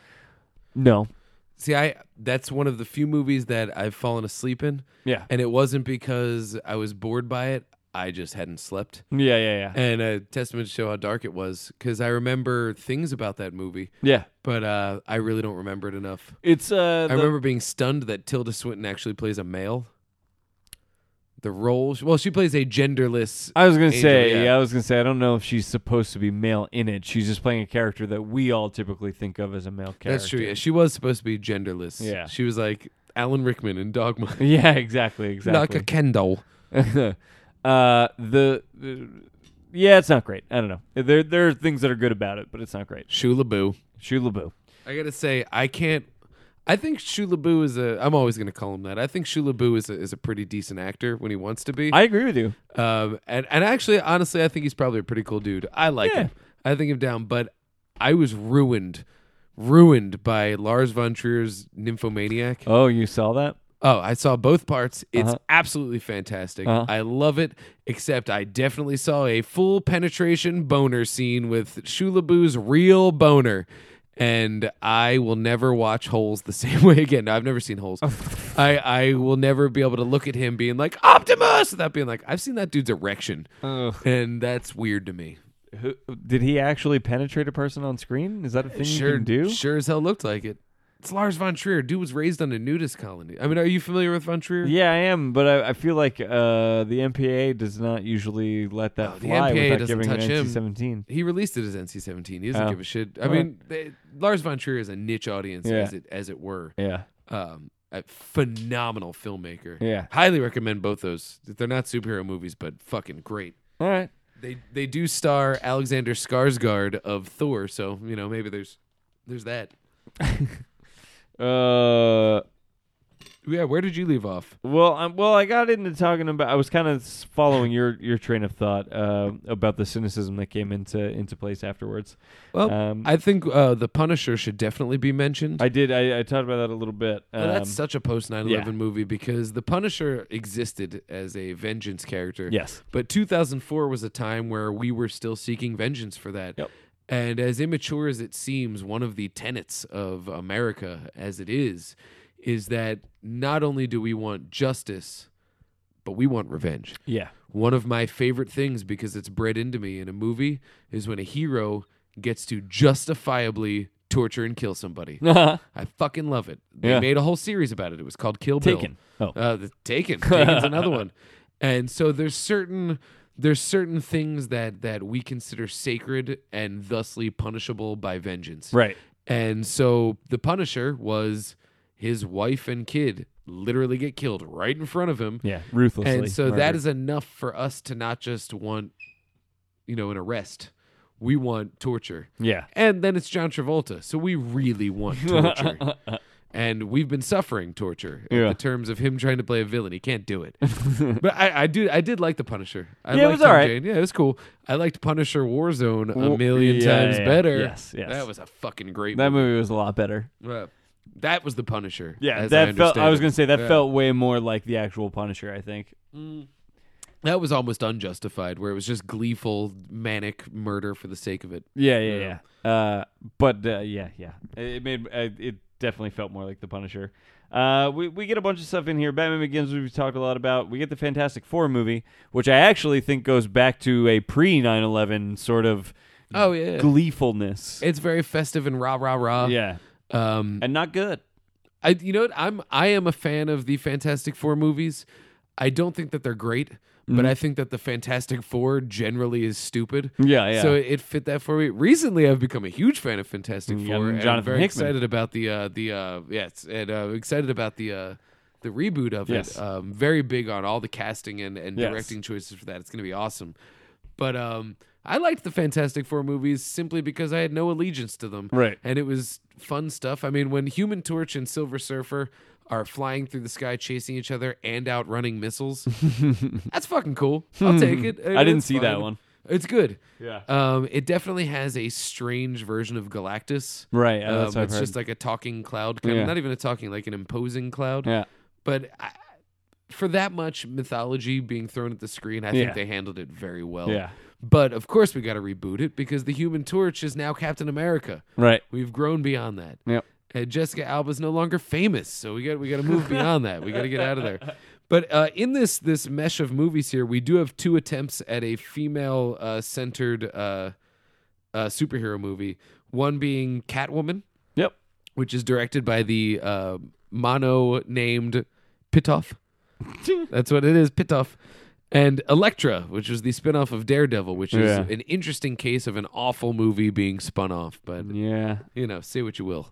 No.
See, I that's one of the few movies that I've fallen asleep in,
Yeah.
and it wasn't because I was bored by it. I just hadn't slept.
Yeah. Yeah. Yeah.
And a testament to show how dark it was, because I remember things about that movie,
Yeah.
but uh, I really don't remember it enough.
It's uh.
I
the-
remember being stunned that Tilda Swinton actually plays a male. The role, well, she plays a genderless.
I was gonna
Angel,
say,
yeah.
yeah. I was gonna say, I don't know if she's supposed to be male in it. She's just playing a character that we all typically think of as a male character.
That's true. Yeah, she was supposed to be genderless.
Yeah.
she was like Alan Rickman in Dogma,
Yeah, exactly,
like
exactly.
a Kendall.
uh, the, the, yeah, it's not great. I don't know. There, there are things that are good about it, but it's not great.
Shula Boo.
Shula Boo.
I gotta say, I can't. I think Shula Boo is a. I'm always gonna call him that. I think Shula Boo is a, is a pretty decent actor when he wants to be.
I agree with you.
um, and and actually, honestly, I think he's probably a pretty cool dude. I like
Yeah.
him. I think him down, but I was ruined, ruined by Lars von Trier's Nymphomaniac.
Oh, you saw that?
Oh, I saw both parts. It's
Uh-huh.
absolutely fantastic.
Uh-huh.
I love it, except I definitely saw a full penetration boner scene with Shulaboo's real boner. And I will never watch Holes the same way again. No, I've never seen Holes. I, I will never be able to look at him being like, Optimus! Without being like, I've seen that dude's erection. And that's weird to me.
Who, did he actually penetrate a person on screen? Is that a thing you
Sure,
can do?
sure as hell looked like it. It's Lars von Trier. Dude was raised on a nudist colony. I mean, are you familiar with von Trier?
Yeah, I am, but I, I feel like uh, the MPA does not usually let that
Oh, the
fly
MPAA
without
doesn't
giving
touch him.
an NC-17.
he released it as NC-17. He doesn't
Oh.
give a shit. I
All
mean, they, Lars von Trier is a niche audience,
Yeah.
as it as it were.
Yeah,
Um, a phenomenal filmmaker.
yeah.
Highly recommend both those. They're not superhero movies, but fucking great.
All right.
They they do star Alexander Skarsgård of Thor, so you know maybe there's there's that.
Uh,
Yeah, where did you leave off?
well, i well, I got into talking about. I was kind of following your your train of thought uh, about the cynicism that came into into place afterwards.
Well,
Um,
Oh, I think uh, the Punisher should definitely be mentioned.
I did. I, I talked about that a little bit. Um,
Well, that's such a post 9
yeah.
11 movie because the Punisher existed as a vengeance character.
yes.
But 2004 was a time where we were still seeking vengeance for that.
Yep.
And as immature as it seems, one of the tenets of America as it is, is that not only do we want justice, but we want revenge.
Yeah.
One of my favorite things, because it's bred into me in a movie, is when a hero gets to justifiably torture and kill somebody. I fucking love it. They
Yeah.
made a whole series about it. It was called Kill Bill.
Taken. Oh.
Uh, the Taken. Taken's another one. And so there's certain there's certain things that that we consider sacred and thusly punishable by vengeance.
right.
And so the Punisher was his wife and kid literally get killed right in front of him.
Yeah. Ruthlessly.
And so that
murdered.
is enough for us to not just want you know an arrest. We want torture.
Yeah.
And then it's John Travolta. So we really want torture. and we've been suffering torture in
Yeah.
the terms of him trying to play a villain. He can't do it. but I, I do I did like the Punisher. I
Yeah, it
liked
was
Tom
alright.
Jane. Yeah, it was cool. I liked Punisher Warzone
Wa-
a million
yeah,
times
yeah,
better.
yes, yes.
That was a fucking great
That
movie.
movie was a lot better.
Uh, that was the Punisher.
Yeah,
as
that
I
felt. I was gonna
understand
say that
Yeah.
felt way more like the actual Punisher. I think.
it. that was almost unjustified, where it was just gleeful, manic murder for the sake of it.
Yeah, yeah, yeah. Uh, but uh, yeah, yeah. It it made uh, it definitely felt more like the Punisher. Uh, we we get a bunch of stuff in here. Batman Begins, we've talked a lot about. We get the Fantastic Four movie, which I actually think goes back to a pre 9-11 sort of
Oh yeah,
gleefulness.
it's very festive and rah rah rah.
yeah,
Um,
and not good.
I you know what? I'm I am a fan of the Fantastic Four movies. I don't think that they're great,
Mm-hmm.
but I think that the Fantastic Four generally is stupid.
Yeah, yeah.
So it, it fit that for me. Recently, I've become a huge fan of Fantastic Four.
Yeah, and
and I'm
Mm, Jonathan
very
Hickman.
excited about the uh, the uh, yes, and uh, excited about the uh, the reboot of
Yes.
it. Um, very big on all the casting and and
Yes.
directing choices for that. It's going to be awesome. But um, I liked the Fantastic Four movies simply because I had no allegiance to them.
Right.
And it was fun stuff. I mean, when Human Torch and Silver Surfer are flying through the sky chasing each other and outrunning missiles, that's fucking cool. I'll take it.
Hmm. I didn't
It's
see that
fine.
one.
It's good.
Yeah.
Um, it definitely has a strange version of Galactus.
Right, uh,
Um,
that's what I've
it's
heard.
just like a talking cloud, kind
Yeah.
of not even a talking, like an imposing cloud.
yeah.
But I, for that much mythology being thrown at the screen, I
Yeah.
think they handled it very well.
Yeah.
But of course, we got to reboot it because the Human Torch is now Captain America.
Right.
We've grown beyond that.
Yep.
And Jessica Alba's no longer famous, so we got we got to move beyond that. We got to get out of there. But uh, in this this mesh of movies here, we do have two attempts at a female uh, centered uh, uh, superhero movie. One being Catwoman,
Yep.
which is directed by the uh, mono named Pitoff. That's what it is, Pitoff. And Elektra, which was the spin-off of Daredevil, which is
Yeah.
an interesting case of an awful movie being spun off. But
Yeah.
you know, say what you will.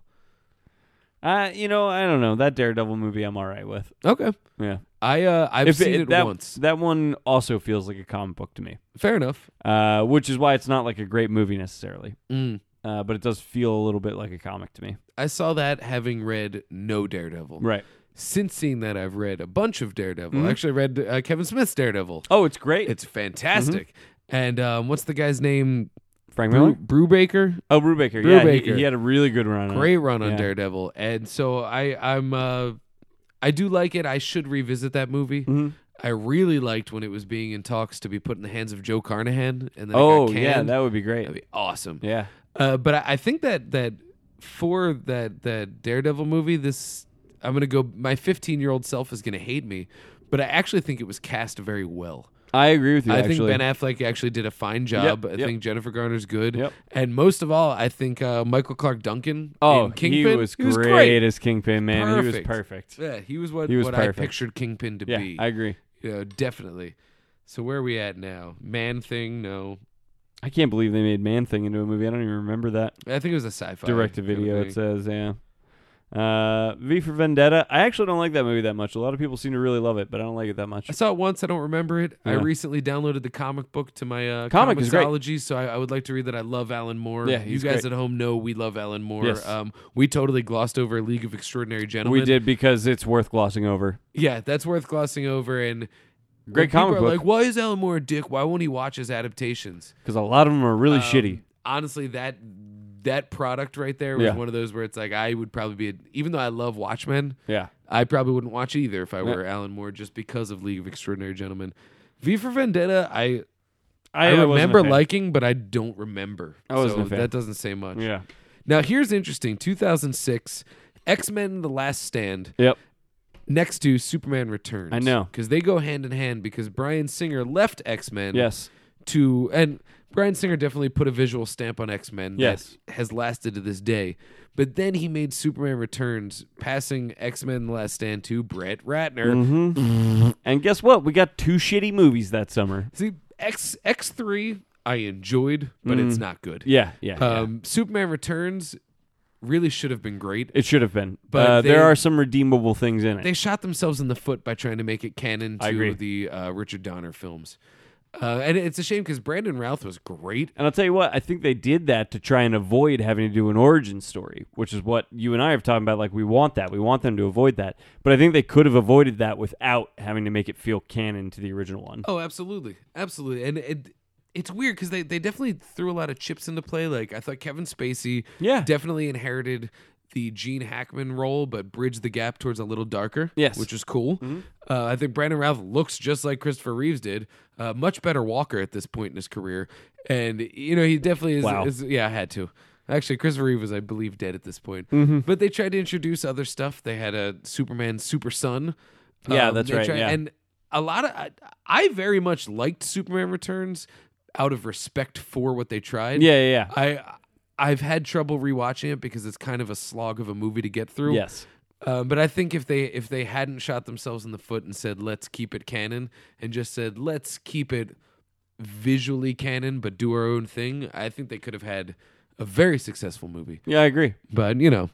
Uh, you know, I don't know that Daredevil movie. I'm all right with.
Okay.
Yeah.
I uh, I've
If
seen it,
that,
once.
That one also feels like a comic book to me,
Fair enough.
uh, which is why it's not like a great movie necessarily.
Mm.
Uh, but it does feel a little bit like a comic to me.
I saw that having read no Daredevil.
Right. Mm-hmm.
Since seeing that, I've read a bunch of Daredevil. I actually read uh, Kevin Smith's Daredevil.
Oh, it's great.
It's fantastic.
Mm-hmm.
And um, what's the guy's name?
Frank
Brew,
Miller.
Brubaker.
Oh, Brubaker. Yeah, he- He,
Brubaker.
had a really good run. on it.
Great run on
Mm-hmm. Yeah.
Daredevil. And so I I'm uh, I do like it. I should revisit that movie.
Mm-hmm.
I really liked when it was being in talks to be put in the hands of Joe Carnahan, and then it
Oh,
got
yeah,
canned.
that would be great.
that'd be awesome.
yeah.
Uh, but I, I think that that for that that Daredevil movie, this I'm gonna go. My 15 year old self is gonna hate me, but I actually think it was cast very well.
I agree with you.
I
actually.
think Ben Affleck actually did a fine job.
Yep,
I
yep.
think Jennifer Garner's good,
Yep.
and most of all, I think uh, Michael Clark Duncan.
oh,
in Kingpin,
he was great as Kingpin, man. He was
Perfect.
perfect.
Yeah, he was what,
He was
what I
perfect.
pictured Kingpin to
Yeah,
be.
I agree.
you know, definitely. So where are we at now? Man thing? No,
I can't believe they made Man Thing into a movie. I don't even remember that.
I think it was a sci-fi
direct to
kind of
video.
thing.
It says, yeah. Uh, V for Vendetta. I actually don't like that movie that much. A lot of people seem to really love it, but I don't like it that much.
I saw it once. I don't remember it. I
Yeah.
recently downloaded the comic book to my uh,
Comic is great.
comicsology, so I, I would like to read that. I love Alan Moore.
Yeah,
you
he's
guys at
great.
home know we love Alan Moore.
Yes.
Um, we totally glossed over League of Extraordinary Gentlemen.
We did because it's worth glossing over.
Yeah, that's worth glossing over. And
Great
when people
comic
are
book.
Like, why is Alan Moore a dick? Why won't he watch his adaptations?
Because a lot of them are really
Um,
shitty.
Honestly, that that product right there was
Yeah.
one of those where it's like I would probably be, a, even though I love Watchmen,
Yeah.
I probably wouldn't watch it either if I were Alan Moore just because of League of Extraordinary Gentlemen. V for Vendetta, I I,
wasn't a
remember
fan.
liking, but I don't remember.
I wasn't
so
a fan.
that doesn't say much.
Yeah.
Now here's interesting. 2006, X Men: The Last Stand,
Yep.
next to Superman Returns.
I know.
because they go hand in hand. Because Brian Singer left X Men.
Yes.
To and Brian Singer definitely put a visual stamp on X Men.
Yes.
That has lasted to this day. But then he made Superman Returns, passing X Men: The Last Stand to Brett Ratner.
Mm-hmm. And guess what? We got two shitty movies that summer.
See, X X three I enjoyed, but it's not good.
Mm. Yeah. Yeah. yeah.
Um, Superman Returns really should have been great.
It should have been.
but
But uh,
they-
there are some redeemable things in it.
they shot themselves in the foot by trying to make it canon
I
to
agree.
the uh, Richard Donner films. Uh, and it's a shame because Brandon Routh was great.
And I'll tell you what, I think they did that to try and avoid having to do an origin story, which is what you and I have talked about. Like, we want that. We want them to avoid that. But I think they could have avoided that without having to make it feel canon to the original one.
Oh, absolutely, absolutely. And it, it's weird because they they definitely threw a lot of chips into play. Like I thought Kevin Spacey,
Yeah.
definitely inherited the Gene Hackman role, but bridged the gap towards a little darker.
Yes. Mm-hmm.
which is cool. Uh, I think Brandon Routh looks just like Christopher Reeves did. Uh, much better walker at this point in his career, and you know he definitely is.
Wow.
is- yeah, I had to. Actually, Christopher Reeve was, I believe, dead at this point.
Mm-hmm.
But they tried to introduce other stuff. They had a Superman Super Son. Um,
Yeah, that's
they
right, yeah.
And a lot of I, I very much liked Superman Returns. out of respect for what they tried.
Yeah, yeah, yeah.
I I've had trouble rewatching it because it's kind of a slog of a movie to get through.
yes.
Uh, but I think if they if they hadn't shot themselves in the foot and said let's keep it canon and just said let's keep it visually canon but do our own thing, I think they could have had a very successful movie.
Yeah, I agree.
But you know,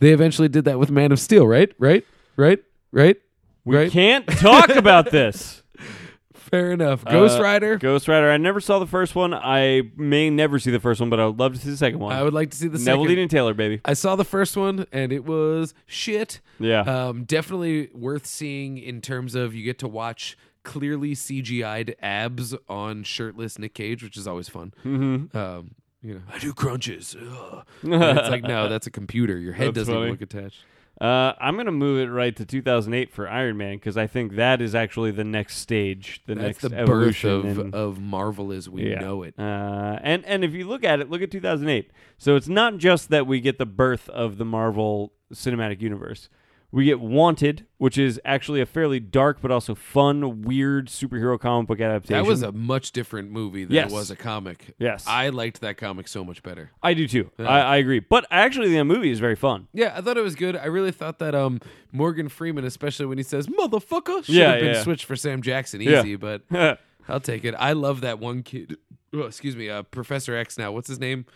they eventually did that with Man of Steel, right? Right? Right? Right?
We
right?
can't talk about this.
Fair enough. Ghost
Uh,
Rider.
Ghost Rider. I never saw the first one. I may never see the first one, but I would love to see the second one.
I would like to see the
Neville
second.
Dean Taylor, baby.
I saw the first one and it was shit.
Yeah.
Um, definitely worth seeing in terms of you get to watch clearly CGI'd abs on shirtless Nick Cage, which is always fun. Mm-hmm. Um, you know, I do crunches. ugh. And it's like no, that's a computer. Your head
That's
doesn't even
funny.
look attached.
Uh, I'm gonna move it right to 2008 for Iron Man because I think that is actually the next stage, the
That's
next
the birth
evolution
of,
in-
of Marvel as we
Yeah.
know it.
Uh, and and if you look at it, look at 2008. So it's not just that we get the birth of the Marvel Cinematic Universe. We get Wanted, which is actually a fairly dark but also fun, weird superhero comic book adaptation.
That was a much different movie than
Yes.
it was a comic.
Yes.
I liked that comic so much better.
I do too. I, I agree. But actually, the movie is very fun.
Yeah, I thought it was good. I really thought that um, Morgan Freeman, especially when he says "motherfucker," should
Yeah,
have been
yeah.
switched for Sam Jackson
Yeah.
easy. But
Oh,
I'll take it. I love that one kid. Oh, excuse me, uh, Professor X. Now, what's his name?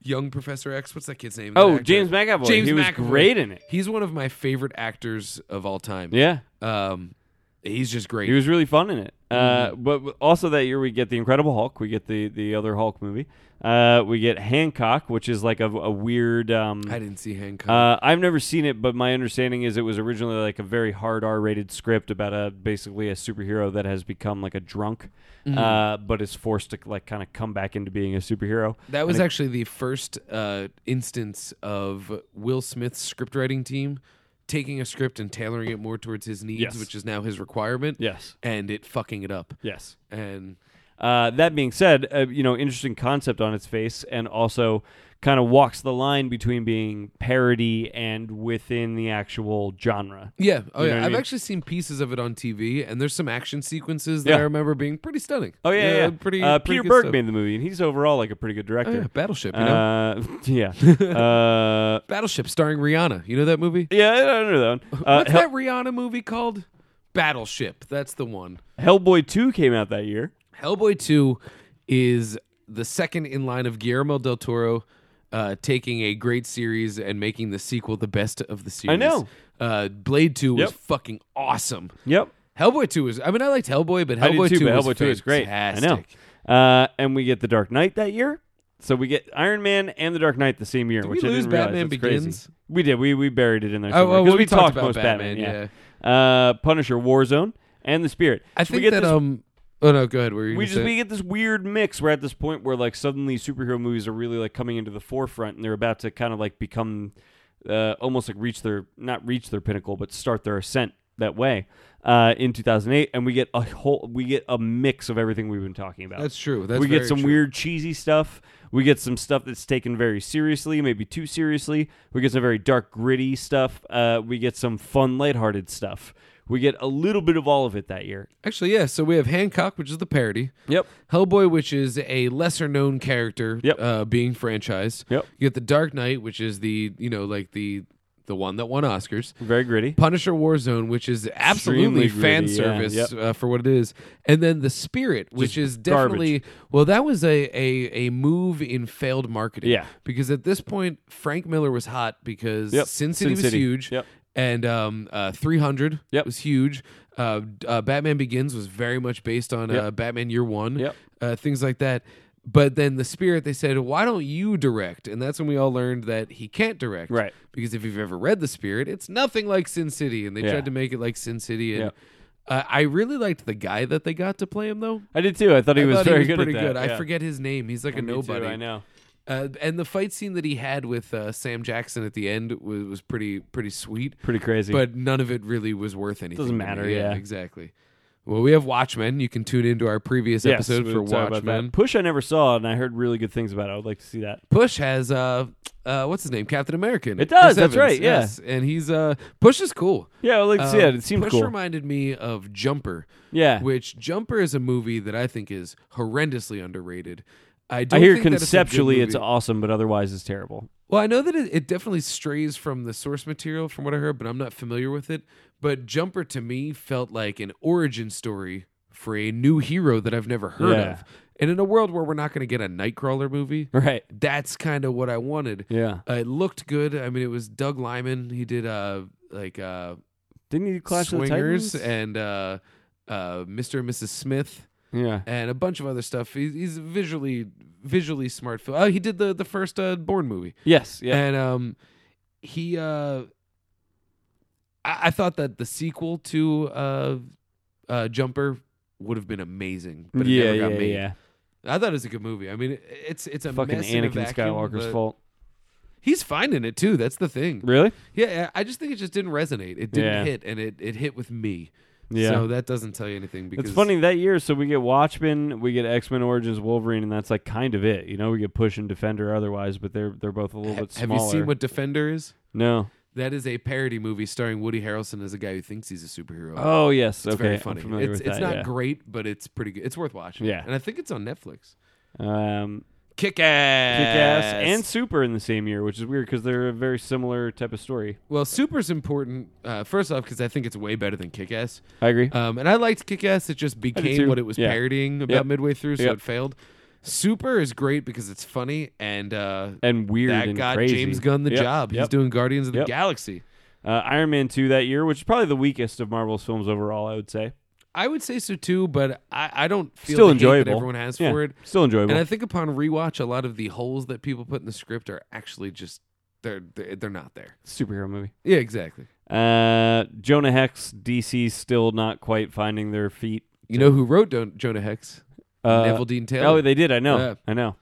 Young Professor X. What's that kid's name? That
Oh,
actor?
James McAvoy.
James
He was
McAvoy.
great in it.
He's one of my favorite actors of all time.
Yeah.
Um, he's just great.
He was really fun in it. Uh, but w- also that year we get the Incredible Hulk. We get the the other Hulk movie. Uh, we get Hancock, which is like a, a weird. Um,
I didn't see Hancock.
uh, I've never seen it, but my understanding is it was originally like a very hard R-rated script about a basically a superhero that has become like a drunk, uh, but is forced to like kind of come back into being a superhero.
That was actually the first uh, instance of Will Smith's scriptwriting team taking a script and tailoring it more towards his needs,
Yes.
which is now his requirement.
Yes.
And it fucking it up.
Yes.
And
Uh, that being said, uh, you know, interesting concept on its face, and also kind of walks the line between being parody and within the actual genre.
yeah, oh,
You
yeah.
know what I
I've
mean?
actually seen pieces of it on TV, and there's some action sequences that
Yeah.
I remember being pretty stunning.
Oh yeah, yeah. yeah.
pretty.
Uh,
pretty
Peter Uh,
good
Berg
stuff.
made the movie, and he's overall like a pretty good
Oh, yeah,
director.
Battleship, you know,
yeah, yeah. uh,
Battleship starring Rihanna. You know that movie?
yeah. I don't know that one. Uh,
What's
Hel-
that Rihanna movie called? Battleship. That's the one.
Hellboy Two came out that year.
Hellboy 2 is the second in line of Guillermo del Toro uh, taking a great series and making the sequel the best of the series.
know.
Uh, Blade 2 was
Yep.
fucking awesome.
Yep.
Hellboy 2 was, I mean, I liked Hellboy, but
I did
Hellboy
too,
2
but
was
Hellboy 2 is great. I know.
fantastic.
Uh, and we get The Dark Knight that year. So we get Iron Man and The Dark Knight the same year,
Did we
which I
lose
didn't realize.
Batman
That's crazy.
Begins?
We did. We we buried it in there.
Oh,
somewhere,
oh,
'cause
well,
we,
we talked
talked
about
most Batman.
Batman,
yeah. Uh, Punisher, Warzone, and The Spirit.
I
So we
think
get
that,
this,
um, oh no, go ahead. Were you
we
gonna
just
say?
we get this weird mix. We're at this point where like suddenly superhero movies are really like coming into the forefront, and they're about to kind of like become uh, almost like reach their not reach their pinnacle, but start their ascent that way uh, in 2008. And we get a whole we get a mix of everything we've been talking about.
That's true. That's
we get
very
some
true.
weird cheesy stuff. We get some stuff that's taken very seriously, maybe too seriously. We get some very dark, gritty stuff. Uh, we get some fun, lighthearted stuff. We get a little bit of all of it that year.
Actually, yeah. So we have Hancock, which is the parody.
Yep.
Hellboy, which is a lesser known character
Yep.
uh, being franchised.
Yep.
You get the Dark Knight, which is the you know like the the one that won Oscars.
Very gritty.
Punisher Warzone, which is absolutely
Extremely gritty,
fan
yeah,
service
yep.
uh, for what it is, and then the Spirit, which
Just
is
garbage.
definitely well, that was a, a a move in failed marketing.
Yeah.
because at this point Frank Miller was hot because
Yep.
Sin City
Sin
was
City.
huge,
Yep.
and um, uh, 300
Yep.
was huge. Uh, d- uh, Batman Begins was very much based on uh, Batman Year One,
Yep.
uh, things like that. But then the Spirit, they said, why don't you direct? And that's when we all learned that he can't direct,
Right.
Because if you've ever read The Spirit, it's nothing like Sin City, and they
Yeah.
tried to make it like Sin City. And
Yep.
uh, I really liked the guy that they got to play him, though.
I did too. I thought he
I
was
thought
very
he was
good. at
pretty
that.
good. I
Yeah.
forget his name. He's like a
Me too,
nobody.
I know.
Uh, and the fight scene that he had with uh, Sam Jackson at the end was, was pretty pretty sweet,
Pretty crazy.
but none of it really was worth anything.
Doesn't
to me.
matter, yeah.
exactly. Well, we have Watchmen. You can tune into our previous
Yes,
episode
we
for
were talking about
Watchmen.
that. Push I never saw, and I heard really good things about it. I would like to see that.
Push has uh, uh, what's his name? Captain American.
It does,
Chris
that's
Evans,
right, yeah.
Yes, and he's uh, Push is cool.
Yeah, I would like to see
Um,
that. It seems
Push
cool.
reminded me of Jumper.
yeah,
which Jumper is a movie that I think is horrendously underrated. I, do
I hear
think that it's a good
conceptually it's
movie.
awesome, but otherwise it's terrible.
well. I know that it, it definitely strays from the source material, from what I heard, but I'm not familiar with it. But Jumper to me felt like an origin story for a new hero that I've never heard
Yeah.
of, and in a world where we're not going to get a Nightcrawler movie,
Right.
that's kind of what I wanted.
Yeah.
Uh, it looked good. I mean, it was Doug Lyman. He did uh like uh
Didn't you Clash of the
Swingers
Titans?
and uh, uh, Mr. and Mrs. Smith
yeah.
and a bunch of other stuff. He's, he's visually visually smart. Film. Oh, he did the the first uh, Born movie,
Yes. Yeah.
and um, he uh, I, I thought that the sequel to uh, uh, Jumper would have been amazing, but it
yeah.
never got
yeah.
made.
Yeah.
I thought it was a good movie. I mean, it- it's it's a
Fucking
mess in a
Anakin
vacuum,
Skywalker's
but
fault.
He's fine in it too. That's the thing.
Really?
Yeah, I just think it just didn't resonate. It didn't
Yeah.
hit, and it, it hit with me.
Yeah.
So that doesn't tell you anything. Because
it's funny that year. So we get Watchmen, we get X Men Origins Wolverine, and that's like kind of it. You know, we get Push and Defender otherwise, but they're they're both a little
ha-
bit
have
smaller.
you seen what Defender is?
No.
That is a parody movie starring Woody Harrelson as a guy who thinks he's a superhero.
Oh yes.
it's
okay.
very
I'm
funny.
familiar
It's,
with
it's
that,
not
yeah.
great, but it's pretty good. It's worth watching.
Yeah.
and I think it's on Netflix.
Um,
Kick
Kick
ass,
Ass and Super in the same year, which is weird because they're a very similar type of story.
well, Super's important. Uh, first off, because I think it's way better than Kick Ass.
I agree.
Um, and I liked Kick Ass. It just became
too.
what it was
Yeah.
parodying about
Yep.
midway through, so
Yep.
it failed. Super is great because it's funny and uh,
and weird
that
and
got
crazy.
James Gunn the
Yep,
job. He's
yep.
doing Guardians of the
Yep.
Galaxy.
uh, Iron Man two that year, which is probably the weakest of Marvel's films overall. I would say
I would say so too, but I, I don't feel
still
the hate that
enjoyable.
everyone has
Yeah,
for it.
Still enjoyable.
And I think upon rewatch, a lot of the holes that people put in the script are actually just they're they're, they're not there.
Superhero movie.
Yeah, exactly.
Uh, Jonah Hex, DC still not quite finding their feet.
You know who wrote Don- Jonah Hex?
Uh,
Neville Dean Taylor.
Oh, they did. I know.
Yeah.
I know.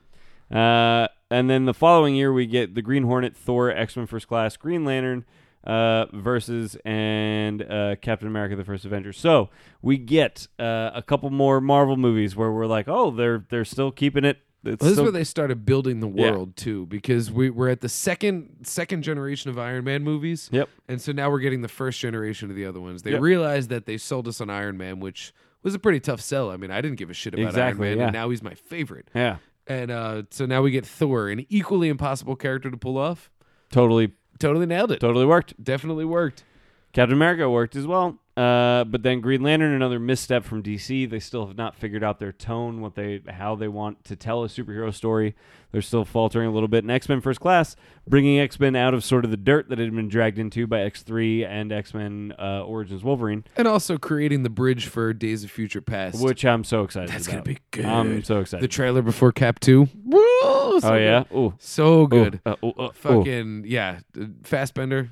Uh, and then the following year, we get the Green Hornet, Thor, X Men First Class, Green Lantern uh, versus, and uh, Captain America: The First Avenger. So we get uh, a couple more Marvel movies where we're like, oh, they're they're still keeping it. It's
Well, this is
still-
where they started building the
Yeah.
world too, because we we're at the second second generation of Iron Man movies.
Yep.
And so now we're getting the first generation of the other ones. They
Yep.
realized that they sold us on Iron Man, which was a pretty tough sell. I mean, I didn't give a shit about
Exactly,
Iron Man,
yeah.
and now he's my favorite.
yeah,
And uh, so now we get Thor, an equally impossible character to pull off.
totally
Totally nailed it.
totally worked.
Definitely worked.
Captain America worked as well. Uh, but then Green Lantern, another misstep from DC. They still have not figured out their tone, what they, how they want to tell a superhero story. They're still faltering a little bit. And X Men First Class, bringing X Men out of sort of the dirt that it had been dragged into by X three and X Men uh, Origins Wolverine,
And also creating the bridge for Days of Future Past.
which I'm so excited.
That's gonna
about.
be good.
I'm so
the
excited.
trailer before Cap 2. Woo, so
oh yeah.
good.
Ooh.
So good.
Uh, ooh, uh, ooh.
Fucking yeah. Fastbender.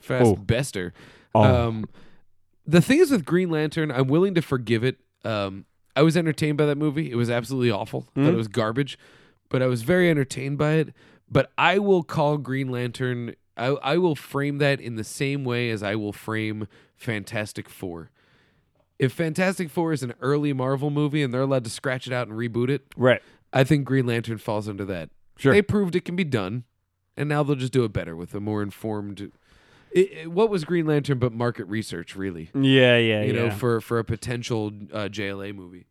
Fast
Oh.
Bester.
Oh.
Um the thing is with Green Lantern, I'm willing to forgive it. Um I was entertained by that movie. It was absolutely awful. I
Hmm?
thought it was garbage. But I was very entertained by it. But I will call Green Lantern I, I will frame that in the same way as I will frame Fantastic Four. If Fantastic Four is an early Marvel movie and they're allowed to scratch it out and reboot it,
Right.
I think Green Lantern falls under that.
Sure.
They proved it can be done, and now they'll just do it better with a more informed. It, it- what was Green Lantern but market research, really?
Yeah. Yeah.
You know,
yeah.
for for a potential uh, JLA movie.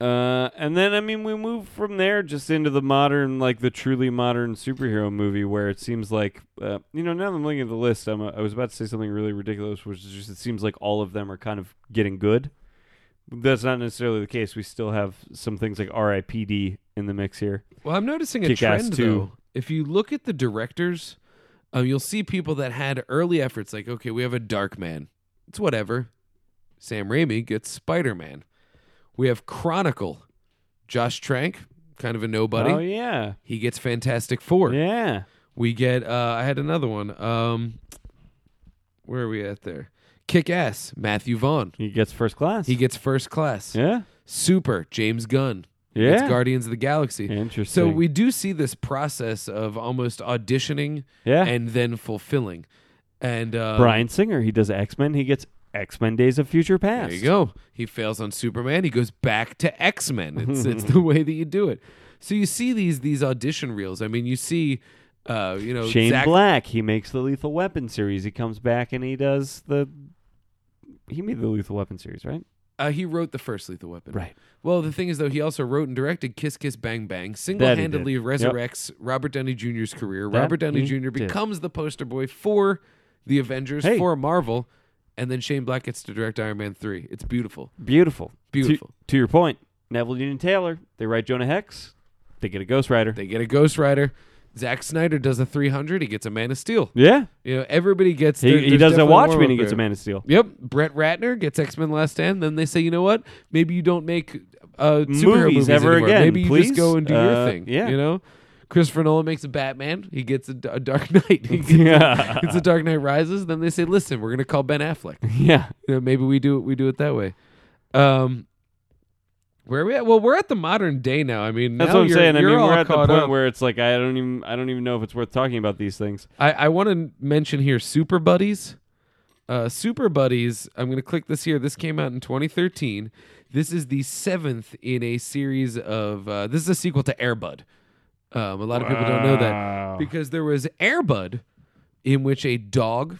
Uh, and then I mean we move from there just into the modern, like the truly modern superhero movie, where it seems like uh, you know now that I'm looking at the list, I'm uh, I was about to say something really ridiculous, which is just it seems like all of them are kind of getting good. That's not necessarily the case. We still have some things like R.I.P.D. in the mix here.
Well, I'm noticing a
Kick-Ass
trend
2.
though. If you look at the directors, um, you'll see people that had early efforts, like okay, we have a Dark Man. It's whatever. Sam Raimi gets Spider Man. We have Chronicle. Josh Trank, kind of a nobody.
Oh yeah,
He gets Fantastic Four.
yeah.
We get uh I had another one. Um where are we at there? Kick ass, Matthew Vaughn.
He gets first class.
He gets first class.
yeah,
Super, James Gunn.
yeah.
It's Guardians of the Galaxy.
Interesting.
So we do see this process of almost auditioning
yeah.
and then fulfilling. And uh
Brian Singer, he does X Men. He gets X Men Days of Future Past.
There you go. He fails on Superman. He goes back to X Men. It's it's the way that you do it. So you see these these audition reels. I mean, you see, uh, you know,
Shane
Zach-
Black, he makes the Lethal Weapon series. He comes back and he does the. He made the Lethal Weapon series, right?
Uh, he wrote the first Lethal Weapon.
Right.
Well, the thing is, though, he also wrote and directed Kiss Kiss Bang Bang. Single handedly
Yep.
resurrects Robert Downey Jr.'s career.
That
Robert Downey
he
Jr.
did.
becomes the poster boy for the Avengers,
Hey.
for Marvel, and then Shane Black gets to direct Iron Man 3. It's beautiful.
Beautiful.
Beautiful.
To, to your point, Neville Union Taylor, they write Jonah Hex, they get a Ghost Rider.
They get a Ghost Rider. Zack Snyder does a 300. He gets a Man of Steel.
yeah.
You know, everybody gets.
He,
there-
he
there's
does a
definitely
Watchmen
warm
and he
up
gets
there.
a Man of Steel.
Yep, Brett Ratner gets X Men Last Stand. Then they say, you know what? Maybe you don't make uh, superhero
Movies
movies,
ever
anymore.
again,
Maybe you
please?
just go and do
Uh,
your thing.
yeah.
you know. Christopher Nolan makes a Batman. He gets a, d- a Dark Knight. He gets,
Yeah.
it's a Dark Knight Rises. Then they say, listen, we're gonna call Ben Affleck.
Yeah.
You know, maybe we do it. We do it that way. Um. Where are we at? Well, we're at the modern day now. I mean,
That's
now
what I'm
you're-
saying. I
you're
mean,
all
we're at the
caught
point
up.
where it's like I don't even I don't even know if it's worth talking about these things.
I, I want to mention here Super Buddies. Uh, Super Buddies, I'm going to click this here. This came out in 2013. This is the seventh in a series of. Uh, this is a sequel to Airbud. Um, a lot of people don't know
Wow.
that because there was Airbud, in which a dog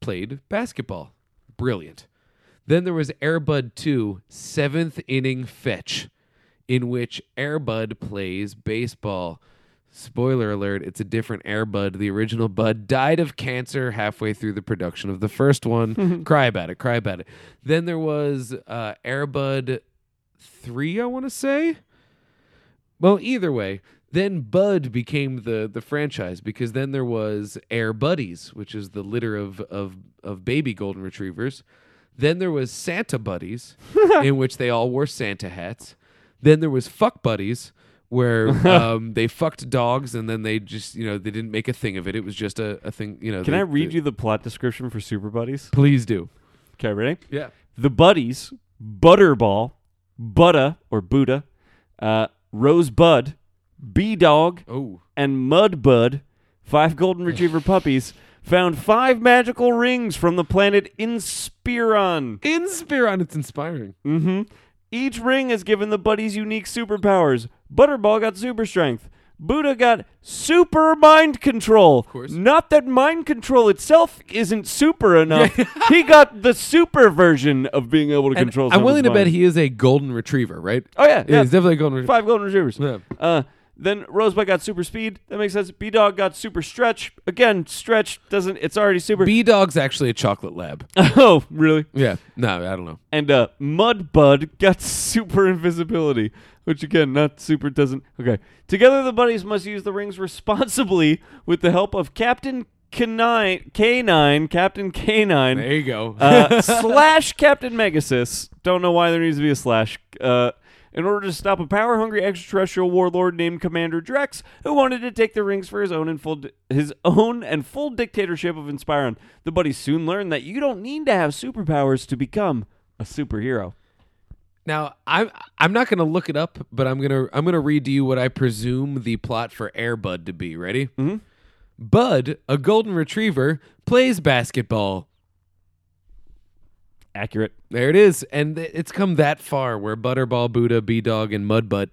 played basketball. Brilliant. Then there was Airbud 2, seventh inning fetch, in which Airbud plays baseball. Spoiler alert, it's a different Airbud. The original Bud died of cancer halfway through the production of the first one. cry about it, cry about it. Then there was uh, Airbud 3, I want to say. Well, either way, then Bud became the the franchise because then there was Air Buddies, which is the litter of of of baby golden retrievers. Then there was Santa Buddies, in which they all wore Santa hats. Then there was Fuck Buddies, where um, they fucked dogs and then they just you know they didn't make a thing of it. It was just a, a thing you know.
Can I read you the plot description for Super Buddies?
Please do.
Okay, ready?
Yeah.
The Buddies, Butterball, Butta or Buddha, uh, Rosebud, Bee Dog,
Oh.
and Mudbud, five golden retriever puppies, found five magical rings from the planet Inspiron.
Inspiron, it's inspiring.
Mm-hmm. Each ring has given the buddies unique superpowers. Butterball got super strength. Buddha got super mind control. Of
course.
Not that mind control itself isn't super enough. he got the super version of being able to
And
control.
I'm willing to
someone's
bet
mind.
he is a golden retriever, right?
Oh yeah,
yeah,
yeah.
he's definitely a golden retriever.
Five golden retrievers.
Yeah.
Uh, then Rosebud got super speed. That makes sense. B Dog got super stretch. Again, stretch doesn't. It's already super.
B Dog's actually a chocolate lab.
oh, really?
Yeah. No, I don't know.
And uh, Mudbud got super invisibility, which again, not super doesn't. Okay. Together, the buddies must use the rings responsibly with the help of Captain Canine, Canine, Captain Canine,
There you go.
uh, slash Captain Megasis. Don't know why there needs to be a slash. Uh, in order to stop a power-hungry extraterrestrial warlord named Commander Drex, who wanted to take the rings for his own and full di- his own and full dictatorship of Inspiron, the buddies soon learned that you don't need to have superpowers to become a superhero.
now, I'm I'm not gonna look it up, but I'm gonna I'm gonna read to you what I presume the plot for Airbud to be. Ready? Mm-hmm. Bud, a golden retriever, plays basketball.
Accurate.
There it is, and th- it's come that far where Butterball, Buddha, B Dog, and Mudbutt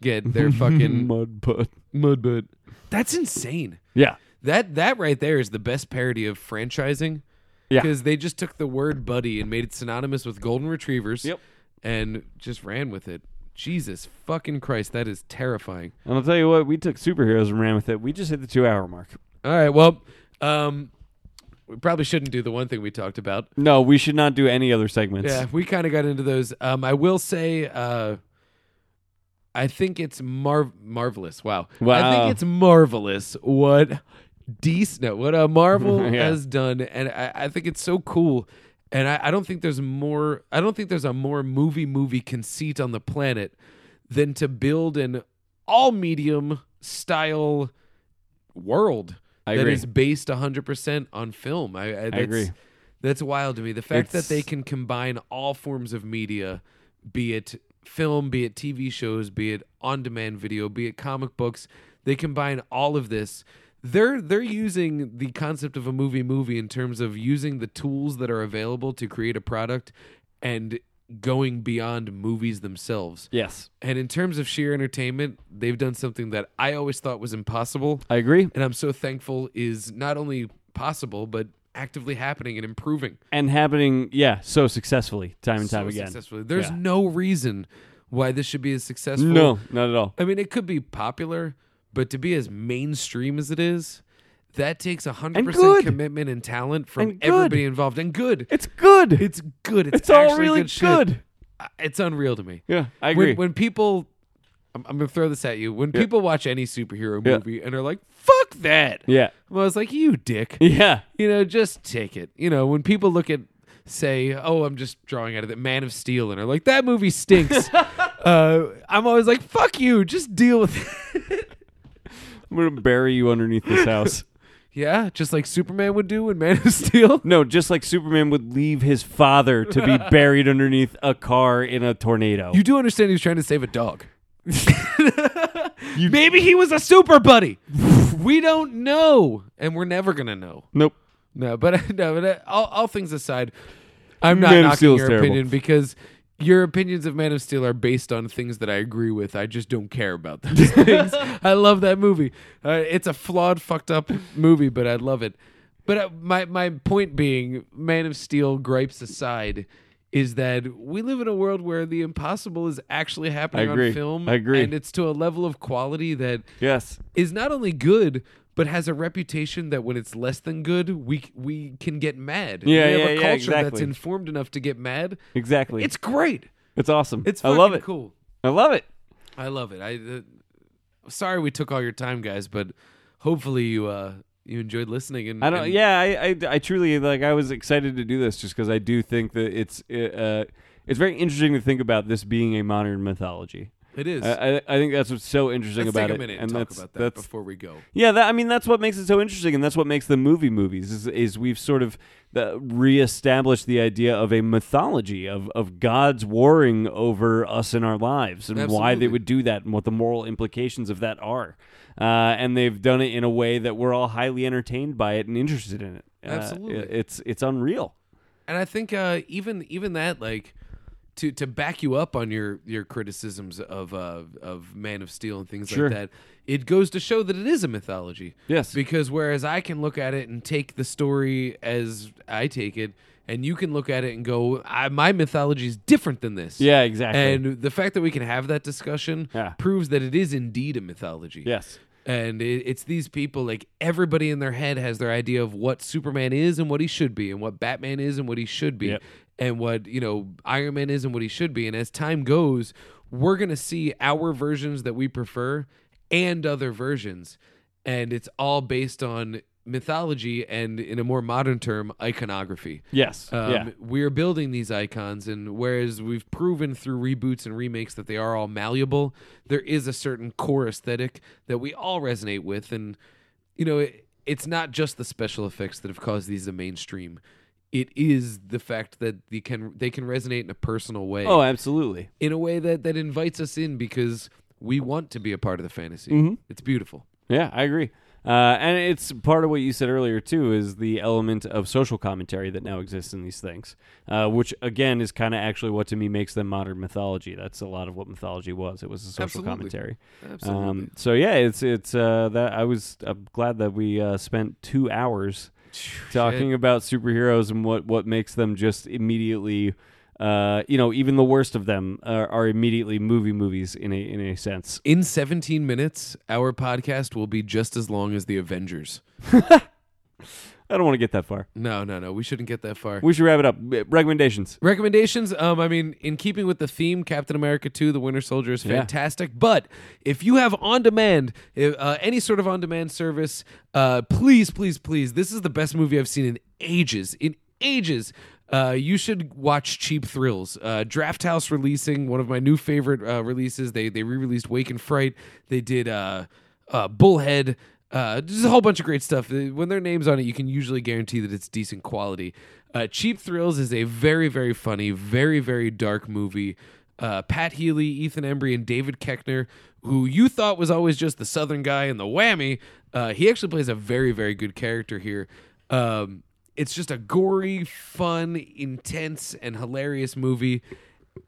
get their fucking
Mud put.
Mudbutt. That's insane.
Yeah.
That that right there is the best parody of franchising.
Yeah.
Because they just took the word buddy and made it synonymous with golden retrievers.
Yep.
And just ran with it. Jesus fucking Christ, that is terrifying.
And I'll tell you what, we took superheroes and ran with it. We just hit the two-hour mark.
All right, well, um, we probably shouldn't do the one thing we talked about.
No, we should not do any other segments.
Yeah, we kind of got into those. Um, I will say, uh, I think it's mar- marvelous. Wow. I
Wow.
think it's marvelous what DC, no, what uh, Marvel
Yeah.
has done. And I, I think it's so cool. And I, I don't think there's more, I don't think there's a more movie movie conceit on the planet than to build an all medium style world
I
that
agree.
is based 100% on film. I, I, that's,
agree.
That's wild to me. The fact
It's-
that they can combine all forms of media, be it film, be it TV shows, be it on demand video, be it comic books, they combine all of this. they're they're using the concept of a movie movie in terms of using the tools that are available to create a product and going beyond movies themselves.
Yes,
And in terms of sheer entertainment, they've done something that I always thought was impossible
I agree.
and I'm so thankful is not only possible but actively happening and improving
And happening, yeah, so successfully, time and time
so
again.
successfully. There's
Yeah.
no reason why this should be as successful.
No, not at all.
I mean, it could be popular, but to be as mainstream as it is, that takes 100%
good.
commitment and talent from
And good.
everybody involved. And good.
It's good. It's,
It's good. It's,
all
actually
really
good.
good.
shit. I- It's unreal to me.
Yeah, I agree.
When, when people, I'm, I'm going to throw this at you. When people watch any superhero
Yeah.
movie and are like, fuck that.
yeah,
Well, I was like, you dick.
yeah,
You know, just take it. You know, when people look at, say, oh, I'm just drawing out of that Man of Steel, and are like, that movie stinks. uh, I'm always like, fuck you, just deal with it.
I'm gonna bury you underneath this house.
yeah, just like Superman would do in Man of Steel.
No, just like Superman would leave his father to be buried underneath a car in a tornado.
You do understand he was trying to save a dog. Maybe he was a super buddy. We don't know, and we're never gonna know.
nope.
No, but no, but uh, all, all things aside, I'm not
Man of
knocking
Steel is
your
terrible.
opinion because your opinions of Man of Steel are based on things that I agree with. I just don't care about those things. I love that movie. Uh, it's a flawed, fucked up movie, but I love it. But uh, my my point being, Man of Steel gripes aside, is that we live in a world where the impossible is actually happening
I agree.
on film.
I agree.
and it's to a level of quality that
Yes.
is not only good but has a reputation that when it's less than good, we we can get mad.
Yeah,
we have
yeah,
a
yeah,
culture that's
exactly.
informed enough to get mad.
Exactly.
It's great.
It's awesome.
It's
I love
fucking
it.
Cool.
I love it.
I love it. I uh, sorry we took all your time, guys, but hopefully you uh you enjoyed listening. And
I don't.
and-
yeah, I, I, I truly like. I was excited to do this just because I do think that it's uh, it's very interesting to think about this being a modern mythology.
it is.
I, I, I think that's what's so interesting
Let's
Uh, about
take
it,
a minute and
and
talk
that's
about that
that's
before we go.
yeah. That, I mean, that's what makes it so interesting, and that's what makes the movie movies is, is we've sort of uh, reestablished the idea of a mythology of of gods warring over us in our lives and why
Absolutely.
they would do that and what the moral implications of that are, uh, and they've done it in a way that we're all highly entertained by it and interested in it. Uh,
Absolutely.
it- it's it's unreal.
and I think uh, even even that like to to back you up on your your criticisms of uh, of Man of Steel and things
Sure.
like that, it goes to show that it is a mythology.
Yes.
because whereas I can look at it and take the story as I take it, and you can look at it and go, I, my mythology is different than this.
Yeah, exactly.
And the fact that we can have that discussion
Yeah.
proves that it is indeed a mythology.
yes,
And it, it's these people, like everybody in their head has their idea of what Superman is and what he should be, and what Batman is and what he should be,
Yep.
and what, you know, Iron Man is and what he should be. And as time goes, we're going to see our versions that we prefer and other versions. And it's all based on mythology and, in a more modern term, iconography.
yes,
Um,
yeah.
We're building these icons, and whereas we've proven through reboots and remakes that they are all malleable, there is a certain core aesthetic that we all resonate with. And, you know, it, it's not just the special effects that have caused these to mainstream. It is the fact that they can they can resonate in a personal way,
Oh, absolutely.
in a way that that invites us in because we want to be a part of the fantasy.
Mm-hmm.
It's beautiful.
Yeah, I agree. Uh, and it's part of what you said earlier too is the element of social commentary that now exists in these things, uh, which again is kind of actually what to me makes them modern mythology. That's a lot of what mythology was. It was a social
Absolutely.
commentary.
Absolutely.
Um, so yeah, it's it's uh, that I was I'm glad that we uh, spent two hours talking about superheroes and what what makes them just immediately. Uh, you know, even the worst of them are, are immediately movie movies in a in a sense.
in 17 minutes, our podcast will be just as long as the Avengers.
I don't want to get that far.
No, no, no. We shouldn't get that far.
We should wrap it up. B- Recommendations.
Recommendations? Um, I mean, in keeping with the theme, Captain America 2, The Winter Soldier is
Yeah.
fantastic. But if you have on demand, if, uh, any sort of on demand service, uh, please, please, please, this is the best movie I've seen in ages. In ages. Uh, you should watch Cheap Thrills. Uh, Draft House releasing one of my new favorite uh, releases. They they re released Wake and Fright. They did uh, uh, Bullhead. Uh, just a whole bunch of great stuff. Uh, When their names on it, you can usually guarantee that it's decent quality. Uh, Cheap Thrills is a very, very funny, very, very dark movie uh, Pat Healy, Ethan Embry, and David Keckner, who you thought was always just the Southern guy and the whammy. Uh, he actually plays a very, very good character here. Um, it's just a gory, fun, intense, and hilarious movie.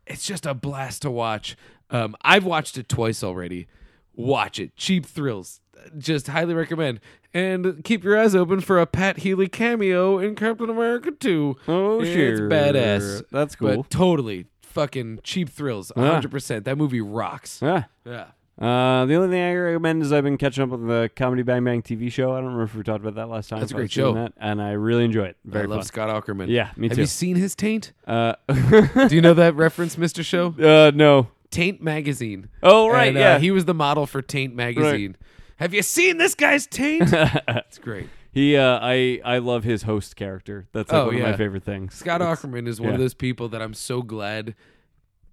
It's just a blast to watch. Um, I've watched it twice already. Watch it. Cheap thrills. Just highly recommend. And keep your eyes open for a Pat Healy cameo in Captain America 2.
Oh,
it's
sure.
badass.
That's
But
cool.
totally fucking cheap thrills. 100%. That movie rocks.
Yeah.
Yeah.
Uh, the only thing I recommend is I've been catching up with the Comedy Bang Bang TV show. I don't remember if we talked about that last time.
That's a
but I've
great
seen
show.
That, and I really enjoy it. Very
I love
fun.
Scott Ackerman.
Yeah, me
Have
too.
you seen his taint?
Uh,
Do you know that reference, Mr. Show?
uh, no.
Taint Magazine.
Oh, right,
And, uh,
yeah.
he was the model for Taint Magazine. Have you seen this guy's taint? it's great.
He, uh, I, I love his host character. That's like
Oh,
one of
yeah.
my favorite things.
Scott Ackerman is one of
yeah.
those people that I'm so glad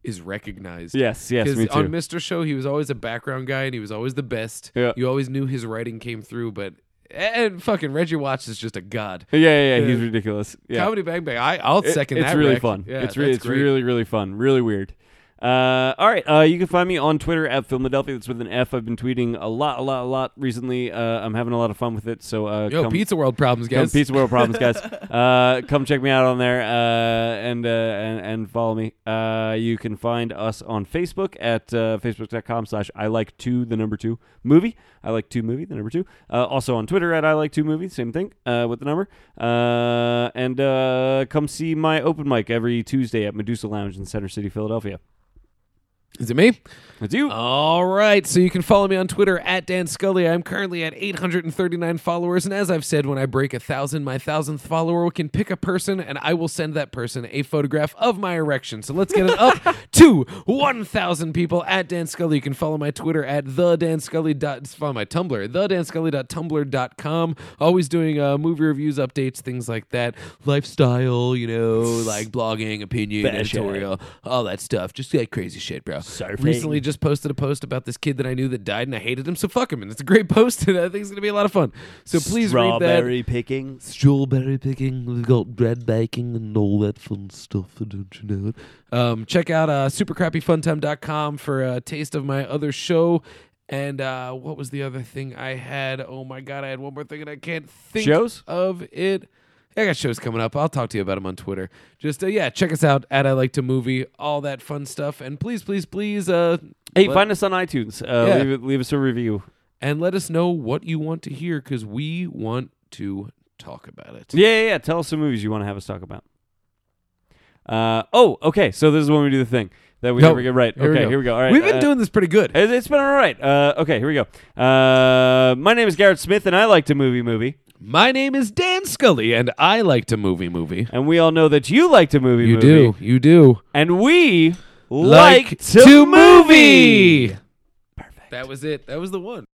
is recognized.
Yes, yes,
Because
me too.
on Mr. Show, he was always a background guy and he was always the best.
Yeah.
You always knew his writing came through, but. And fucking Reggie Watts is just a god.
yeah, yeah, yeah, he's ridiculous. Yeah.
Comedy Bang Bang. I, I'll
It-
second
it's
that.
really
Rick.
fun.
Yeah,
it's re-
that's
it's
great.
really really fun. Really weird. Uh, all right, uh, you can find me on Twitter at Philadelphia. That's with an F. I've been tweeting a lot, a lot, a lot recently. Uh, I'm having a lot of fun with it. So uh,
Yo,
come,
Pizza World problems,
come
guys.
pizza world problems, guys. uh, come check me out on there uh, and, uh, and and follow me. Uh, you can find us on Facebook at uh, facebook.com/slash I like two the number two movie. I like two movie the number two. Uh, also on Twitter at I like two movie. Same thing uh, with the number. Uh, and uh, come see my open mic every Tuesday at Medusa Lounge in Center City, Philadelphia.
Is it me?
That's you.
All right. So you can follow me on Twitter at Dan Scully. I'm currently at 839 followers. And as I've said, when I break a thousand, my thousandth follower can pick a person and I will send that person a photograph of my erection. So let's get it up to 1,000 people at Dan Scully. You can follow my Twitter at the Dan Scully. Dot, follow my Tumblr, thedanscully.tumblr.com. Always doing uh, movie reviews, updates, things like that. Lifestyle, you know, like blogging, opinion,
Fashion.
editorial, all that stuff. Just like crazy shit, bro. Recently just posted a post about this kid that I knew that died and I hated him, so fuck him. And it's a great post, and I think it's gonna be a lot of fun. So please read that.
picking.
Strawberry picking, we've got bread baking and all that fun stuff, don't you know it? Um, check out uh, supercrappyfuntime.com for a taste of my other show. And uh, what was the other thing I had? Oh my god, I had one more thing and I can't think
Shows?
of it. I got shows coming up. I'll talk to you about them on Twitter. Just uh, yeah, check us out at I Like to Movie, all that fun stuff. And please, please, please, uh,
Hey,
let-
find us on iTunes. Uh,
Yeah.
leave, leave us a review.
and let us know what you want to hear because we want to talk about it.
Yeah, yeah, yeah. Tell us some movies you want to have us talk about. Uh, oh, okay. So this is when we do the thing that we
No.
never get right.
Here we
okay,
go.
here we go. All right.
We've been
uh,
doing this pretty good.
it- It's been all right. Uh, okay, here we go. Uh, my name is Garrett Smith, and I like to movie movie.
My name is Dan Scully, and I like to movie movie.
And we all know that you like to movie
You
movie.
do, you do
And we like, to movie.
Perfect. That was it. That was the one.